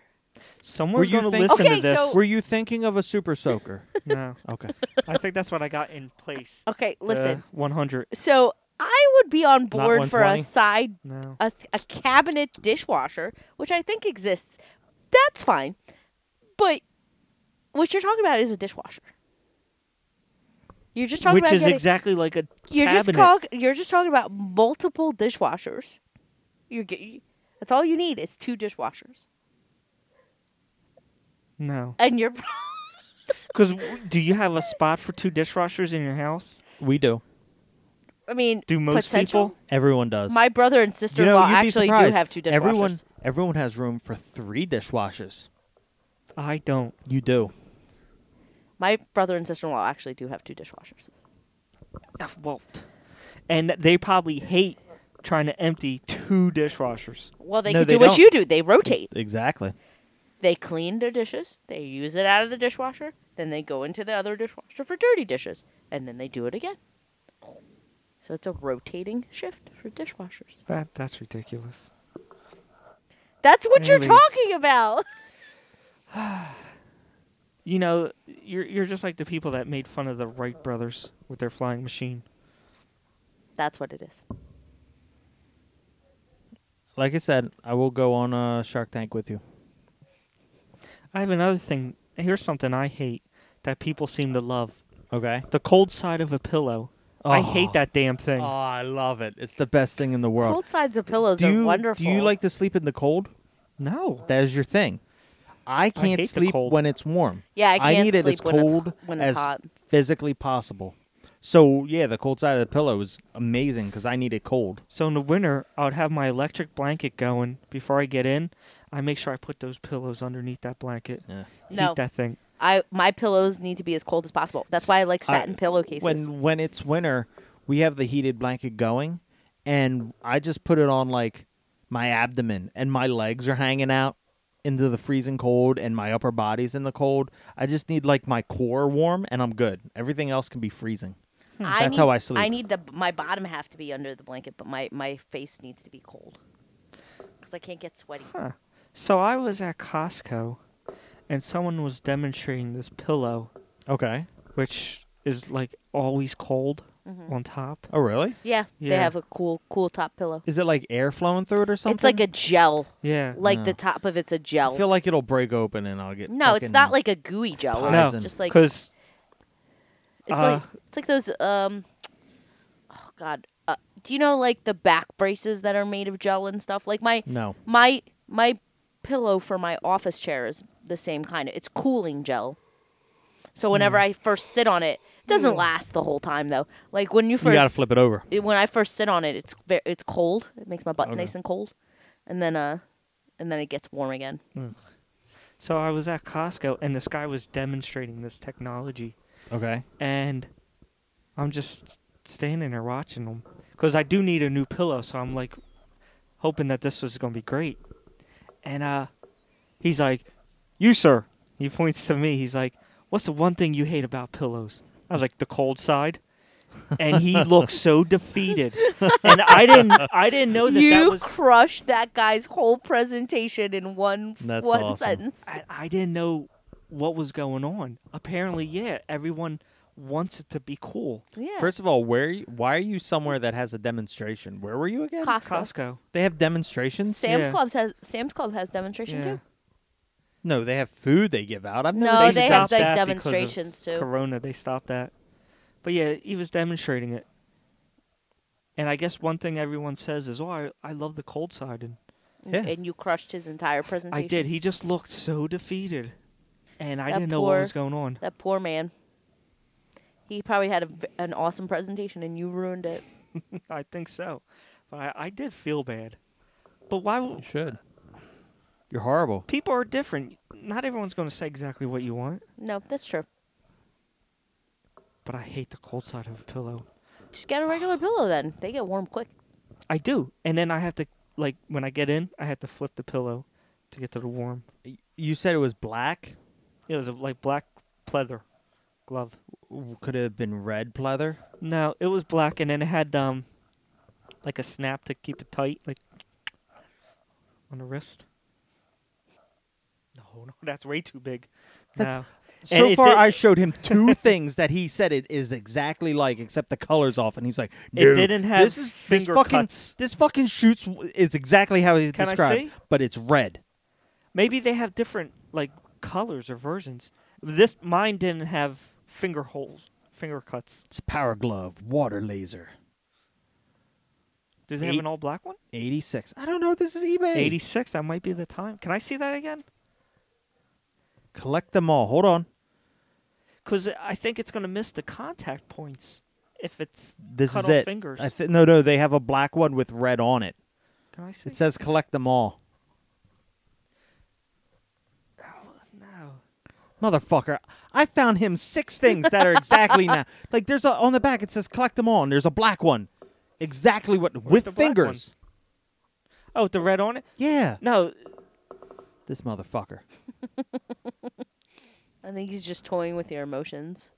Speaker 4: Someone's
Speaker 2: Were you
Speaker 4: going to
Speaker 2: think-
Speaker 4: listen
Speaker 3: Okay,
Speaker 4: to this.
Speaker 3: so-
Speaker 2: Were you thinking of a super soaker?
Speaker 4: no.
Speaker 2: okay.
Speaker 4: I think that's what I got in place. Uh,
Speaker 3: Okay,
Speaker 4: The
Speaker 3: Oh, listen.
Speaker 4: 100.
Speaker 3: so I would be on board for a
Speaker 2: 120?
Speaker 3: side
Speaker 4: No.
Speaker 3: a, s- a cabinet dishwasher, which I think exists. That's fine. But what you're talking about is a dishwasher. You're just talking
Speaker 4: Which
Speaker 3: about
Speaker 4: is
Speaker 3: getting-
Speaker 4: exactly like a
Speaker 3: you're
Speaker 4: cabinet.
Speaker 3: just talk, you're just talking about multiple dishwashers. You're get, that's all you need. It's two dishwashers.
Speaker 4: no.
Speaker 3: And you're
Speaker 4: Because do you have a spot for two dishwashers in your house?
Speaker 2: We do.
Speaker 3: I mean,
Speaker 4: Do most
Speaker 3: potential?
Speaker 4: people?
Speaker 2: Everyone does.
Speaker 3: My brother and sister
Speaker 2: you
Speaker 3: in
Speaker 2: know,
Speaker 3: law
Speaker 2: you'd be
Speaker 3: actually do
Speaker 2: surprised.
Speaker 3: have two dishwashers.
Speaker 2: Everyone, everyone has room for three dishwashers.
Speaker 4: I don't.
Speaker 2: You do.
Speaker 3: My brother and sister in law actually do have two dishwashers.
Speaker 4: Ah, Well, t- and they probably hate trying to empty two dishwashers.
Speaker 3: Well, they
Speaker 2: No,
Speaker 3: could
Speaker 2: they
Speaker 3: do what
Speaker 2: don't.
Speaker 3: you do. They rotate.
Speaker 2: Exactly.
Speaker 3: They clean their dishes. They use it out of the dishwasher. Then they go into the other dishwasher for dirty dishes, and then they do it again. So it's a rotating shift for dishwashers.
Speaker 4: That that's ridiculous.
Speaker 3: That's what
Speaker 4: Anyways.
Speaker 3: you're talking about.
Speaker 4: You know, you're you're just like the people that made fun of the Wright brothers with their flying machine.
Speaker 3: That's what it is.
Speaker 2: Like I said, I will go on uh, Shark Tank with you.
Speaker 4: I have another thing. Here's something I hate that people seem to love:
Speaker 2: Okay.
Speaker 4: the cold side of a pillow. I
Speaker 2: Oh.
Speaker 4: hate that damn thing.
Speaker 2: Oh, I love it. It's the best thing in the world.
Speaker 3: Cold sides of pillows
Speaker 2: do you
Speaker 3: are wonderful.
Speaker 2: do you like to sleep in the cold?
Speaker 4: No,
Speaker 2: That is your thing. I can't
Speaker 4: hate the
Speaker 2: sleep
Speaker 4: cold.
Speaker 2: when it's warm.
Speaker 3: Yeah, I can't
Speaker 2: need it
Speaker 3: sleep
Speaker 2: as
Speaker 3: when it's
Speaker 2: cold
Speaker 3: ho- when it's
Speaker 2: as
Speaker 3: hot.
Speaker 2: physically possible. So yeah, the cold side of the pillow is amazing because I need it cold.
Speaker 4: So in the winter, I would have my electric blanket going before I get in. I make sure I put those pillows underneath that blanket.
Speaker 2: Yeah.
Speaker 3: No.
Speaker 4: Heat that thing.
Speaker 3: I my pillows need to be as cold as possible. That's why I like satin pillowcases.
Speaker 2: When when it's winter, we have the heated blanket going, and I just put it on like my abdomen, and my legs are hanging out into the freezing cold, and my upper body's in the cold. I just need like my core warm, and I'm good. Everything else can be freezing.
Speaker 3: Hmm. I
Speaker 2: That's
Speaker 3: need-
Speaker 2: how I sleep.
Speaker 3: I need the my bottom half to be under the blanket, but my my face needs to be cold because I can't get sweaty.
Speaker 4: Huh. So I was at Costco, and someone was demonstrating this pillow,
Speaker 2: Okay.
Speaker 4: which is like always cold on top.
Speaker 2: Oh really?
Speaker 3: Yeah, they
Speaker 4: Yeah.
Speaker 3: have a cool cool top pillow.
Speaker 2: Is it like air flowing through it or something?
Speaker 3: It's like a gel.
Speaker 4: Yeah.
Speaker 3: Like
Speaker 2: No.
Speaker 3: the top of it's a
Speaker 2: I
Speaker 3: gel.
Speaker 2: feel like it'll break open and I'll get.
Speaker 3: no, it's
Speaker 2: fucking-
Speaker 3: not like a gooey gel.
Speaker 4: no,
Speaker 3: it's just like it's
Speaker 4: because
Speaker 3: like
Speaker 4: uh,
Speaker 3: it's like those um. Oh God, uh, do you know like the back braces that are made of gel and stuff? Like my
Speaker 2: No.
Speaker 3: my my pillow for my office chair is the same kind. It's cooling gel. So
Speaker 4: Hmm.
Speaker 3: whenever I first sit on it, it doesn't last the whole time though. Like when you
Speaker 2: You
Speaker 3: first
Speaker 2: gotta flip it over.
Speaker 3: it- when I first sit on it, it's ve- it's cold. It makes my butt nice and cold, and then uh, and then it gets warm again.
Speaker 4: So I was at Costco and this guy was demonstrating this technology.
Speaker 2: Okay.
Speaker 4: and I'm just standing there watching them because I do need a new pillow. So I'm like hoping that this was gonna be great. And uh, he's like, "You sir," he points to me. He's like, "What's the one thing you hate about pillows?" I was like, "The cold side." and he looked so defeated, and I didn't. I didn't know Oh, that that
Speaker 6: you
Speaker 4: was.
Speaker 6: crushed that guy's whole presentation in one
Speaker 2: That's
Speaker 6: one
Speaker 2: awesome.
Speaker 6: sentence.
Speaker 4: I, I didn't know what was going on. Apparently, yeah, everyone wants it to be cool.
Speaker 3: Yeah,
Speaker 2: First of all, where you, why are you somewhere that has a demonstration? Where were you again?
Speaker 3: Costco.
Speaker 4: Costco.
Speaker 2: They have demonstrations?
Speaker 3: Sam's
Speaker 4: Yeah.
Speaker 3: Club has Sam's Club has demonstration
Speaker 4: Yeah.
Speaker 3: too.
Speaker 2: No, they have food they give out. I've never
Speaker 3: No,
Speaker 2: seen
Speaker 3: Oh, they
Speaker 2: a
Speaker 3: have
Speaker 4: stopped
Speaker 3: like
Speaker 4: that because of
Speaker 3: demonstrations too.
Speaker 4: Corona, they stopped that. But yeah, he was demonstrating it. And I guess one thing everyone says is, "Oh, I, I love the cold side," and
Speaker 2: Yeah.
Speaker 3: And you crushed his entire
Speaker 4: I
Speaker 3: presentation.
Speaker 4: did. He just looked so defeated, and I
Speaker 3: That
Speaker 4: didn't know what
Speaker 3: poor-
Speaker 4: was going on.
Speaker 3: That poor man. He probably had a v an awesome presentation, and you ruined it.
Speaker 4: I think so, but I, I did feel bad. But why? w-
Speaker 2: You should. You're horrible.
Speaker 4: People are different. Not everyone's going to say exactly what you want.
Speaker 3: No, that's true.
Speaker 4: But I hate the cold side of a pillow.
Speaker 3: Just get a regular pillow then. They get warm quick.
Speaker 4: I do, and then I have to like when I get in, I have to flip the pillow to get to the warm.
Speaker 2: Y- You said it was black.
Speaker 4: It was a like black pleather glove.
Speaker 2: W- Could it have been red pleather?
Speaker 4: No, it was black, and then it had um, like a snap to keep it tight, like on the wrist. No, no, that's way too big.
Speaker 2: That's-
Speaker 4: no.
Speaker 2: So
Speaker 4: it
Speaker 2: far,
Speaker 4: did-
Speaker 2: I showed him two things that he said it is exactly like, except the colors off, and he's like,
Speaker 4: It
Speaker 2: "No,
Speaker 4: didn't have
Speaker 2: this is
Speaker 4: finger
Speaker 2: this fucking
Speaker 4: cuts."
Speaker 2: this fucking shoots w- is exactly how he's
Speaker 4: Can I
Speaker 2: described,
Speaker 4: see?
Speaker 2: but it's red."
Speaker 4: Maybe they have different like colors or versions. This mine didn't have finger holes, finger cuts.
Speaker 2: It's power glove, water laser,
Speaker 4: Do they have
Speaker 2: Eight-
Speaker 4: an all black one?
Speaker 2: eighty six. I don't know. This is eBay.
Speaker 4: Eighty six. That might be the time. Can I see that again?
Speaker 2: Collect them all. Hold on.
Speaker 4: Because I think it's gonna miss the contact points if it's
Speaker 2: This
Speaker 4: cut
Speaker 2: is
Speaker 4: off
Speaker 2: it.
Speaker 4: fingers.
Speaker 2: I th- no, no. They have a black one with red on it.
Speaker 4: Can I see?
Speaker 2: It says collect them all.
Speaker 4: no.
Speaker 2: Motherfucker, I found him six things that are exactly now. Like there's a on the back it says collect them all and there's a black one. Exactly what
Speaker 4: the
Speaker 2: with
Speaker 4: black one?
Speaker 2: fingers.
Speaker 4: Oh, with the red on it.
Speaker 2: Yeah.
Speaker 4: No,
Speaker 2: This motherfucker.
Speaker 3: I think he's just toying with your emotions.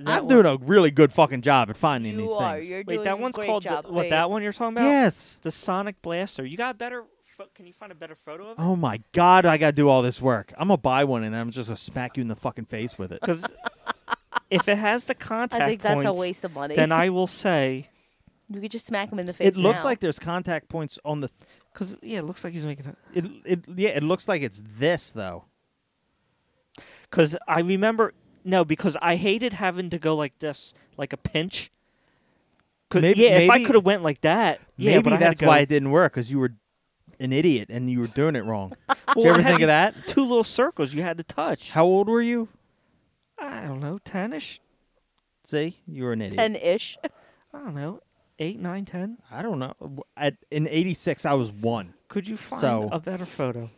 Speaker 4: that
Speaker 2: I'm
Speaker 4: one-
Speaker 2: doing a really good fucking job at finding
Speaker 3: you
Speaker 2: these
Speaker 3: are.
Speaker 2: things.
Speaker 3: You're doing
Speaker 4: Wait, that
Speaker 3: a
Speaker 4: one's
Speaker 3: great
Speaker 4: called the-
Speaker 3: job,
Speaker 4: what?
Speaker 3: babe.
Speaker 4: That one you're talking about?
Speaker 2: yes.
Speaker 4: The Sonic Blaster. You got a better? Pho- can you find a better photo of it?
Speaker 2: Oh my god, I gotta do all this work. I'm gonna buy one and I'm just gonna smack you in the fucking face with it.
Speaker 4: Because if it has the contact
Speaker 3: I think that's a
Speaker 4: points,
Speaker 3: waste of money.
Speaker 4: then I will say
Speaker 3: you could just smack him in the face.
Speaker 2: It looks
Speaker 3: now.
Speaker 2: like there's contact points on the. Th-
Speaker 4: because yeah, it looks like he's making it.
Speaker 2: it, it yeah, it looks like it's this though.
Speaker 4: Because I remember no, because I hated having to go like this, like a pinch. 'Cause-
Speaker 2: Maybe-
Speaker 4: yeah, if I
Speaker 2: maybe-
Speaker 4: could have went like that, yeah,
Speaker 2: Maybe
Speaker 4: but I had
Speaker 2: that's
Speaker 4: to go
Speaker 2: why it didn't work because you were an idiot and you were doing it wrong. Did you
Speaker 4: Well, I
Speaker 2: ever
Speaker 4: had
Speaker 2: think of that?
Speaker 4: two little circles you had to touch.
Speaker 2: How old were you?
Speaker 4: I don't know, tenish.
Speaker 2: See, you were an idiot.
Speaker 3: ten ish.
Speaker 4: I don't know, eight, nine, ten.
Speaker 2: I don't know. W- At in '86, I was one.
Speaker 4: Could you find
Speaker 2: So-
Speaker 4: a better photo?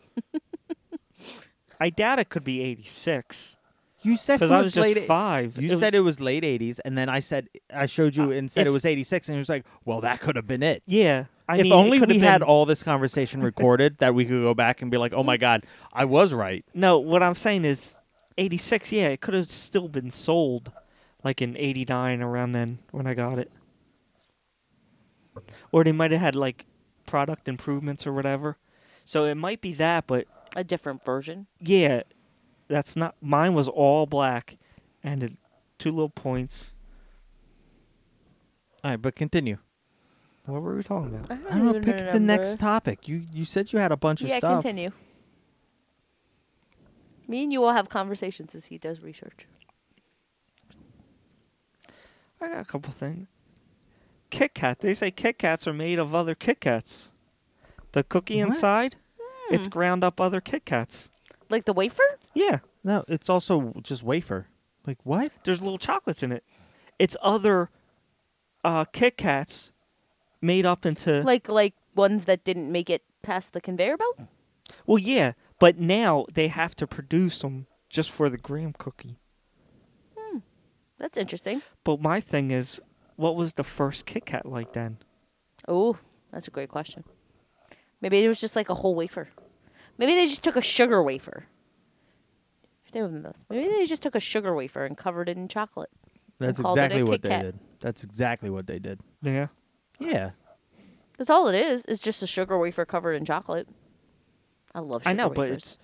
Speaker 4: I doubt it could be 86
Speaker 2: You said it
Speaker 4: because I was
Speaker 2: was
Speaker 4: just
Speaker 2: late.
Speaker 4: five.
Speaker 2: You said it was late '80s, and then I said I showed you and said it
Speaker 4: Uh, if-
Speaker 2: was '86, and you was like, "Well, that could have been it."
Speaker 4: Yeah, I
Speaker 2: if
Speaker 4: mean, it
Speaker 2: only we
Speaker 4: could've
Speaker 2: had
Speaker 4: been-
Speaker 2: all this conversation recorded, that we could go back and be like, "Oh my God, I was right."
Speaker 4: No, what I'm saying is 86. Yeah, it could have still been sold, like in 89 around then when I got it. Or they might have had like product improvements or whatever. So it might be that, but
Speaker 3: A different version.
Speaker 4: yeah, that's not mine. Was all black, and it, two little points.
Speaker 2: All right, but continue.
Speaker 4: What were we talking about?
Speaker 3: I
Speaker 2: I don't know. Pick the next topic. You you said you had a bunch
Speaker 3: Yeah,
Speaker 2: of stuff.
Speaker 3: continue. Me and you will have conversations as he does research.
Speaker 4: I got a couple things. Kit Kat. They say Kit Kats are made of other Kit Kats. The cookie inside, it's ground up other Kit Kats.
Speaker 3: Like the wafer?
Speaker 4: Yeah,
Speaker 2: No, it's also just wafer. Like what?
Speaker 4: there's little chocolates in it. It's other uh, Kit Kats made up into.
Speaker 3: Like like ones that didn't make it past the conveyor belt?
Speaker 4: well, yeah, but now they have to produce them just for the graham cookie.
Speaker 3: That's interesting.
Speaker 4: But my thing is, what was the first Kit Kat like then?
Speaker 3: Oh, that's a great question. Maybe it was just like a whole wafer. Maybe they just took a sugar wafer. Stay with me this. Maybe they just took a sugar wafer and covered it in chocolate.
Speaker 2: That's
Speaker 3: called it a
Speaker 2: exactly what
Speaker 3: Kit
Speaker 2: they
Speaker 3: Kat.
Speaker 2: did. That's exactly what they did.
Speaker 4: Yeah.
Speaker 2: Yeah.
Speaker 3: That's all it is. It's just a sugar wafer covered in chocolate. I love sugar
Speaker 4: I know, but
Speaker 3: wafers.
Speaker 4: it's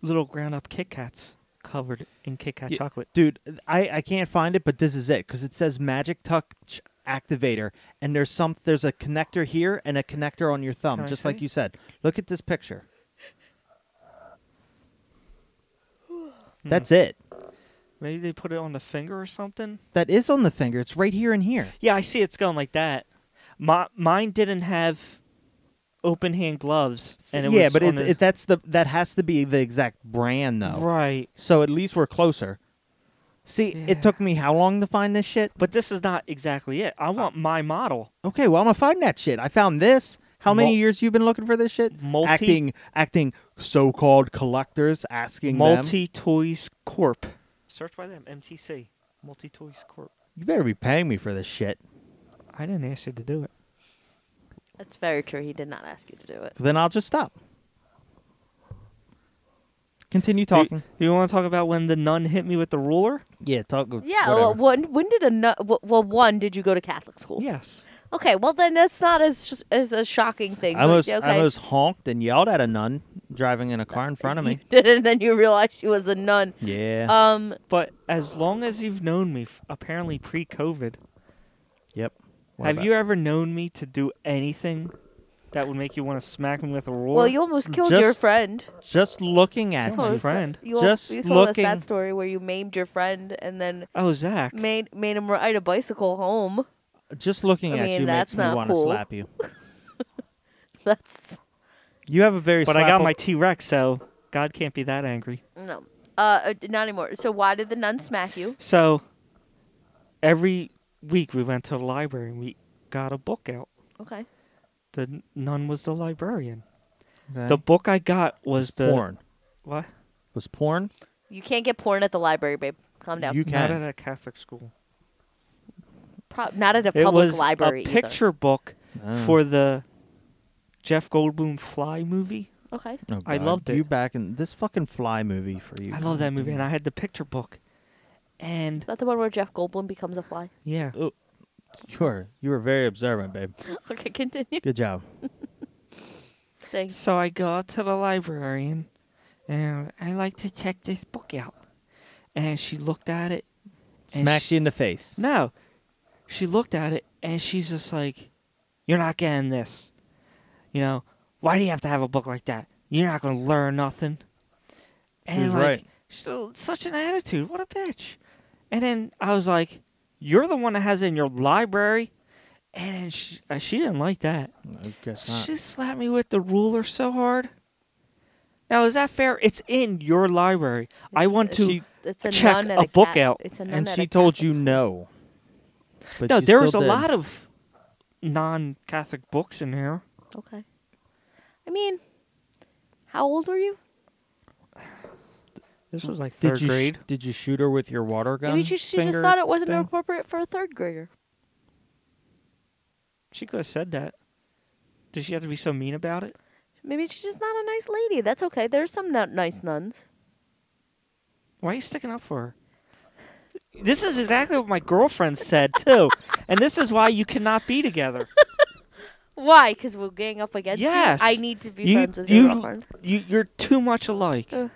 Speaker 4: little ground up Kit Kats covered in Kit Kat
Speaker 2: Yeah.
Speaker 4: chocolate.
Speaker 2: Dude, I, I can't find it, but this is it because it says Magic Touch Activator, and there's some there's a connector here and a connector on your thumb,
Speaker 4: Can I
Speaker 2: just
Speaker 4: see?
Speaker 2: like you said. Look at this picture. Hmm. That's it.
Speaker 4: Maybe they put it on the finger or something.
Speaker 2: That is on the finger. It's right here and here.
Speaker 4: Yeah, I see it's going like that. My mine didn't have open hand gloves, and it
Speaker 2: yeah,
Speaker 4: was
Speaker 2: but
Speaker 4: on
Speaker 2: it,
Speaker 4: a-
Speaker 2: it, that's the that has to be the exact brand though.
Speaker 4: right.
Speaker 2: So at least we're closer. See,
Speaker 4: Yeah.
Speaker 2: it took me how long to find this shit?
Speaker 4: But this is not exactly it. I want my model.
Speaker 2: Okay, well I'm gonna find that shit. I found this. How many
Speaker 4: Mul-
Speaker 2: years you been looking for this shit?
Speaker 4: Multi-
Speaker 2: acting, acting so-called collectors asking them.
Speaker 4: Multi Toys Corp. Search by them. MTC. Multi Toys Corp.
Speaker 2: You better be paying me for this shit.
Speaker 4: I didn't ask you to do it.
Speaker 3: That's very true. He did not ask you to do it.
Speaker 2: 'Cause Then I'll just stop. Continue talking.
Speaker 4: You, want to talk about when the nun hit me with the ruler?
Speaker 2: yeah, talk.
Speaker 3: Yeah.
Speaker 2: whatever.
Speaker 3: Well, when when did a nu- well- well one did you go to Catholic school?
Speaker 4: Yes.
Speaker 3: Okay. Well then that's not as as a shocking thing.
Speaker 2: I
Speaker 3: but
Speaker 2: almost,
Speaker 3: okay.
Speaker 2: I almost honked and yelled at a nun driving in a car in front of me.
Speaker 3: and then you realized she was a nun.
Speaker 2: Yeah.
Speaker 6: Uh,
Speaker 3: Um.
Speaker 4: But as long as you've known me, f- apparently pre COVID,
Speaker 2: yep. What
Speaker 4: have
Speaker 2: about-
Speaker 4: you ever known me to do anything that would make you want to smack me with a ruler?
Speaker 6: Well, you almost killed your
Speaker 2: Just-
Speaker 6: friend.
Speaker 2: just looking at
Speaker 4: my
Speaker 2: you?
Speaker 4: friend.
Speaker 6: You, al-
Speaker 2: Just
Speaker 6: you told us
Speaker 2: looking-
Speaker 6: that story where you maimed your friend and then
Speaker 4: Oh, Zach.
Speaker 6: made made him ride a bicycle home.
Speaker 2: Just looking
Speaker 6: I
Speaker 2: at
Speaker 6: mean,
Speaker 2: you
Speaker 6: that's
Speaker 2: makes me
Speaker 6: not
Speaker 2: want to
Speaker 6: cool.
Speaker 2: slap you.
Speaker 6: That's
Speaker 2: You have a very.
Speaker 4: But I got
Speaker 2: slappable-
Speaker 4: my T Rex, so God can't be that angry.
Speaker 6: no.
Speaker 3: Uh. uh, Not anymore. So why did the nun smack you?
Speaker 4: So every week we went to the library and we got a book out.
Speaker 3: Okay.
Speaker 4: The n- nun was the librarian.
Speaker 2: Okay.
Speaker 4: The book I got was the
Speaker 2: porn.
Speaker 4: What?
Speaker 2: Was porn?
Speaker 3: You can't get porn at the library, babe. Calm down.
Speaker 2: You
Speaker 4: Not
Speaker 2: can.
Speaker 4: at a Catholic school.
Speaker 3: Pro- not at a
Speaker 4: it
Speaker 3: public
Speaker 4: was
Speaker 3: library
Speaker 4: a
Speaker 3: either.
Speaker 4: picture book
Speaker 2: Oh.
Speaker 4: for the Jeff Goldblum Fly movie.
Speaker 3: Okay.
Speaker 2: Oh,
Speaker 4: I
Speaker 2: God.
Speaker 4: loved it.
Speaker 2: You back in this fucking fly movie for you.
Speaker 4: I love that movie, and I had the picture book. And
Speaker 3: Is that the one where Jeff Goldblum becomes a fly?
Speaker 4: yeah,
Speaker 2: You were you were very observant, babe.
Speaker 3: Okay, continue.
Speaker 2: Good job.
Speaker 3: Thanks.
Speaker 4: So I go out to the librarian and I like to check this book out. And she looked at it. and
Speaker 2: Smacked
Speaker 4: she-
Speaker 2: you in the face.
Speaker 4: No. She looked at it and she's just like, You're not getting this. You know, why do you have to have a book like that? You're not going to learn nothing. And
Speaker 2: was
Speaker 4: like,
Speaker 2: right.
Speaker 4: she's a- such an attitude. What a bitch. And then I was like, You're the one that has it in your library. And then she, uh, she didn't like that.
Speaker 2: I guess not.
Speaker 4: She slapped me with the ruler so hard. Now is that fair? It's in your library. I
Speaker 3: It's-
Speaker 4: want to.
Speaker 2: uh, She-
Speaker 3: It's a
Speaker 4: Check
Speaker 3: nun at
Speaker 4: a book
Speaker 3: cat-
Speaker 4: out.
Speaker 3: It's a nun
Speaker 2: and
Speaker 3: at
Speaker 2: she
Speaker 3: a
Speaker 2: told
Speaker 3: Catholic
Speaker 2: you
Speaker 3: school.
Speaker 2: no. But
Speaker 4: no,
Speaker 2: you
Speaker 4: there
Speaker 2: still
Speaker 4: was a
Speaker 2: did.
Speaker 4: lot of non-Catholic books in here.
Speaker 3: Okay. I mean, how old were you?
Speaker 4: This was like
Speaker 2: Did
Speaker 4: third
Speaker 2: you sh-
Speaker 4: grade.
Speaker 2: did you shoot her with your water gun?
Speaker 3: Maybe she, she just
Speaker 2: finger
Speaker 3: thought it wasn't
Speaker 2: thing?
Speaker 3: appropriate for a third grader.
Speaker 4: She could have said that. Did she have to be so mean about it?
Speaker 3: Maybe she's just not a nice lady. That's okay. There's some nu- nice nuns.
Speaker 4: Why are you sticking up for her? This is exactly what my girlfriend said too, and this is why you cannot be together.
Speaker 3: Why? Because we'll gang up against you?
Speaker 4: Yes.
Speaker 3: I need to be
Speaker 4: You-
Speaker 3: friends with your
Speaker 4: you-
Speaker 3: girlfriend.
Speaker 4: You, you're too much alike.
Speaker 3: Uh.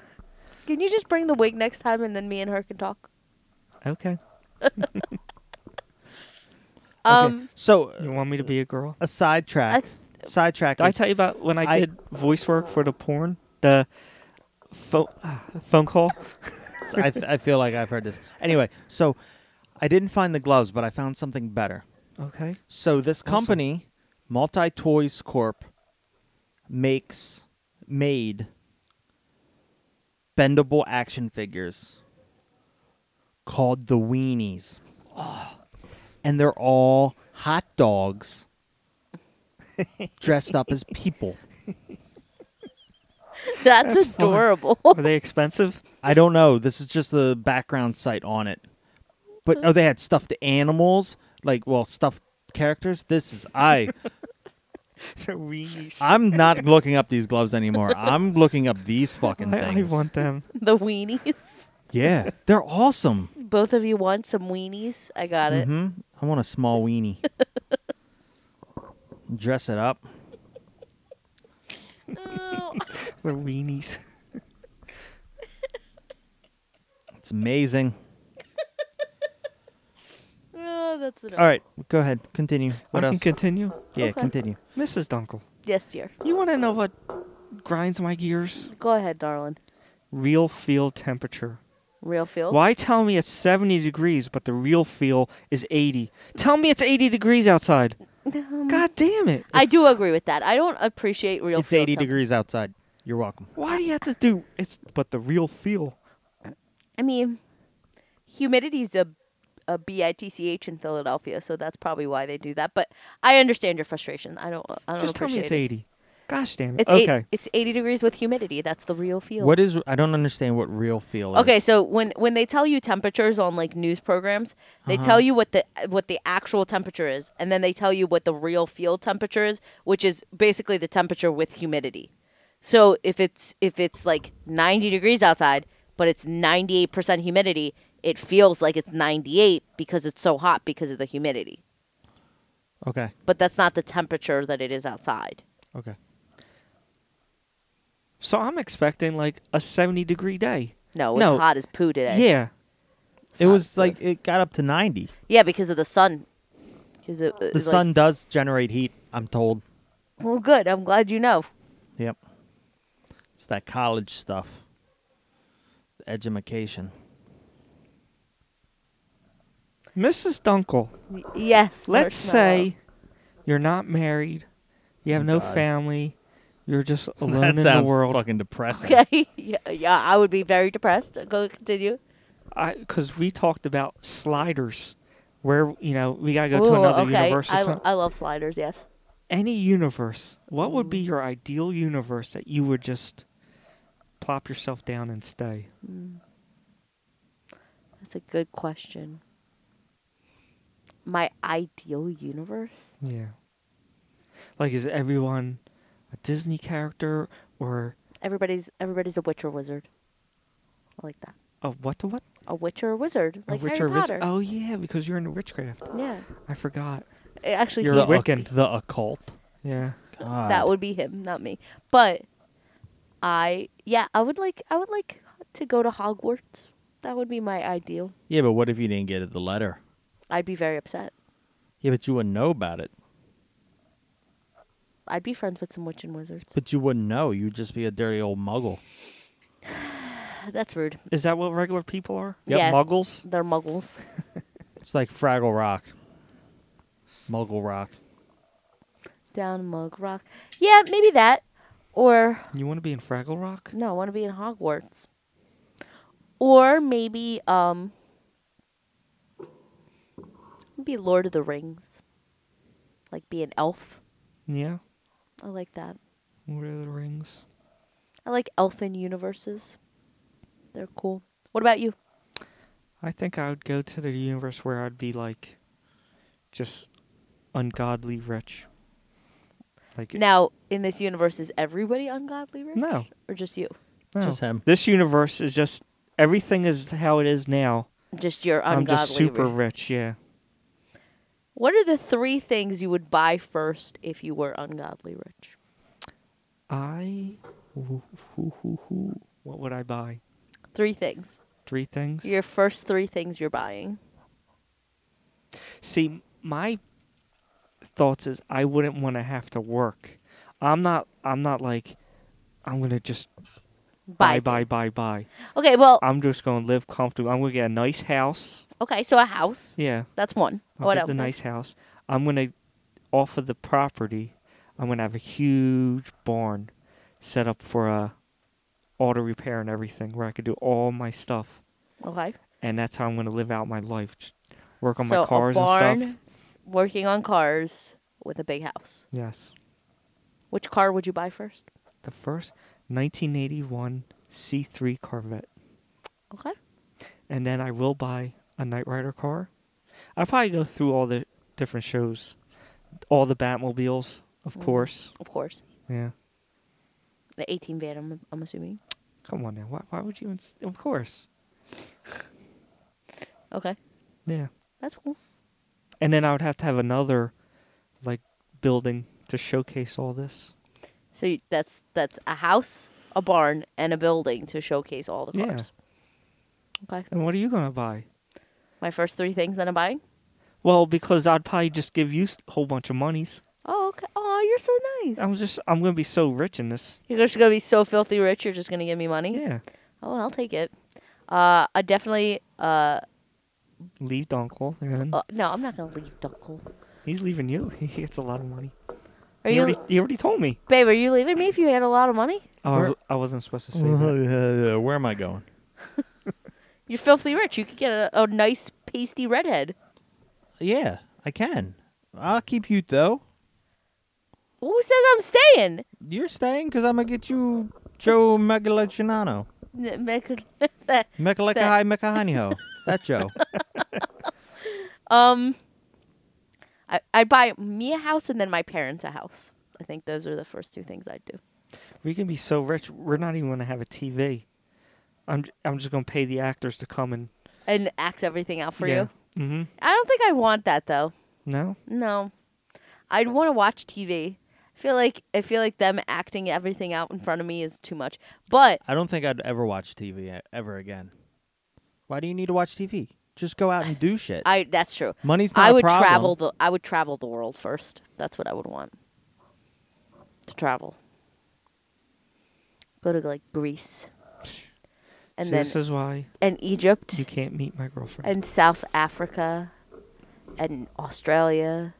Speaker 3: Can you just bring the wig next time and then me and her can talk?
Speaker 4: Okay.
Speaker 3: Um,
Speaker 2: So
Speaker 4: You want me to be a girl?
Speaker 2: a sidetrack. Sidetrack.
Speaker 4: Did I
Speaker 2: is-
Speaker 4: tell you about when I,
Speaker 2: I-
Speaker 4: did voice work for the porn? The pho- ah, phone call?
Speaker 2: I, I feel like I've heard this. Anyway, so I didn't find the gloves, but I found something better.
Speaker 4: Okay.
Speaker 2: So this company, Multi Toys Corp, makes made bendable action figures called the Weenies, and they're all hot dogs dressed up as people.
Speaker 3: That's,
Speaker 4: That's fun.
Speaker 3: adorable.
Speaker 4: Are they expensive?
Speaker 2: I don't know. This is just the background site on it. But oh, they had stuffed animals, like well, stuffed characters. This is I.
Speaker 4: They're weenies. I,
Speaker 2: I'm not looking up these gloves anymore. I'm looking up these fucking
Speaker 4: I
Speaker 2: things.
Speaker 4: want them.
Speaker 3: the weenies.
Speaker 2: Yeah, they're awesome.
Speaker 3: Both of you want some weenies? I got it.
Speaker 2: hmm I want a small weenie. Dress it up.
Speaker 3: Oh,
Speaker 4: They're weenies.
Speaker 2: It's amazing.
Speaker 3: oh, that's enough.
Speaker 2: All right, go ahead. Continue. What
Speaker 4: I
Speaker 2: else?
Speaker 4: can continue.
Speaker 2: yeah,
Speaker 3: Okay.
Speaker 2: continue.
Speaker 4: Mrs. Dunkel,
Speaker 3: Yes, dear.
Speaker 4: you want to know what grinds my gears?
Speaker 3: Go ahead, darling.
Speaker 4: Real field temperature.
Speaker 3: Real field.
Speaker 4: Why tell me it's 70 degrees, but the real feel is 80? Tell me it's 80 degrees outside. God damn it.
Speaker 3: I do agree with that. I don't appreciate real
Speaker 2: It's
Speaker 3: field
Speaker 2: 80
Speaker 3: temp-
Speaker 2: degrees outside. You're welcome.
Speaker 4: Why do you have to do it's but the real feel?
Speaker 3: I mean, humidity's a a bitch in Philadelphia, so that's probably why they do that. But I understand your frustration. I don't. I don't
Speaker 4: Just tell me
Speaker 3: appreciate
Speaker 4: it's 80. Gosh
Speaker 3: it.
Speaker 4: damn it.
Speaker 3: It's eight-
Speaker 4: okay.
Speaker 3: it's eighty degrees with humidity. That's the real feel.
Speaker 2: What is? I don't understand what real feel is.
Speaker 3: Okay, so when when they tell you temperatures on like news programs, they tell you what the what the actual temperature is, and then they tell you what the real field temperature is, which is basically the temperature with humidity. So if it's if it's like ninety degrees outside, but it's ninety eight percent humidity, it feels like it's ninety eight because it's so hot because of the humidity.
Speaker 2: Okay.
Speaker 3: But that's not the temperature that it is outside.
Speaker 2: Okay.
Speaker 4: So I'm expecting like a 70 degree day.
Speaker 3: No, it's
Speaker 4: No.
Speaker 3: hot as poo today.
Speaker 4: Yeah.
Speaker 2: It was like it got up to 90.
Speaker 3: yeah, because of the sun. Because it,
Speaker 2: The sun does generate heat. I'm told.
Speaker 3: well, good. I'm glad you know.
Speaker 2: Yep. It's that college stuff. Edumacation.
Speaker 4: Mrs. Dunkel,
Speaker 3: Y- Yes.
Speaker 4: let's
Speaker 3: marshmallow.
Speaker 4: say you're not married, you have no family, you're just alone
Speaker 2: That
Speaker 4: in the
Speaker 2: sounds
Speaker 4: world.
Speaker 2: fucking depressing.
Speaker 3: Okay. Yeah, yeah, I would be very depressed. Go continue.
Speaker 4: I because we talked about sliders, where you know we gotta go to
Speaker 3: Ooh,
Speaker 4: another
Speaker 3: okay.
Speaker 4: universe. Or
Speaker 3: I,
Speaker 4: something.
Speaker 3: I love sliders, yes.
Speaker 4: Any universe, what would
Speaker 3: Mm.
Speaker 4: be your ideal universe that you would just plop yourself down and stay?
Speaker 3: That's a good question. My ideal universe?
Speaker 4: Yeah. Like, is everyone a Disney character or
Speaker 3: Everybody's everybody's a witch or wizard. I like that.
Speaker 4: a what the what?
Speaker 3: A witch or a wizard. Like
Speaker 4: a witch
Speaker 3: Harry
Speaker 4: or
Speaker 3: Potter.
Speaker 4: wizard? Oh yeah, because you're into witchcraft.
Speaker 3: Yeah.
Speaker 4: I forgot.
Speaker 3: Uh, Actually
Speaker 4: You're
Speaker 2: The,
Speaker 3: he's,
Speaker 4: a
Speaker 2: occ-
Speaker 4: Wiccan.
Speaker 2: the occult.
Speaker 4: Yeah.
Speaker 2: God.
Speaker 3: that would be him, not me. But I yeah, I would like I would like to go to Hogwarts. That would be my ideal.
Speaker 2: yeah, but what if you didn't get the letter?
Speaker 3: I'd be very upset.
Speaker 2: Yeah, but you wouldn't know about it.
Speaker 3: I'd be friends with some witch and wizards.
Speaker 2: But you wouldn't know. You'd just be a dirty old muggle.
Speaker 3: That's rude.
Speaker 4: Is that what regular people are?
Speaker 3: Yep. Yeah.
Speaker 4: Muggles.
Speaker 3: They're muggles.
Speaker 2: It's like Fraggle Rock. Muggle Rock.
Speaker 3: Down Mug Rock. Yeah, maybe that. Or
Speaker 4: You want to be in Fraggle Rock?
Speaker 3: no, I want to be in Hogwarts. Or maybe um be Lord of the Rings. Like be an elf.
Speaker 4: Yeah.
Speaker 3: I like that.
Speaker 4: Lord of the Rings.
Speaker 3: I like elfin universes. They're cool. What about you?
Speaker 4: I think I would go to the universe where I'd be like, just ungodly rich. Like
Speaker 3: Now, in this universe is everybody ungodly rich?
Speaker 4: No.
Speaker 3: Or just you?
Speaker 4: no.
Speaker 2: Just him.
Speaker 4: This universe is just everything is how it is now.
Speaker 3: Just your
Speaker 4: I'm
Speaker 3: ungodly
Speaker 4: just super
Speaker 3: rich.
Speaker 4: rich. Yeah.
Speaker 3: What are the three things you would buy first if you were ungodly rich?
Speaker 4: I. Ooh, ooh, ooh, ooh. What would I buy?
Speaker 3: Three things.
Speaker 4: Three things.
Speaker 3: Your first three things you're buying.
Speaker 4: See, my thoughts is I wouldn't want to have to work. I'm not. I'm not like. I'm gonna just buy,
Speaker 3: Buy.
Speaker 4: buy, buy, buy. Uh,
Speaker 3: Okay, well,
Speaker 4: I'm just gonna live comfortable. I'm gonna get a nice house.
Speaker 3: okay, so a house.
Speaker 4: Yeah,
Speaker 3: That's one.
Speaker 4: I'll
Speaker 3: what
Speaker 4: get
Speaker 3: else?
Speaker 4: the nice house. I'm gonna off of the property. I'm gonna have a huge barn set up for uh, auto repair and everything, where I could do all my stuff,
Speaker 3: Okay.
Speaker 4: and that's how I'm gonna live out my life. Just work on
Speaker 3: so
Speaker 4: my cars
Speaker 3: a barn,
Speaker 4: and stuff.
Speaker 3: working on cars with a big house.
Speaker 4: Yes,
Speaker 3: Which car would you buy first?
Speaker 4: the first 1981 C3 Corvette,
Speaker 3: Okay.
Speaker 4: and then I will buy a Knight Rider car. I'll probably go through all the different shows, all the Batmobiles, of course.
Speaker 3: Of course.
Speaker 4: Yeah.
Speaker 3: The 18 van, I'm, I'm assuming.
Speaker 4: Come on now. Why, why would you? Ins- of course.
Speaker 3: Okay.
Speaker 4: Yeah.
Speaker 3: That's cool.
Speaker 4: And then I would have to have another, like, building to showcase all this.
Speaker 3: So you, that's that's a house, a barn, and a building to showcase all the
Speaker 4: Yeah.
Speaker 3: cars. Okay.
Speaker 4: And what are you gonna buy?
Speaker 3: My first three things that I'm buying.
Speaker 4: Well, because I'd probably just give you s- a whole bunch of monies.
Speaker 3: Oh, okay. Oh, you're so nice.
Speaker 4: I'm just. I'm gonna be so rich in this.
Speaker 3: You're just gonna be so filthy rich. You're just gonna give me money.
Speaker 4: Yeah.
Speaker 3: Oh, I'll take it. Uh, I definitely. Uh,
Speaker 4: Leave Dunkel. And
Speaker 3: uh, no, I'm not gonna leave Dunkel.
Speaker 4: he's leaving you. He gets a lot of money.
Speaker 3: Are
Speaker 4: he
Speaker 3: you,
Speaker 4: already. He already told me.
Speaker 3: babe? Are you leaving me if you had a lot of money?
Speaker 4: Oh, I,
Speaker 2: Where-
Speaker 4: w- I wasn't supposed to say that.
Speaker 2: where am I going?
Speaker 3: You're filthy rich. You could get a, a nice pasty redhead.
Speaker 2: Yeah, I can. I'll keep you though.
Speaker 3: Who says I'm staying?
Speaker 2: You're staying because I'm gonna get you Joe Megalechinano.
Speaker 3: N- make- that-
Speaker 2: Megalekahai Mekahaniho. That Joe.
Speaker 3: um, I I'd buy me a house and then my parents a house. I think those are the first two things I'd do.
Speaker 4: We can be so rich. We're not even gonna have a TV. I'm. j- I'm just gonna pay the actors to come and.
Speaker 3: And act everything out for you.
Speaker 4: Mm-hmm.
Speaker 3: I don't think I want that though.
Speaker 4: No.
Speaker 3: No, I'd want to watch TV. I feel like I feel like them acting everything out in front of me is too much. But
Speaker 2: I don't think I'd ever watch TV e- ever again. Why do you need to watch TV? Just go out and do shit.
Speaker 3: I that's true.
Speaker 2: Money's not
Speaker 3: I
Speaker 2: a
Speaker 3: would
Speaker 2: problem.
Speaker 3: travel the I would travel the world first. That's what I would want. To travel. Go to like Greece. And
Speaker 4: See,
Speaker 3: then
Speaker 4: this is why
Speaker 3: and Egypt
Speaker 4: you can't meet my girlfriend.
Speaker 3: and South Africa and Australia.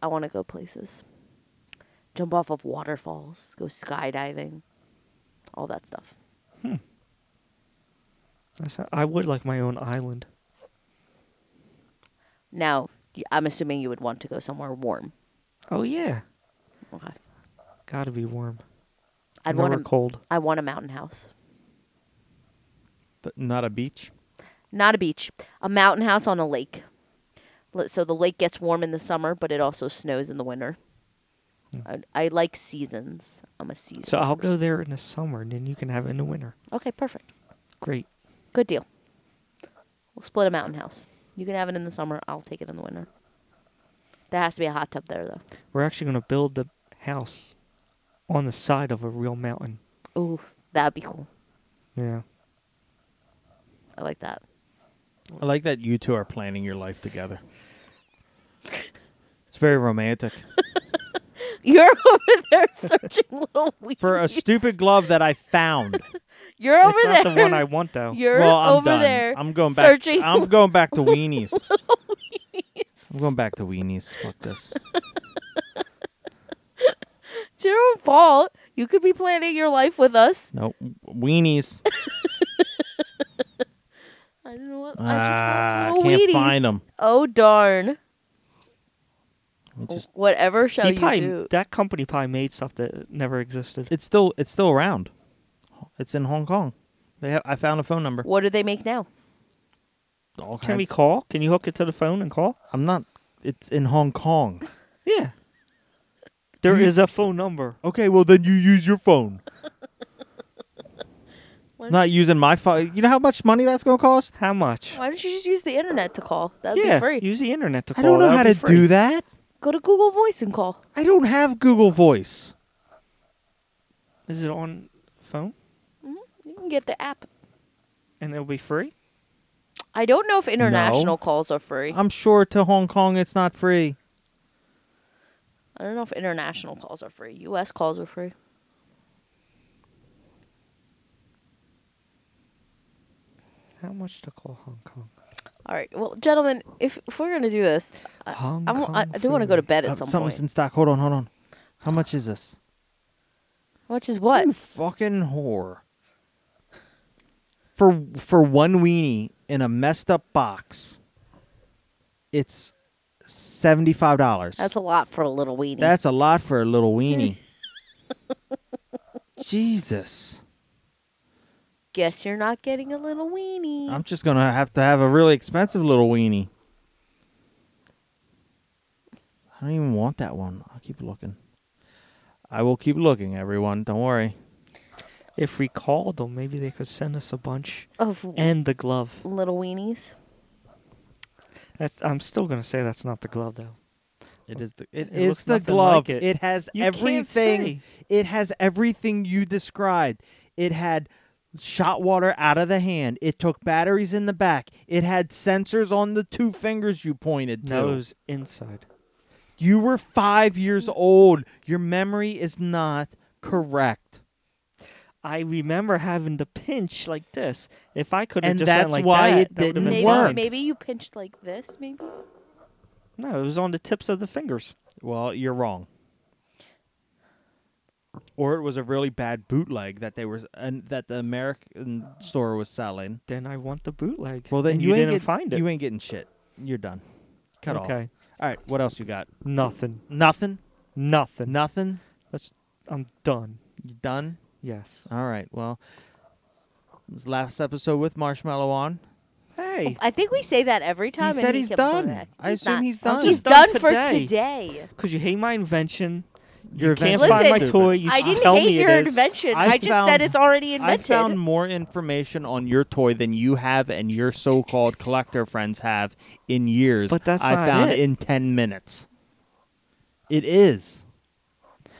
Speaker 3: I want to go places. Jump off of waterfalls, go skydiving, all that stuff.
Speaker 4: That's not- I would like my own island.
Speaker 3: Now, y- I'm assuming you would want to go somewhere warm.
Speaker 4: Oh yeah,
Speaker 3: Okay.
Speaker 4: gotta be warm.
Speaker 3: I'd
Speaker 4: Never
Speaker 3: want a,
Speaker 4: cold.
Speaker 3: I want a mountain house.
Speaker 2: Th- not a beach.
Speaker 3: not a beach, a mountain house on a lake. L- So the lake gets warm in the summer, but it also snows in the winter. I, I like seasons. I'm a season.
Speaker 4: Hmm. So I'll go
Speaker 3: person.
Speaker 4: there in the summer, and then you can have it in the winter.
Speaker 3: Okay, perfect.
Speaker 4: Great.
Speaker 3: Good deal. We'll split a mountain house. You can have it in the summer. I'll take it in the winter. There has to be a hot tub there, though.
Speaker 4: We're actually gonna build the house on the side of a real mountain.
Speaker 3: Ooh, that'd be cool.
Speaker 4: Yeah.
Speaker 3: I like that.
Speaker 2: I like that you two are planning your life together. It's very romantic.
Speaker 3: You're over there searching little weeds.
Speaker 2: For a stupid glove that I found.
Speaker 3: You're over
Speaker 4: it's
Speaker 3: there.
Speaker 4: not the one I want though.
Speaker 3: You're
Speaker 2: well, I'm
Speaker 3: over
Speaker 2: done.
Speaker 3: there.
Speaker 2: I'm going back.
Speaker 3: searching.
Speaker 2: I'm going back to weenies. I'm going back to weenies. Fuck this.
Speaker 3: It's your own fault. You could be planning your life with us.
Speaker 2: No weenies.
Speaker 3: I don't know what.
Speaker 2: Ah, I
Speaker 3: I just want
Speaker 2: can't
Speaker 3: little Wheaties.
Speaker 2: find 'em.
Speaker 3: Oh darn!
Speaker 2: It just
Speaker 3: Whatever show
Speaker 4: He
Speaker 3: you
Speaker 4: probably-
Speaker 3: do,
Speaker 4: that company probably made stuff that never existed.
Speaker 2: it's still it's still around. It's in Hong Kong. They have, I found a phone number.
Speaker 3: what do they make now?
Speaker 2: All
Speaker 4: Can we
Speaker 2: kinds-
Speaker 4: call? Can you hook it to the phone and call?
Speaker 2: I'm not. It's in Hong Kong.
Speaker 4: Yeah. There
Speaker 2: You-
Speaker 4: is a phone number.
Speaker 2: Okay, well then you use your phone.
Speaker 3: What?
Speaker 2: Not using my phone. You know how much money that's gonna cost?
Speaker 4: How much?
Speaker 3: Why don't you just use the internet to call? That'd
Speaker 4: yeah.
Speaker 3: be free.
Speaker 4: Use the internet to
Speaker 2: I
Speaker 4: call.
Speaker 2: don't know how to
Speaker 4: That'd be free.
Speaker 2: do that.
Speaker 3: Go to Google Voice and call.
Speaker 2: I don't have Google Voice.
Speaker 4: Is it on phone?
Speaker 3: You can get the app.
Speaker 4: And it'll be free.
Speaker 3: I don't know if international calls are free.
Speaker 2: I'm sure to Hong Kong it's not free.
Speaker 3: I don't know if international calls are free. U.S. calls are free.
Speaker 4: How much to call Hong Kong?
Speaker 3: All right. Well, gentlemen, if, if we're gonna do this, I,
Speaker 2: Hong
Speaker 3: I, want- I-
Speaker 2: Kong
Speaker 3: I do want to go to
Speaker 2: food.
Speaker 3: bed
Speaker 2: Uh,
Speaker 3: at some
Speaker 2: something's
Speaker 3: point.
Speaker 2: in stock. Hold on, hold on. How much is this?
Speaker 3: Which is what?
Speaker 2: You fucking whore. For for one weenie in a messed up box, it's seventy five dollars.
Speaker 3: That's a lot for a little weenie.
Speaker 2: That's a lot for a little weenie. Jesus.
Speaker 3: Guess you're not getting a little weenie.
Speaker 2: I'm just gonna have to have a really expensive little weenie. I don't even want that one. I'll keep looking. I will keep looking, everyone. Don't worry.
Speaker 4: If we called them, maybe they could send us a bunch
Speaker 3: of
Speaker 4: and the glove.
Speaker 3: little weenies.
Speaker 4: That's. I'm still gonna say that's not the glove though.
Speaker 2: It is the it
Speaker 4: It
Speaker 2: is
Speaker 4: looks
Speaker 2: the
Speaker 4: nothing
Speaker 2: glove.
Speaker 4: like it.
Speaker 2: has
Speaker 4: You can't
Speaker 2: everything.
Speaker 4: say.
Speaker 2: It has everything you described. It had shot water out of the hand. It took batteries in the back. It had sensors on the two fingers you pointed to.
Speaker 4: Nose inside.
Speaker 2: You were five years old. Your memory is not correct.
Speaker 4: I remember having to pinch like this. If I could have
Speaker 2: And
Speaker 4: just
Speaker 2: that's
Speaker 4: went like
Speaker 2: why
Speaker 4: that,
Speaker 2: it
Speaker 4: that would've
Speaker 2: didn't
Speaker 4: been
Speaker 3: Maybe
Speaker 2: work.
Speaker 4: fine.
Speaker 3: maybe you pinched like this. Maybe.
Speaker 4: No, it was on the tips of the fingers.
Speaker 2: Well, you're wrong. Or it was a really bad bootleg that they were and that the American store was selling.
Speaker 4: Then I want the bootleg.
Speaker 2: Well, then
Speaker 4: And
Speaker 2: you,
Speaker 4: you,
Speaker 2: ain't
Speaker 4: didn't
Speaker 2: get-
Speaker 4: find it.
Speaker 2: You ain't getting shit. You're done. Cut off.
Speaker 4: okay.
Speaker 2: All right. What else you got?
Speaker 4: Nothing.
Speaker 2: Nothing.
Speaker 4: Nothing.
Speaker 2: Nothing.
Speaker 4: That's. I'm done.
Speaker 2: You done?
Speaker 4: Yes.
Speaker 2: All right. Well, this last episode with Marshmallow on.
Speaker 4: Hey,
Speaker 6: I think we say that every time.
Speaker 2: he
Speaker 6: and
Speaker 2: said
Speaker 6: he
Speaker 2: he's
Speaker 6: kept coming
Speaker 2: done.
Speaker 6: back.
Speaker 2: I
Speaker 6: He's
Speaker 2: assume
Speaker 6: not.
Speaker 2: he's done.
Speaker 6: He's
Speaker 4: He's done
Speaker 6: done for
Speaker 4: today.
Speaker 6: today.
Speaker 4: because Oh, you hate my invention.
Speaker 2: Your
Speaker 4: you can't
Speaker 2: invention's
Speaker 4: find my
Speaker 2: stupid.
Speaker 4: toy. You
Speaker 6: I
Speaker 4: s-
Speaker 6: didn't
Speaker 4: tell
Speaker 6: hate
Speaker 4: me it
Speaker 6: your
Speaker 4: is.
Speaker 6: invention.
Speaker 2: I
Speaker 6: I, just
Speaker 2: found-
Speaker 6: said it's already
Speaker 2: I
Speaker 6: invented.
Speaker 2: found more information on your toy than you have and your so-called collector friends have in years.
Speaker 4: But that's
Speaker 2: I
Speaker 4: not
Speaker 2: found
Speaker 4: it.
Speaker 2: in ten minutes. It is.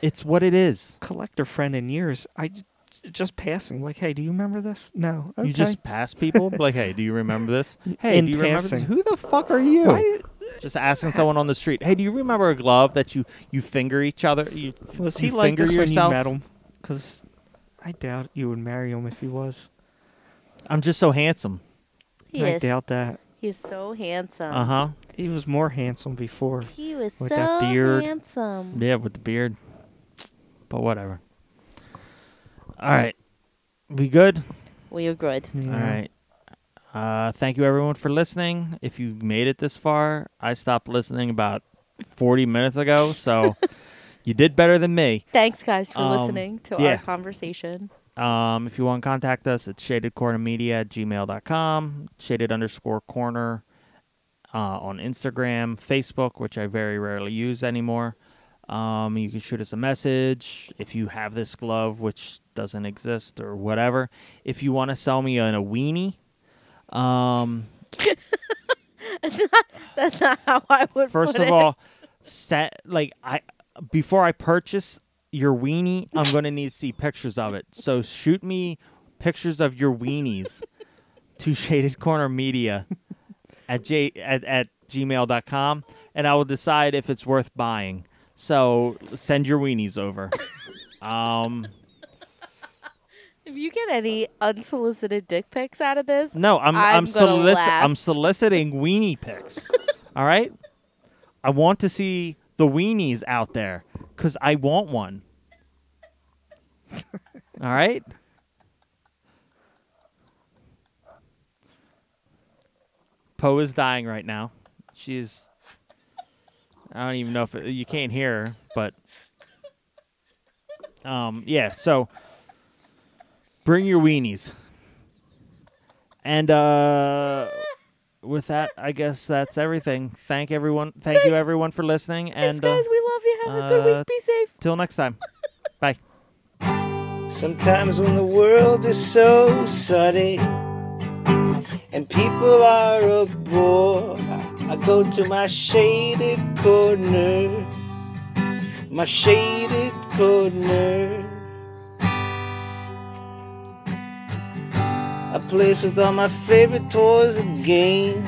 Speaker 2: It's what it is.
Speaker 4: collector friend in years. I j- just passing like, hey, do you remember this? No. Okay.
Speaker 2: You just pass people like, "Hey, do you remember this? Hey,
Speaker 4: In
Speaker 2: do you
Speaker 4: passing.
Speaker 2: remember this? Who the fuck are you?"
Speaker 4: Why-
Speaker 2: Just asking someone on the street, "Hey, do you remember a glove that you you finger each other? You,
Speaker 4: was
Speaker 2: you
Speaker 4: he like
Speaker 2: finger
Speaker 4: this
Speaker 2: yourself?"
Speaker 4: when you met him? Because I doubt you would marry him if he was.
Speaker 2: I'm just so handsome.
Speaker 6: He
Speaker 4: I
Speaker 6: is.
Speaker 4: doubt that.
Speaker 6: He's so handsome.
Speaker 2: Uh huh.
Speaker 4: He was more handsome before.
Speaker 6: He was
Speaker 4: With
Speaker 6: so
Speaker 4: that beard.
Speaker 6: handsome.
Speaker 2: Yeah, with the beard. But whatever. All right. We good?
Speaker 6: We agreed.
Speaker 4: you know.
Speaker 2: All right. Uh, thank you everyone for listening. If you made it this far, I stopped listening about 40 minutes ago, so you did better than me.
Speaker 6: Thanks, guys, for
Speaker 2: Um,
Speaker 6: listening to
Speaker 2: yeah.
Speaker 6: our conversation.
Speaker 2: Um, if you want to contact us, it's shadedcornermedia at gmail.com, shaded underscore corner uh, on Instagram, Facebook, which I very rarely use anymore. Um, you can shoot us a message if you have this glove, which doesn't exist or whatever. If you want to sell me on a weenie, um,
Speaker 6: That's not how I would
Speaker 2: first
Speaker 6: put
Speaker 2: of
Speaker 6: it.
Speaker 2: all, set like I before I purchase your weenie, I'm gonna need to see pictures of it. So shoot me pictures of your weenies to shaded corner media at j at, at gmail.com and I will decide if it's worth buying. So send your weenies over. Um
Speaker 6: If you get any unsolicited dick pics out of this,
Speaker 2: No, I'm I'm,
Speaker 6: I'm gonna
Speaker 2: solici-
Speaker 6: laugh.
Speaker 2: I'm soliciting weenie pics. All right? I want to see the weenies out there cuz I want one. All right? Poe is dying right now. She's I don't even know if it, you can't hear her, but um yeah, so bring your weenies. And uh, with that, I guess that's everything. Thank everyone. Thank you, everyone, for listening.
Speaker 6: thanks,
Speaker 2: And uh,
Speaker 6: guys. We love you. Have a good
Speaker 2: uh,
Speaker 6: week. Be safe.
Speaker 2: till next time. Bye.
Speaker 1: Sometimes when the world is so sunny and people are a bore, I go to my shaded corner, my shaded corner. A place with all my favorite toys and games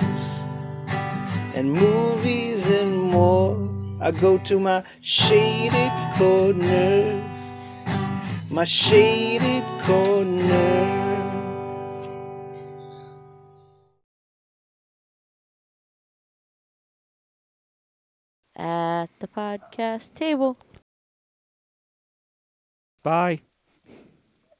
Speaker 1: and movies and more. I go to my shaded corner my shaded corner.
Speaker 3: at the podcast table.
Speaker 4: Bye.